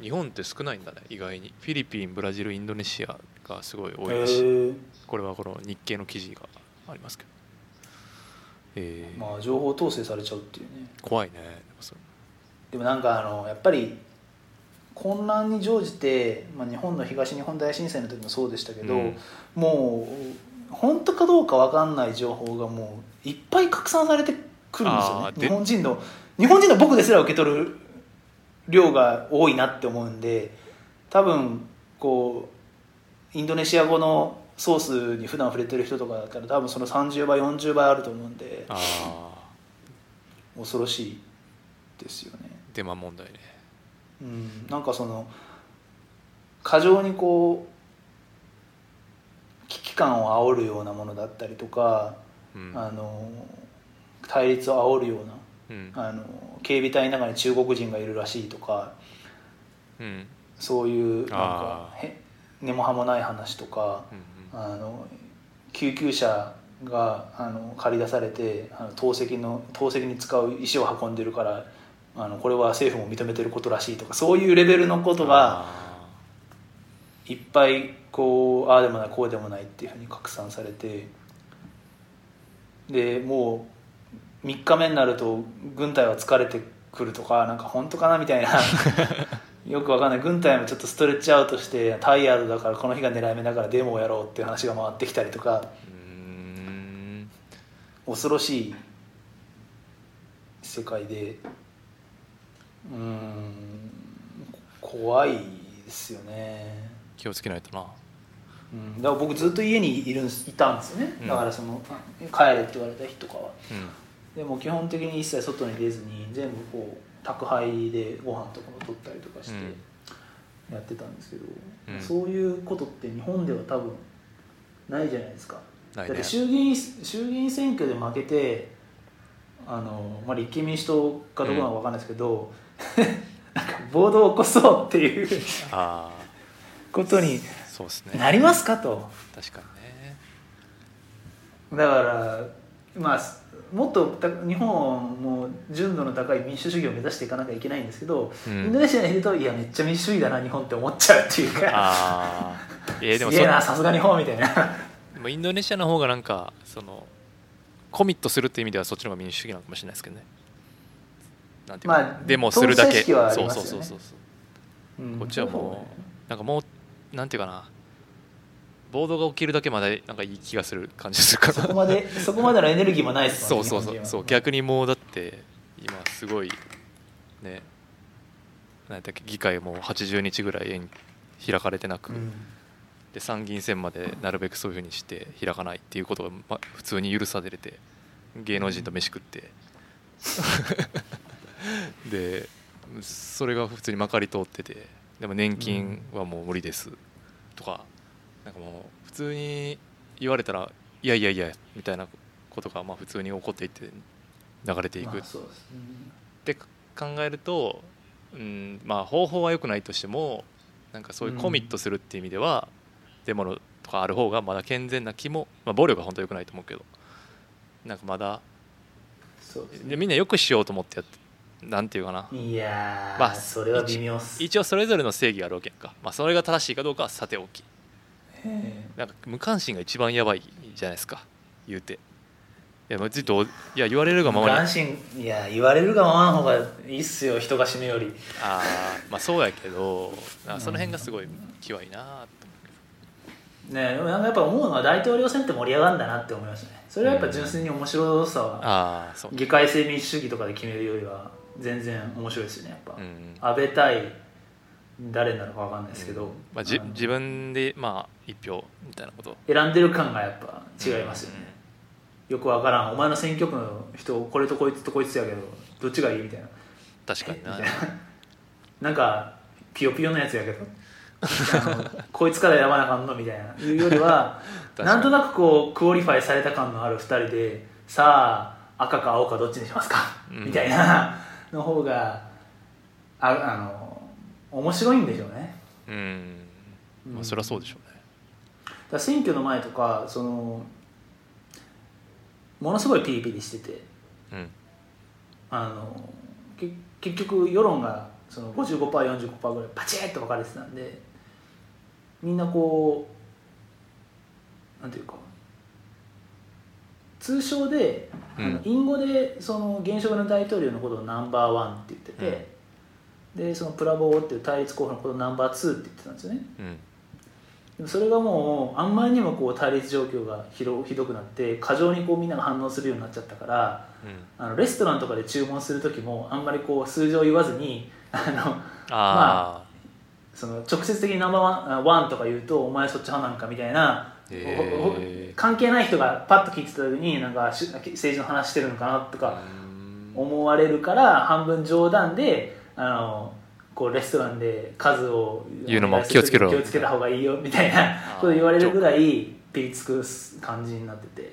日本って少ないんだね意外にフィリピンブラジルインドネシアがすごい
い
多いらしい、
へえ
これはこの日経の記事がありますけど、えー
まあ情報統制されちゃうっていうね
怖いねでもそれ
でもなんかあのやっぱり混乱に乗じて、まあ、日本の東日本大震災の時もそうでしたけど、
うん
もう本当かどうか分かんない情報がもういっぱい拡散されてくるんですよ
あ
ね
ーで
日本人の日本人の僕ですら受け取る量が多いなって思うんで多分こうインドネシア語のソースに普段触れてる人とかだったら多分その30倍40倍あると思うんで
ああ
恐ろしいですよね。
デマ問題ね
うん、なんかその過剰にこう危機感を煽るようなものだったりとか、
うん
あの対立を煽るような
うん
あの警備隊の中に中国人がいるらしいとか
うんうん
そういうなんか
あ
へ根も葉もない話とか、
うん
あの救急車があの借り出されてあの投石の投石に使う石を運んでるからあのこれは政府も認めてることらしいとかそういうレベルのことが
あ
いっぱいこうああでもないこうでもないっていうふうに拡散されてでもう3日目になると軍隊は疲れてくるとかなんか本当かなみたいなよくわかんない軍隊もちょっとストレッチアウトしてタイヤードだからこの日が狙い目だからデモをやろうっていう話が回ってきたりとか
ーうーん
恐ろしい世界でうーん怖いですよね。
気をつけないとな
うん、だから僕ずっと家にいるんすいたんですよね、
うん
だからその帰れって言われた日とかは
うん
でも基本的に一切外に出ずに全部こう宅配でご飯とかも取ったりとかしてやってたんですけど、
うん
そういうことって日本では多分ないじゃないですか、だ
な
っ
いね
て衆議院衆議院選挙で負けてあの、まあ、立憲民主党かどこなのか分かんないですけど、 なんか暴動を起こそうっていう
あ
ことに
あそうですね
なりますかと。
確かにね
だからまあすもっとた日本も純度の高い民主主義を目指していかなきゃいけないんですけど、
うん
インドネシアにいるといやめっちゃ民主主義だな日本って思っちゃうっていうか
ああえー、ですも
げえな
そ
さすが日本みたいな
でもインドネシアの方がなんかそのコミットするっていう意味ではそっちの方が民主主義なのかもしれないですけどねなんていうか、
まあ
でもするだけ
統治者意識はあ
そ
り
う
ます
そう
よね
そうそうそうこっちは
うん
もうなんかもうなんていうかな暴動が起きるだけまでなんかいい気がする感じするか
そこ
ら
までそこまでのエネルギーもないです
そ
もん
う
ね
そうそ
日本人
う
は
そう逆にもうだって今すごいねなんだっけ議会も80日ぐらい延開かれてなく、
うん
で参議院選までなるべくそういうふうにして開かないっていうことが、ま、普通に許されて芸能人と飯食ってでそれが普通にまかり通っててでも年金はもう無理ですとかなんかもう普通に言われたらいやいやいやみたいなことがまあ普通に起こっていって流れてい
ま
く
あそうですうん
って考えると、うんまあ、方法は良くないとしてもなんかそういうコミットするっていう意味では、デモのとかある方がまだ健全な気も、まあ、暴力は本当は良くないと思うけどなんかまだ
そうです
でみんな良くしようと思ってやってなんていうかない
やー、
まあ
それは微妙っす
一応それぞれの正義があるわけやんか、まあ、それが正しいかどうかはさておき
ええ
なんか無関心が一番やばいじゃないですか言うていやまあずっといや言われるがままに
無関心いや言われるがままの方がいいっすよ人が死ぬより
あーまあそうやけどなんかその辺がすごい気はいいなと
ねでもなんかやっぱ思うのは大統領選って盛り上がるんだなって思いましたねそれはやっぱ純粋に面白さは、
ああそう
議会制民主主義とかで決めるよりは全然面白いですよねやっぱ、
うん
安倍対誰なのか分かんないですけど、
まあ、じ
あの
自分でまあ一票みたいなこと
選んでる感がやっぱ違いますよね、よく分からんお前の選挙区の人これとこいつとこいつやけどどっちがいいみたいな
確かにな
みたい ななんかピヨピヨのやつやけどあのこいつから選ばなあかんのみたいないうよりは
確かに
なんとなくこうクオリファイされた感のある2人でさあ赤か青かどっちにしますか、
うん
みたいなの方がああの面白いんでしょうね
うん、ま
う
あ、
ん
そりゃそうでしょうね
だから選挙の前とかそのものすごいピリピリしてて
うん
あのけ結局世論がその 55%45% ぐらいパチッと分かれてたんでみんなこうなんていうか通称で、あ
う
の
ん
隠語でその現職の大統領のことをナンバーワンって言ってて、でそのプラボーっていう対立候補のことをナンバーツーって言ってたんですよね
うん
でもそれがもうあんまりにもこう対立状況がひどひどくなって過剰にこうみんなが反応するようになっちゃったから
うん
あのレストランとかで注文する時もあんまりこう数字を言わずに あの
あ
その直接的にナンバーワンあワンとか言うとお前そっち派なんかみたいな、
へー
ほほ関係ない人がパッと聞いてた時になんかし政治の話してるのかなと
あ、
か
うん
思われるから半分冗談であのこうレストランで数を
言うのも気をつけろ
気をつけた方がいいよみたいな
あー
こと言われるぐらいピリつく感じになってて。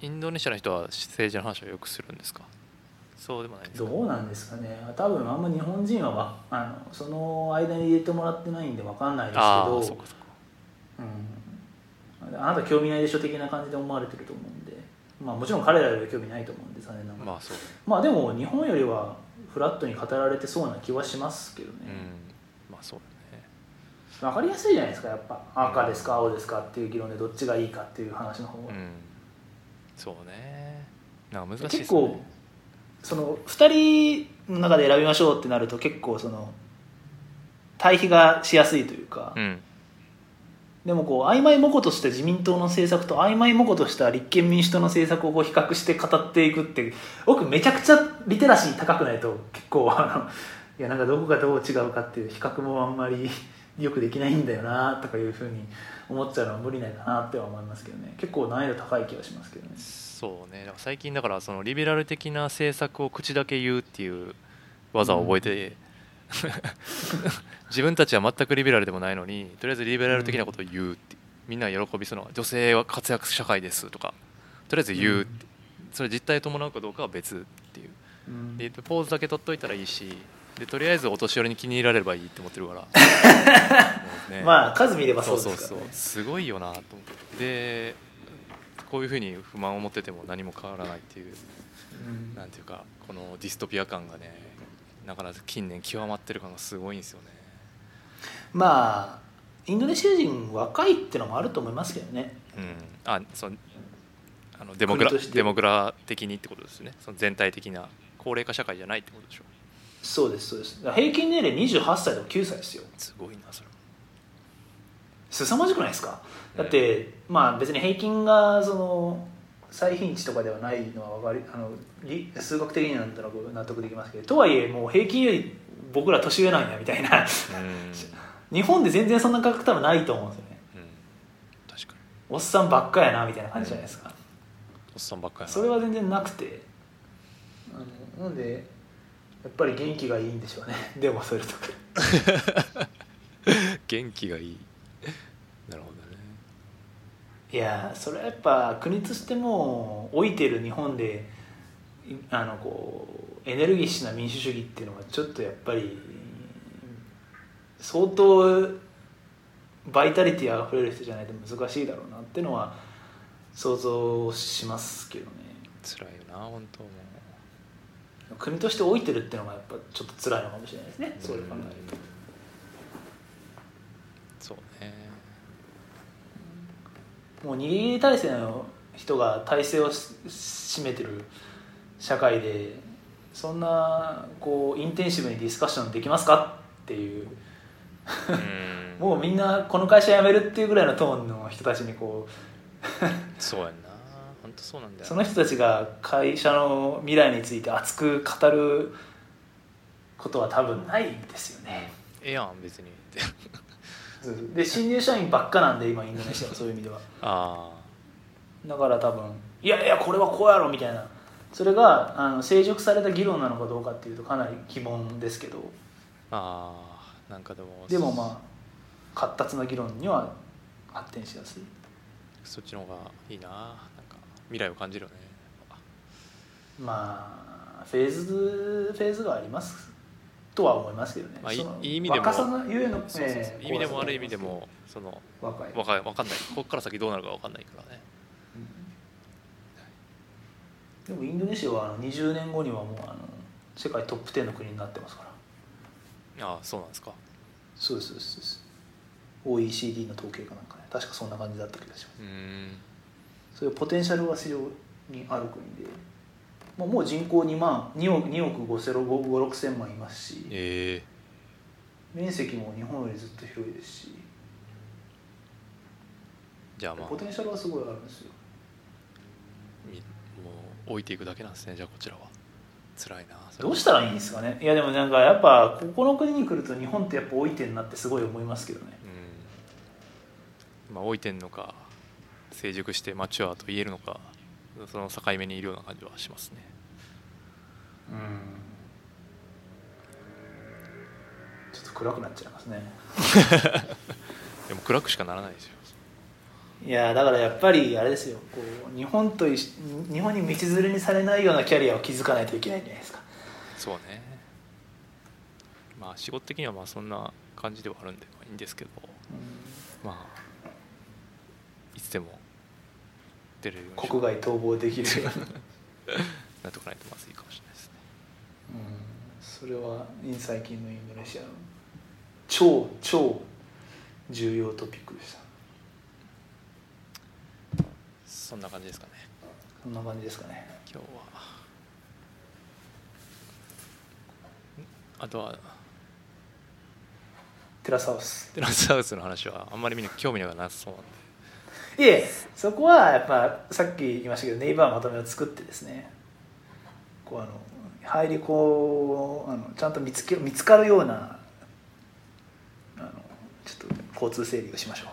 インドネシアの人は政治の話をよくするんですかそうでもないですか
どうなんですかね多分あんま日本人はわあのその間に入れてもらってないんでわかんないですけ
あ
ど
あそうかそうか
うん、あなた興味ないでしょ的な感じで思われてると思うんでまあ、もちろん彼らよりは興味ないと思うんで残念ながら、まあ
まあそうね
でも日本よりはフラットに語られてそうな気はしますけどね、
うんまあそうだね
分かりやすいじゃないですかやっぱ赤ですか青ですかっていう議論でどっちがいいかっていう話の方
う
が、
んそうねなんか難しい
結
ですね
構その2人の中で選びましょうってなると結構その対比がしやすいというか、
うん
でもこう曖昧模倣とした自民党の政策と曖昧模倣とした立憲民主党の政策をこう比較して語っていくって僕めちゃくちゃリテラシー高くないと結構あのいやなんかどこがどう違うかっていう比較もあんまりよくできないんだよなとかいうふうに思っちゃうのは無理ないかなっては思いますけどね結構難易度高い気がしますけどね
そうねだから最近だからそのリベラル的な政策を口だけ言うっていう技を覚えて、 自分たちは全くリベラルでもないのにとりあえずリベラル的なことを言うって、みんな喜びそうな女性は活躍社会ですとかとりあえず言うって、それ実態伴うかどうかは別っていう
うん
でポーズだけ取っといたらいいしでとりあえずお年寄りに気に入られればいいって思ってるからもうね
まあ数見れば
そ
そううで
そうそ
すか
う
らね
すごいよなと思ってでこういうふうに不満を持ってても何も変わらないっていう
うん
なんていうかこのディストピア感がねだから近年極まってる感がすごいんですよね
まあインドネシア人若いってのもあると思いますけどね
うんあそのあのデモグラ
国として
デモグラ的にってことですねその全体的な高齢化社会じゃないってことでしょ
そうですそうですだから平均年齢28歳とか9歳ですよ
すごいなそれ
凄まじくないですかだって、まあ別に平均がその最貧値とかではないのはわかりあのり数学的になんとなく納得できますけどとはいえもう平均より僕ら年上なんやみたい な
うん、うん、
日本で全然そんな価格多分ないと思うんですよね
確かに
おっさんばっかやなみたいな感じじゃないですか、
おっさんばっかり
それは全然なくてあのなんでやっぱり元気がいいんでしょうねでもそれとか
元気がいいなるほどね
いやーそれはやっぱ国としても老いてる日本でいあのこうエネルギッシュな民主主義っていうのはちょっとやっぱり相当バイタリティあふれる人じゃないと難しいだろうなっていうのは想像しますけどね
辛いよな本当もう
国として老いてるっていうのがやっぱちょっと辛いのかもしれないですねそういう考えると。
そうね
もう握り体制の人が体制をし占めてる社会でそんなこうインテンシブにディスカッションできますかっていう
うん
もうみんなこの会社辞めるっていうぐらいのトーンの人たちにこう
そうやんな本当そうなんだよ
その人たちが会社の未来について熱く語ることは多分ないですよね
ええやん別にって
で新入社員ばっかなんで今インドネシアはそういう意味では
あ
だから多分いやいやこれはこうやろみたいなそれがあの成熟された議論なのかどうかっていうとかなり疑問ですけど
あああなんかでも
でもまあ活発な議論には発展しやすい
そっちの方がいいななんか未来を感じるよね
まあフェーズフェーズがありますとは思いますけどね、
まあいい
その
いい意味でも
若さのゆえの
そうそうそう
ええ
意味でもある意味でもその
若い
わかわかんないここから先どうなるかわかんないからね
でもインドネシアはあの20年後にはもうあの世界トップ10の国になってますから
ああそうなんですか
そうですそうですそうです OECD の統計かなんかね確かそんな感じだった気がします
うーん
そういうポテンシャルは非常にある国で、まあ、もう人口2万2億2億5 0 5 5 6千万いますし
ええ
面積も日本よりずっと広いですし
じゃあまあ
ポテンシャルはすごいあるんですよ
みもう置いていくだけなんですねじゃあこちらは辛いなそれ
どうしたらいいんですかねいやでもなんかやっぱここの国に来ると日本ってやっぱ老いてんなってすごい思いますけどね
うんまあ置いてんのか成熟してマチュアと言えるのかその境目にいるような感じはしますね
うんちょっと暗くなっちゃいますね
でも暗くしかならないですよ
いやだからやっぱりあれですよこう日本といし日本に道連れにされないようなキャリアを築かないといけないんじゃないですか
そうねまあ仕事的にはまあそんな感じではあるんでまあいいんですけど
うん
まあいつでも出れるように
国外逃亡できるように、うん、
なっとかないとまずいかもしれないですね
それは最近のインドネシアの超超重要トピックでした
そんな感じですかね
そんな感じですかね
今日はんあとは
テラスハウス
テラスハウスの話はあんまりみんな興味がなさそうなんで
いえそこはやっぱさっき言いましたけどネイバーまとめを作ってですねこうあの入りこうあのちゃんと見つけ見つかるようなあのちょっと交通整理をしましょ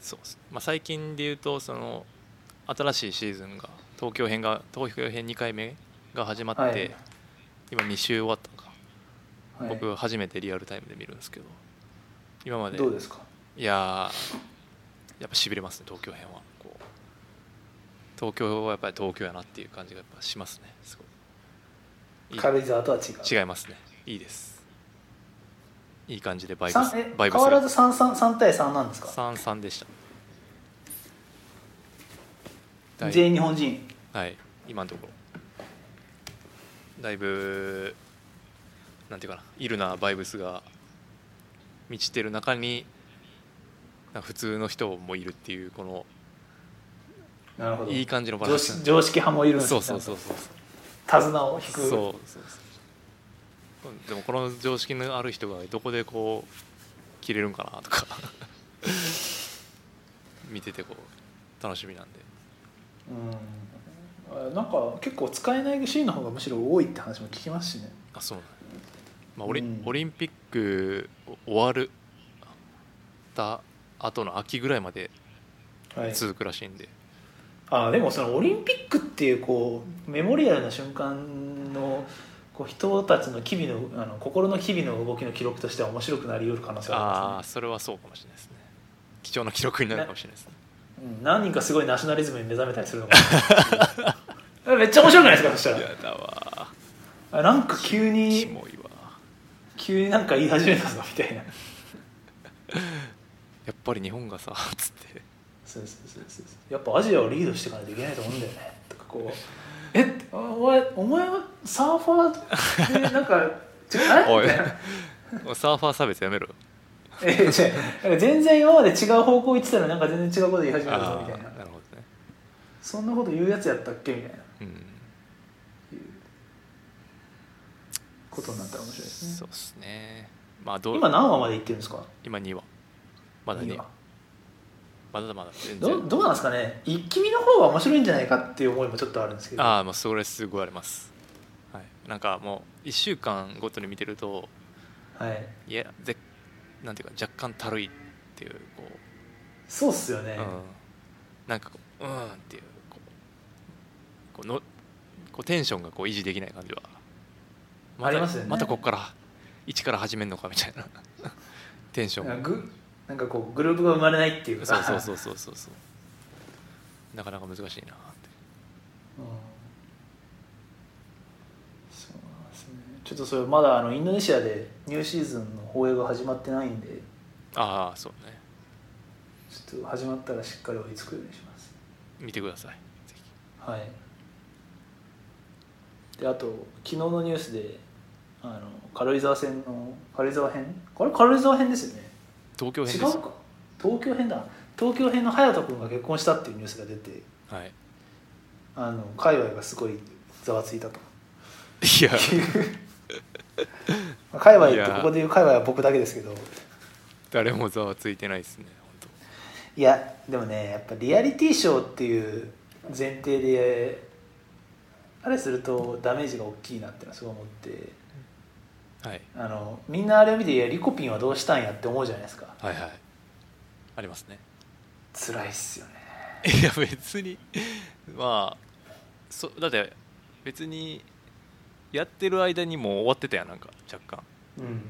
そうです、まあ、最近で言うとその新しいシーズンが東京編が東京編2回目が始まって、
はい
今2週終わったのか、
う、はい、
僕初めてリアルタイムで見るんですけど今まで
どうですか
いやーやっぱしびれますね東京編はこう東京はやっぱり東京やなっていう感じがやっぱしますねすごいいい
軽井沢とは違う
違いますねいいですいい感じでバイブ
さん
ス
え
バイ
変
ブス
わらず
が
3, 3, 3対3なんですか
33でしただい
全員日本人
はい今のところだいぶなんていうかなイルなバイブスが満ちてる中になんか普通の人もいるっていうこの
なるほど
いい感じのバラ
常
ンス
識常識派もいるんです
そ
ね
うそうそうそう
手綱を引
そ
く
うそうそうでもこの常識のある人がどこでこう切れるんかなとか 見ててこう楽しみなんで
うんあなんか結構使えないシーンの方がむしろ多いって話も聞きますしね
あそうなんやまあオリ,、
うん
オリンピック終わるた後の秋ぐらいまで
はい
続くらしいんで、
あでもそのオリンピックっていうこうメモリアルな瞬間のこう人たちの日々のあの心の日々の動きの記録としては面白くなりうる可能性は
あ
あ
あそれはそうかもしれないですね貴重な記録になるかもしれ ないですね
りますね、うん何人かすごいナショナリズムに目覚めたりするのかなめっちゃ面白くないですかそしたら
やだわ
あなんか急
キ
に
モいわ
急になんか言い始めたぞみたいな
やっぱり日本がさ つって
そうそうそうそうやっぱアジアをリードしていかないといけないと思うんだよね とかこう「えお前お前はサーファーでなん か違う
お
み
い
たいな
サーファー差別やめろ
え違うなんか全然今まで違う方向行ってたらなんか全然違うこと言い始めたぞ
ああ
みたいな
なるほどね
そんなこと言うやつやったっけみたいな
うん
ことになったら面白いです
そ
ね
うですねまあどう
今何話まで行ってるんですか
今2話まだ
いい
2
わ
話まだまだ全
ど
然
どうなんですかね一気見の方が面白いんじゃないかっていう思いもちょっとあるんですけど
ああもうそれすごいあります、はい、なんかもう1週間ごとに見てると
はい、
いやぜなんていうか若干たるいっていうこ
そうっすよ
う、
ね、
うん、なんかこううーんっていうこうこうのこうテンションがこう維持できない感じは
ありますよね
またここから一から始めるのかみたいな テンション
なんかグなんかこうグループが生まれないっていうか
そうそうそうそうそうそうなかなか難しいなって
うんそうなんですねちょっとそれまだあのインドネシアでニューシーズンの放映が始まってないんで
ああそうね
ちょっと始まったらしっかり追いつくようにします
見てくださいぜ
はいであと昨日のニュースであの軽井沢線の軽井沢編これ軽井沢編ですよね
ひ東京編です
違うか東京編だ東京編の隼人君が結婚したっていうニュースが出て
はい
あの界隈がすごいざわついたと
い や
まあ界隈っ
いや
てここで言う界隈は僕だけですけど
誰もざわついてないですね本
いやでもねやっぱリアリティショーっていう前提であれするとダメージが大きいなってのはすごい思って
当はい
あのみんなあれを見ていやリコピンはどうしたんやって思うじゃないですか
はいはいありますね
辛いっすよね
いや別にまあそだって別にやってる間にもう終わってたやんなんか若干
うん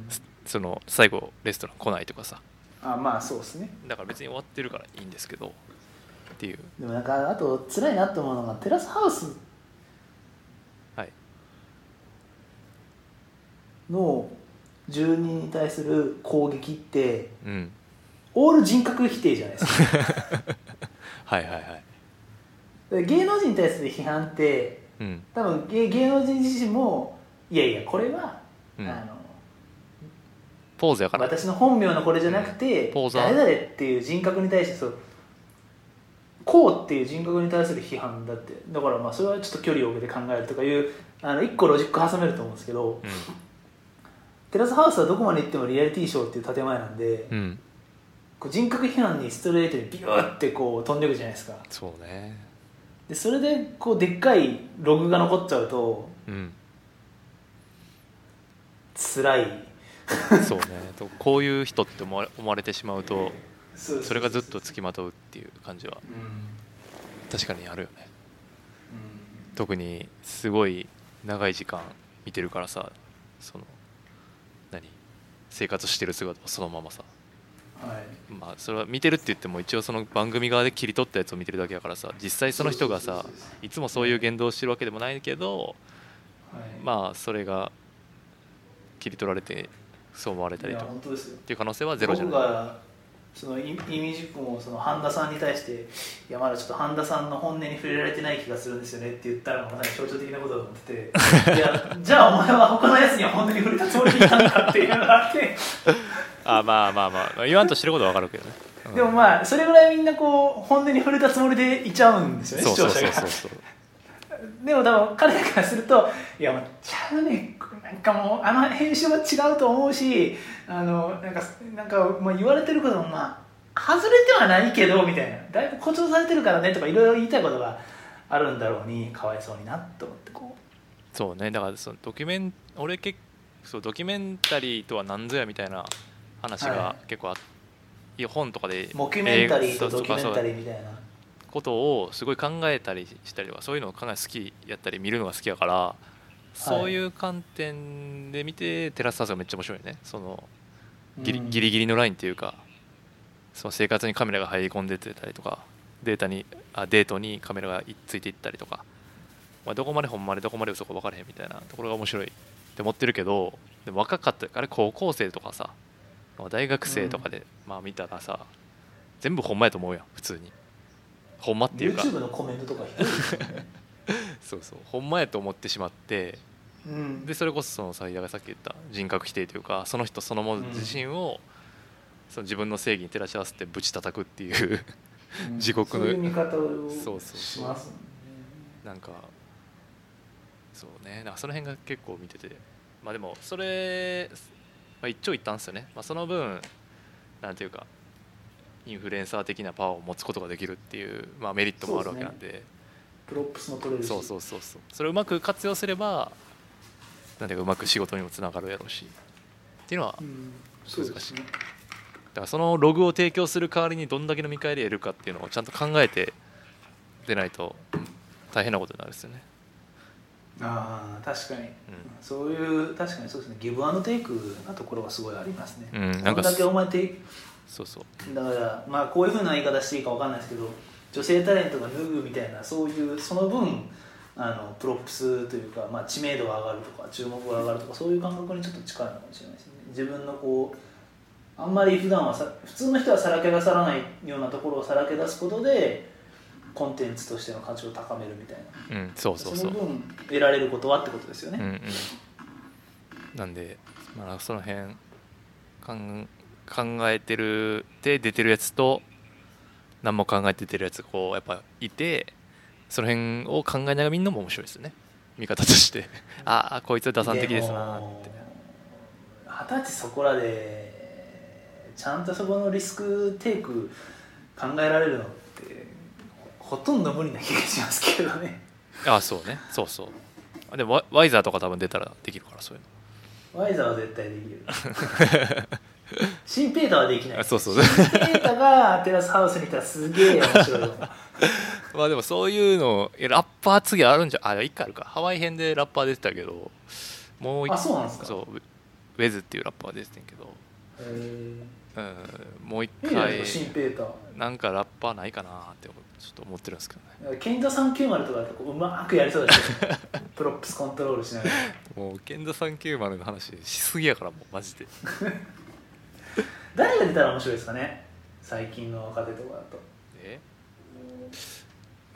その最後レストラン来ないとかさ
あまあそうですね
だから別に終わってるからいいんですけどっていう
でもなんかあと辛いなって思うのがテラスハウス
はい
の住人に対する攻撃って
うん
オール人格否定じゃないですか
はいはいはい
で芸能人に対する批判って
うん
多分芸芸能人自身もいやいやこれは、
うん
あの
ポーズやから
私の本名のこれじゃなくて、
ポーザー
誰々っていう人格に対してそうこうっていう人格に対する批判だってだからまあそれはちょっと距離を置いて考えるとかいうあの一個ロジック挟めると思うんですけど、テラスハウスはどこまで行ってもリアリティショーっていう建前なんで、
うん、うん、
こう人格批判にストレートにビューってこう飛んでいくじゃないですか
そうね
でそれでこうでっかいログが残っちゃうと
うん
辛い
そうねとこういう人って思わ思われてしまうと
そ
それがずっとつきまとうっていう感じは
うん、
確かにあるよね
うん
特にすごい長い時間見てるからさその何生活してる姿をそのままさ
はい
まあそれは見てるって言っても一応その番組側で切り取ったやつを見てるだけだからさ実際その人が
そう
さ
そうそうそう
いつもそういう言動をしてるわけでもないけど
はい
まあそれが切り取られてそう思われた
い
り
や
とか
本当ですよ
っていう可能性はゼロじゃ
僕
ない
がそのイイミジックもその半田さんに対して「いやまだちょっと半田さんの本音に触れられてない気がするんですよね」って言ったらまさに象徴的なことだと思って て「いやじゃあお前は他のやつには本音に触れたつもりなんだ」っていうのがあって
あまあまあまあまあ言わんとしてることはわかるけどねうん
でもまあそれぐらいみんなこう本音に触れたつもりでいちゃうんですよね
そうそう
視
そ
聴
う
者
そ
が
うそう
でも多分彼らからすると「いやもうちゃうねなんかもうあの編集は違うと思うしあのなんかなんかまあ言われてることもまあ外れてはないけど」みたいな「だいぶ誇張されてるからね」とかいろいろ言いたいことがあるんだろうにかわいそうになと思ってこ
そうねだからそのドキュメン俺結そうドキュメンタリーとは何ぞやみたいな話
は
が結構あっ、いや本とかで
うモキュメンタ
映
リー
画そ
と
うそう
ドキュメンタリ
まあ
ーみたいな
そうことをすごい考えたりしたりとかそういうのを考え好きやったり見るのが好きやからそういう観点で見て、テラスハウスがめっちゃ面白いねそのギリ,、
うん
ギリギリのラインっていうかその生活にカメラが入り込んでてたりとかデータにあデートにカメラがいついていったりとか、まあ、どこまでほんまでどこまで嘘か分からへんみたいなところが面白いって思ってるけどでも若かったから高校生とかさ、まあ、大学生とかで、まあ見たらさ全部ほんまやと思うやん普通にほんまっていうか
YouTube のコメントとかひどいですよね
そうそうほんまやと思ってしまって
う ん
でそれこそそのさ井田がさっき言った人格否定というかその人そのもの自身を、その自分の正義に照らし合わせてぶち叩くっていう
うん
地獄の
そういう見方
そう
を
そう
しますもんね
なんかそうねなんかその辺が結構見ててまあでもそれ、まあ、一長一短ですよね、まあ、その分なんていうかインフルエンサー的なパワーを持つことができるっていう、まあ、メリットもあるわけなんで
プロップスも取れるし
そうそうそうそうそれをうまく活用すればなんていうかうまく仕事にもつながるやろうしっていうのは
うん
難しい
そうですね
だからそのログを提供する代わりにどんだけの見返りを得るかっていうのをちゃんと考えて出ないと大変なことになるんですよね。
ああ確かに、そういう確かにそうですねギブアンドテイクなところはすごいありますね、
うんなんか
こんだけお前テイ
そうそう。
クだからまあこういうふうな言い方していいかわかんないですけど女性タレントが脱ぐみたいなそういうその分あのプロップスというか、まあ、知名度が上がるとか注目が上がるとかそういう感覚にちょっと近いのかもしれないですね自分のこうあんまり普段はさ普通の人はさらけ出さないようなところをさらけ出すことでコンテンツとしての価値を高めるみたいな
うん、そうそう
そ
そ
の
う。
分得られることはってことですよね、
うんうん。なんで、まあ、その辺かん考えてるで出てるやつと何も考えて出てるやつがこうやっぱいてその辺を考えながら見るのも面白いですよね。見方として。ああこいつは打算的ですなーって
で。も二十歳そこらでちゃんとそこのリスクテイク考えられるのってほほとんど無理な気がしますけどね
ああそうね。そうそう。あでもワワイザーとか多分出たらできるからそういうの。
ワイザーは絶対できる シンペーターはできない
あそうそう
シンペーターがテラスハウスにいたらすげえ面白いと思う
まあでもそういうのいやラッパー次あるんじゃあ一回あるかハワイ編でラッパー出てたけどもう一
あそうなんですか
そうウウェズっていうラッパー出てたんやけど、
へ え
うん、もう一
いいじゃない
回
ですかシンペーター
なんかラッパーないかなってちょっと思ってるんですけどね
ケンタ390とかだとこううまくやりそうだ しプロップスコントロールしながら
もう剣山390の話しすぎやからもうマジ で
誰が出たら面白いですかね最近の若手とかだと
え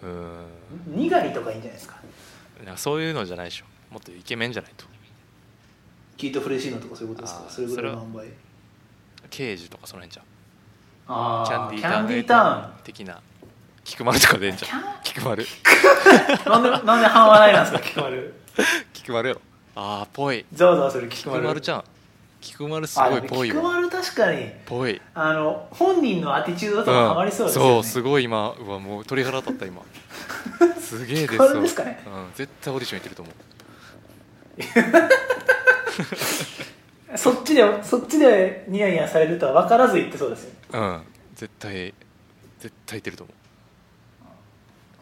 うーん
にがりとかいいんじゃないですか
なんかそういうのじゃないでしょもっとイケメンじゃないと
キートフレシーノとかそういうことです
あー
かそれぐらいの販売
刑事とかその辺じゃん
あ
キャン
ー
ディ
キ
ー
ャ
タ
ン
ウ
ディ
ン
ータ
的な菊丸とか出んじゃん
キャン
菊 丸
ウンなんでなんで半笑いなんですか菊丸
菊丸やろああぽい
ざわざわする菊
菊
丸
丸ちゃん菊丸すごいぽい
あでも菊
わ
丸確かに
ぽい
あの本人のアティチュードとかハマりそうですよね、
そうすごい今うわもう鳥肌立った 今すげえです
菊丸
わ
ですかね
うん、絶対オーディション行ってると思う
そっちでそっちでニヤニヤされるとは分からず言ってそうですよ
うん絶対絶対いてると思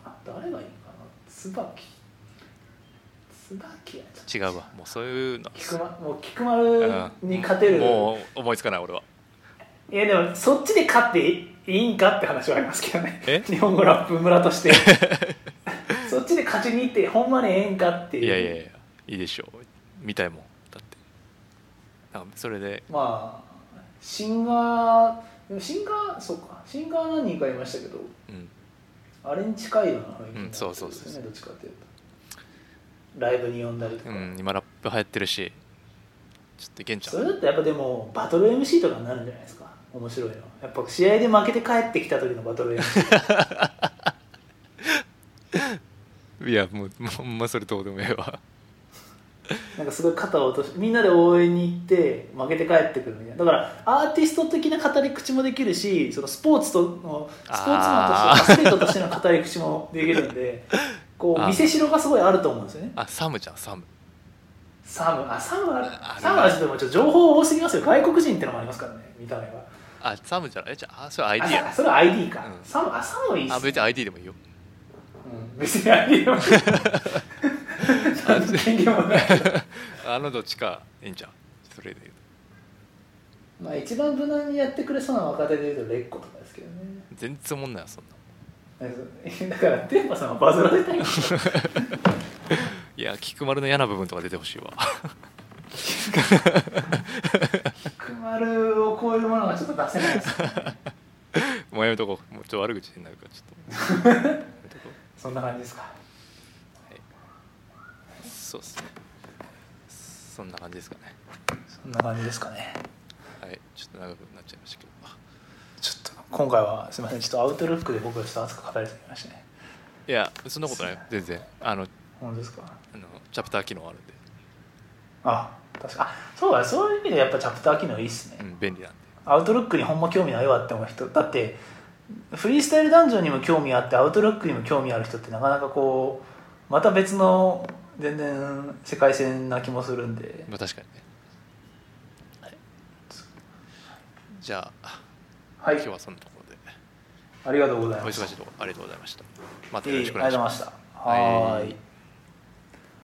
あ誰がいいかな椿椿やちょっ
う違うわもうそういうの
と菊丸もう菊丸に勝てる、
うんもう思いつかない俺はい
やでもそっちで勝っていいんかって話はありますけどね
え
日本語ラップ村として そっちで勝ちに行ってほんまにええんかっていう
いやいやいやいいでしょう見たいもんだってなんかそれで
まあシンガーでもシンガーそうかシンガー何人かいましたけど
うん
あれに近いような雰囲気にな
うん
って
そ
るん
うそう
で
そう
す
そう
よねどっちかっていうとライブに呼んだりとか、
うん、今ラップ流行ってるしちょっといけんちゃ
そうれだとやっぱでもバトル MC とかになるんじゃないですか面白いのはやっぱ試合で負けて帰ってきた時のバトル MC
いやもうもうほんまそれどうでもええわ
なんかすごい肩を落としみんなで応援に行って負けて帰ってくるみたいなだからアーティスト的な語り口もできるしそのスポーツとのスポーツマンとしてアスリートとしての語り口もできるんで こ
あ
う
ー
見せしろがすごいあると思うんですよね
あサムじゃんサム
サムあサムある
ある
サムはちょっともうちょっと情報多すぎますよ外国人ってのもありますからね見た目は
あサムじゃないえじゃああそれ ID
あ
や
そそれは ID か、
うん
サムあサムいいっ
あ
すね
別に ID でもいいよ
うん別に ID は何の権限も ない
あのどっちかいいんじゃんそれで言う
まあ一番無難にやってくれそうな若手でいうとレッコとかですけどね
と全然おもんないわそんな
だからテンパさんはバズられたいんです よ
いや菊丸の嫌な部分とか出てほしいわ
菊丸を超えるものがちょっと出せないですね
もうやめとこうもうちょっと悪口になるからちょっとやめとこ
そんな感じですか
うそうっすねそんな感じですかね
そんな感じですかね
はいちょっと長くなっちゃいましたけど
ちょっと今回はすみませんちょっとアウトルックで僕はちょっと熱く語りすぎましたね
いやそんなことないよ全然あの
本当ですか
あのチャプター機能あるんで、
あ確かあそうだそういう意味でやっぱチャプター機能いいっすね、
うん、便利なんで
アウトロックにほんま興味ないわって思う人だってフリースタイルダンジョンにも興味あってアウトロックにも興味ある人ってなかなかこうまた別の全然世界線な気もするんで
まあ確かにねじゃあ
はい
今日はそんなところで
ありがとうござい
お
ま
忙
した
しいところありがとうございましたまた
ええ
よ
あ
ろ
り
しくお
がとうご
願い
ざい
し
ま
ます
した
はい
はーい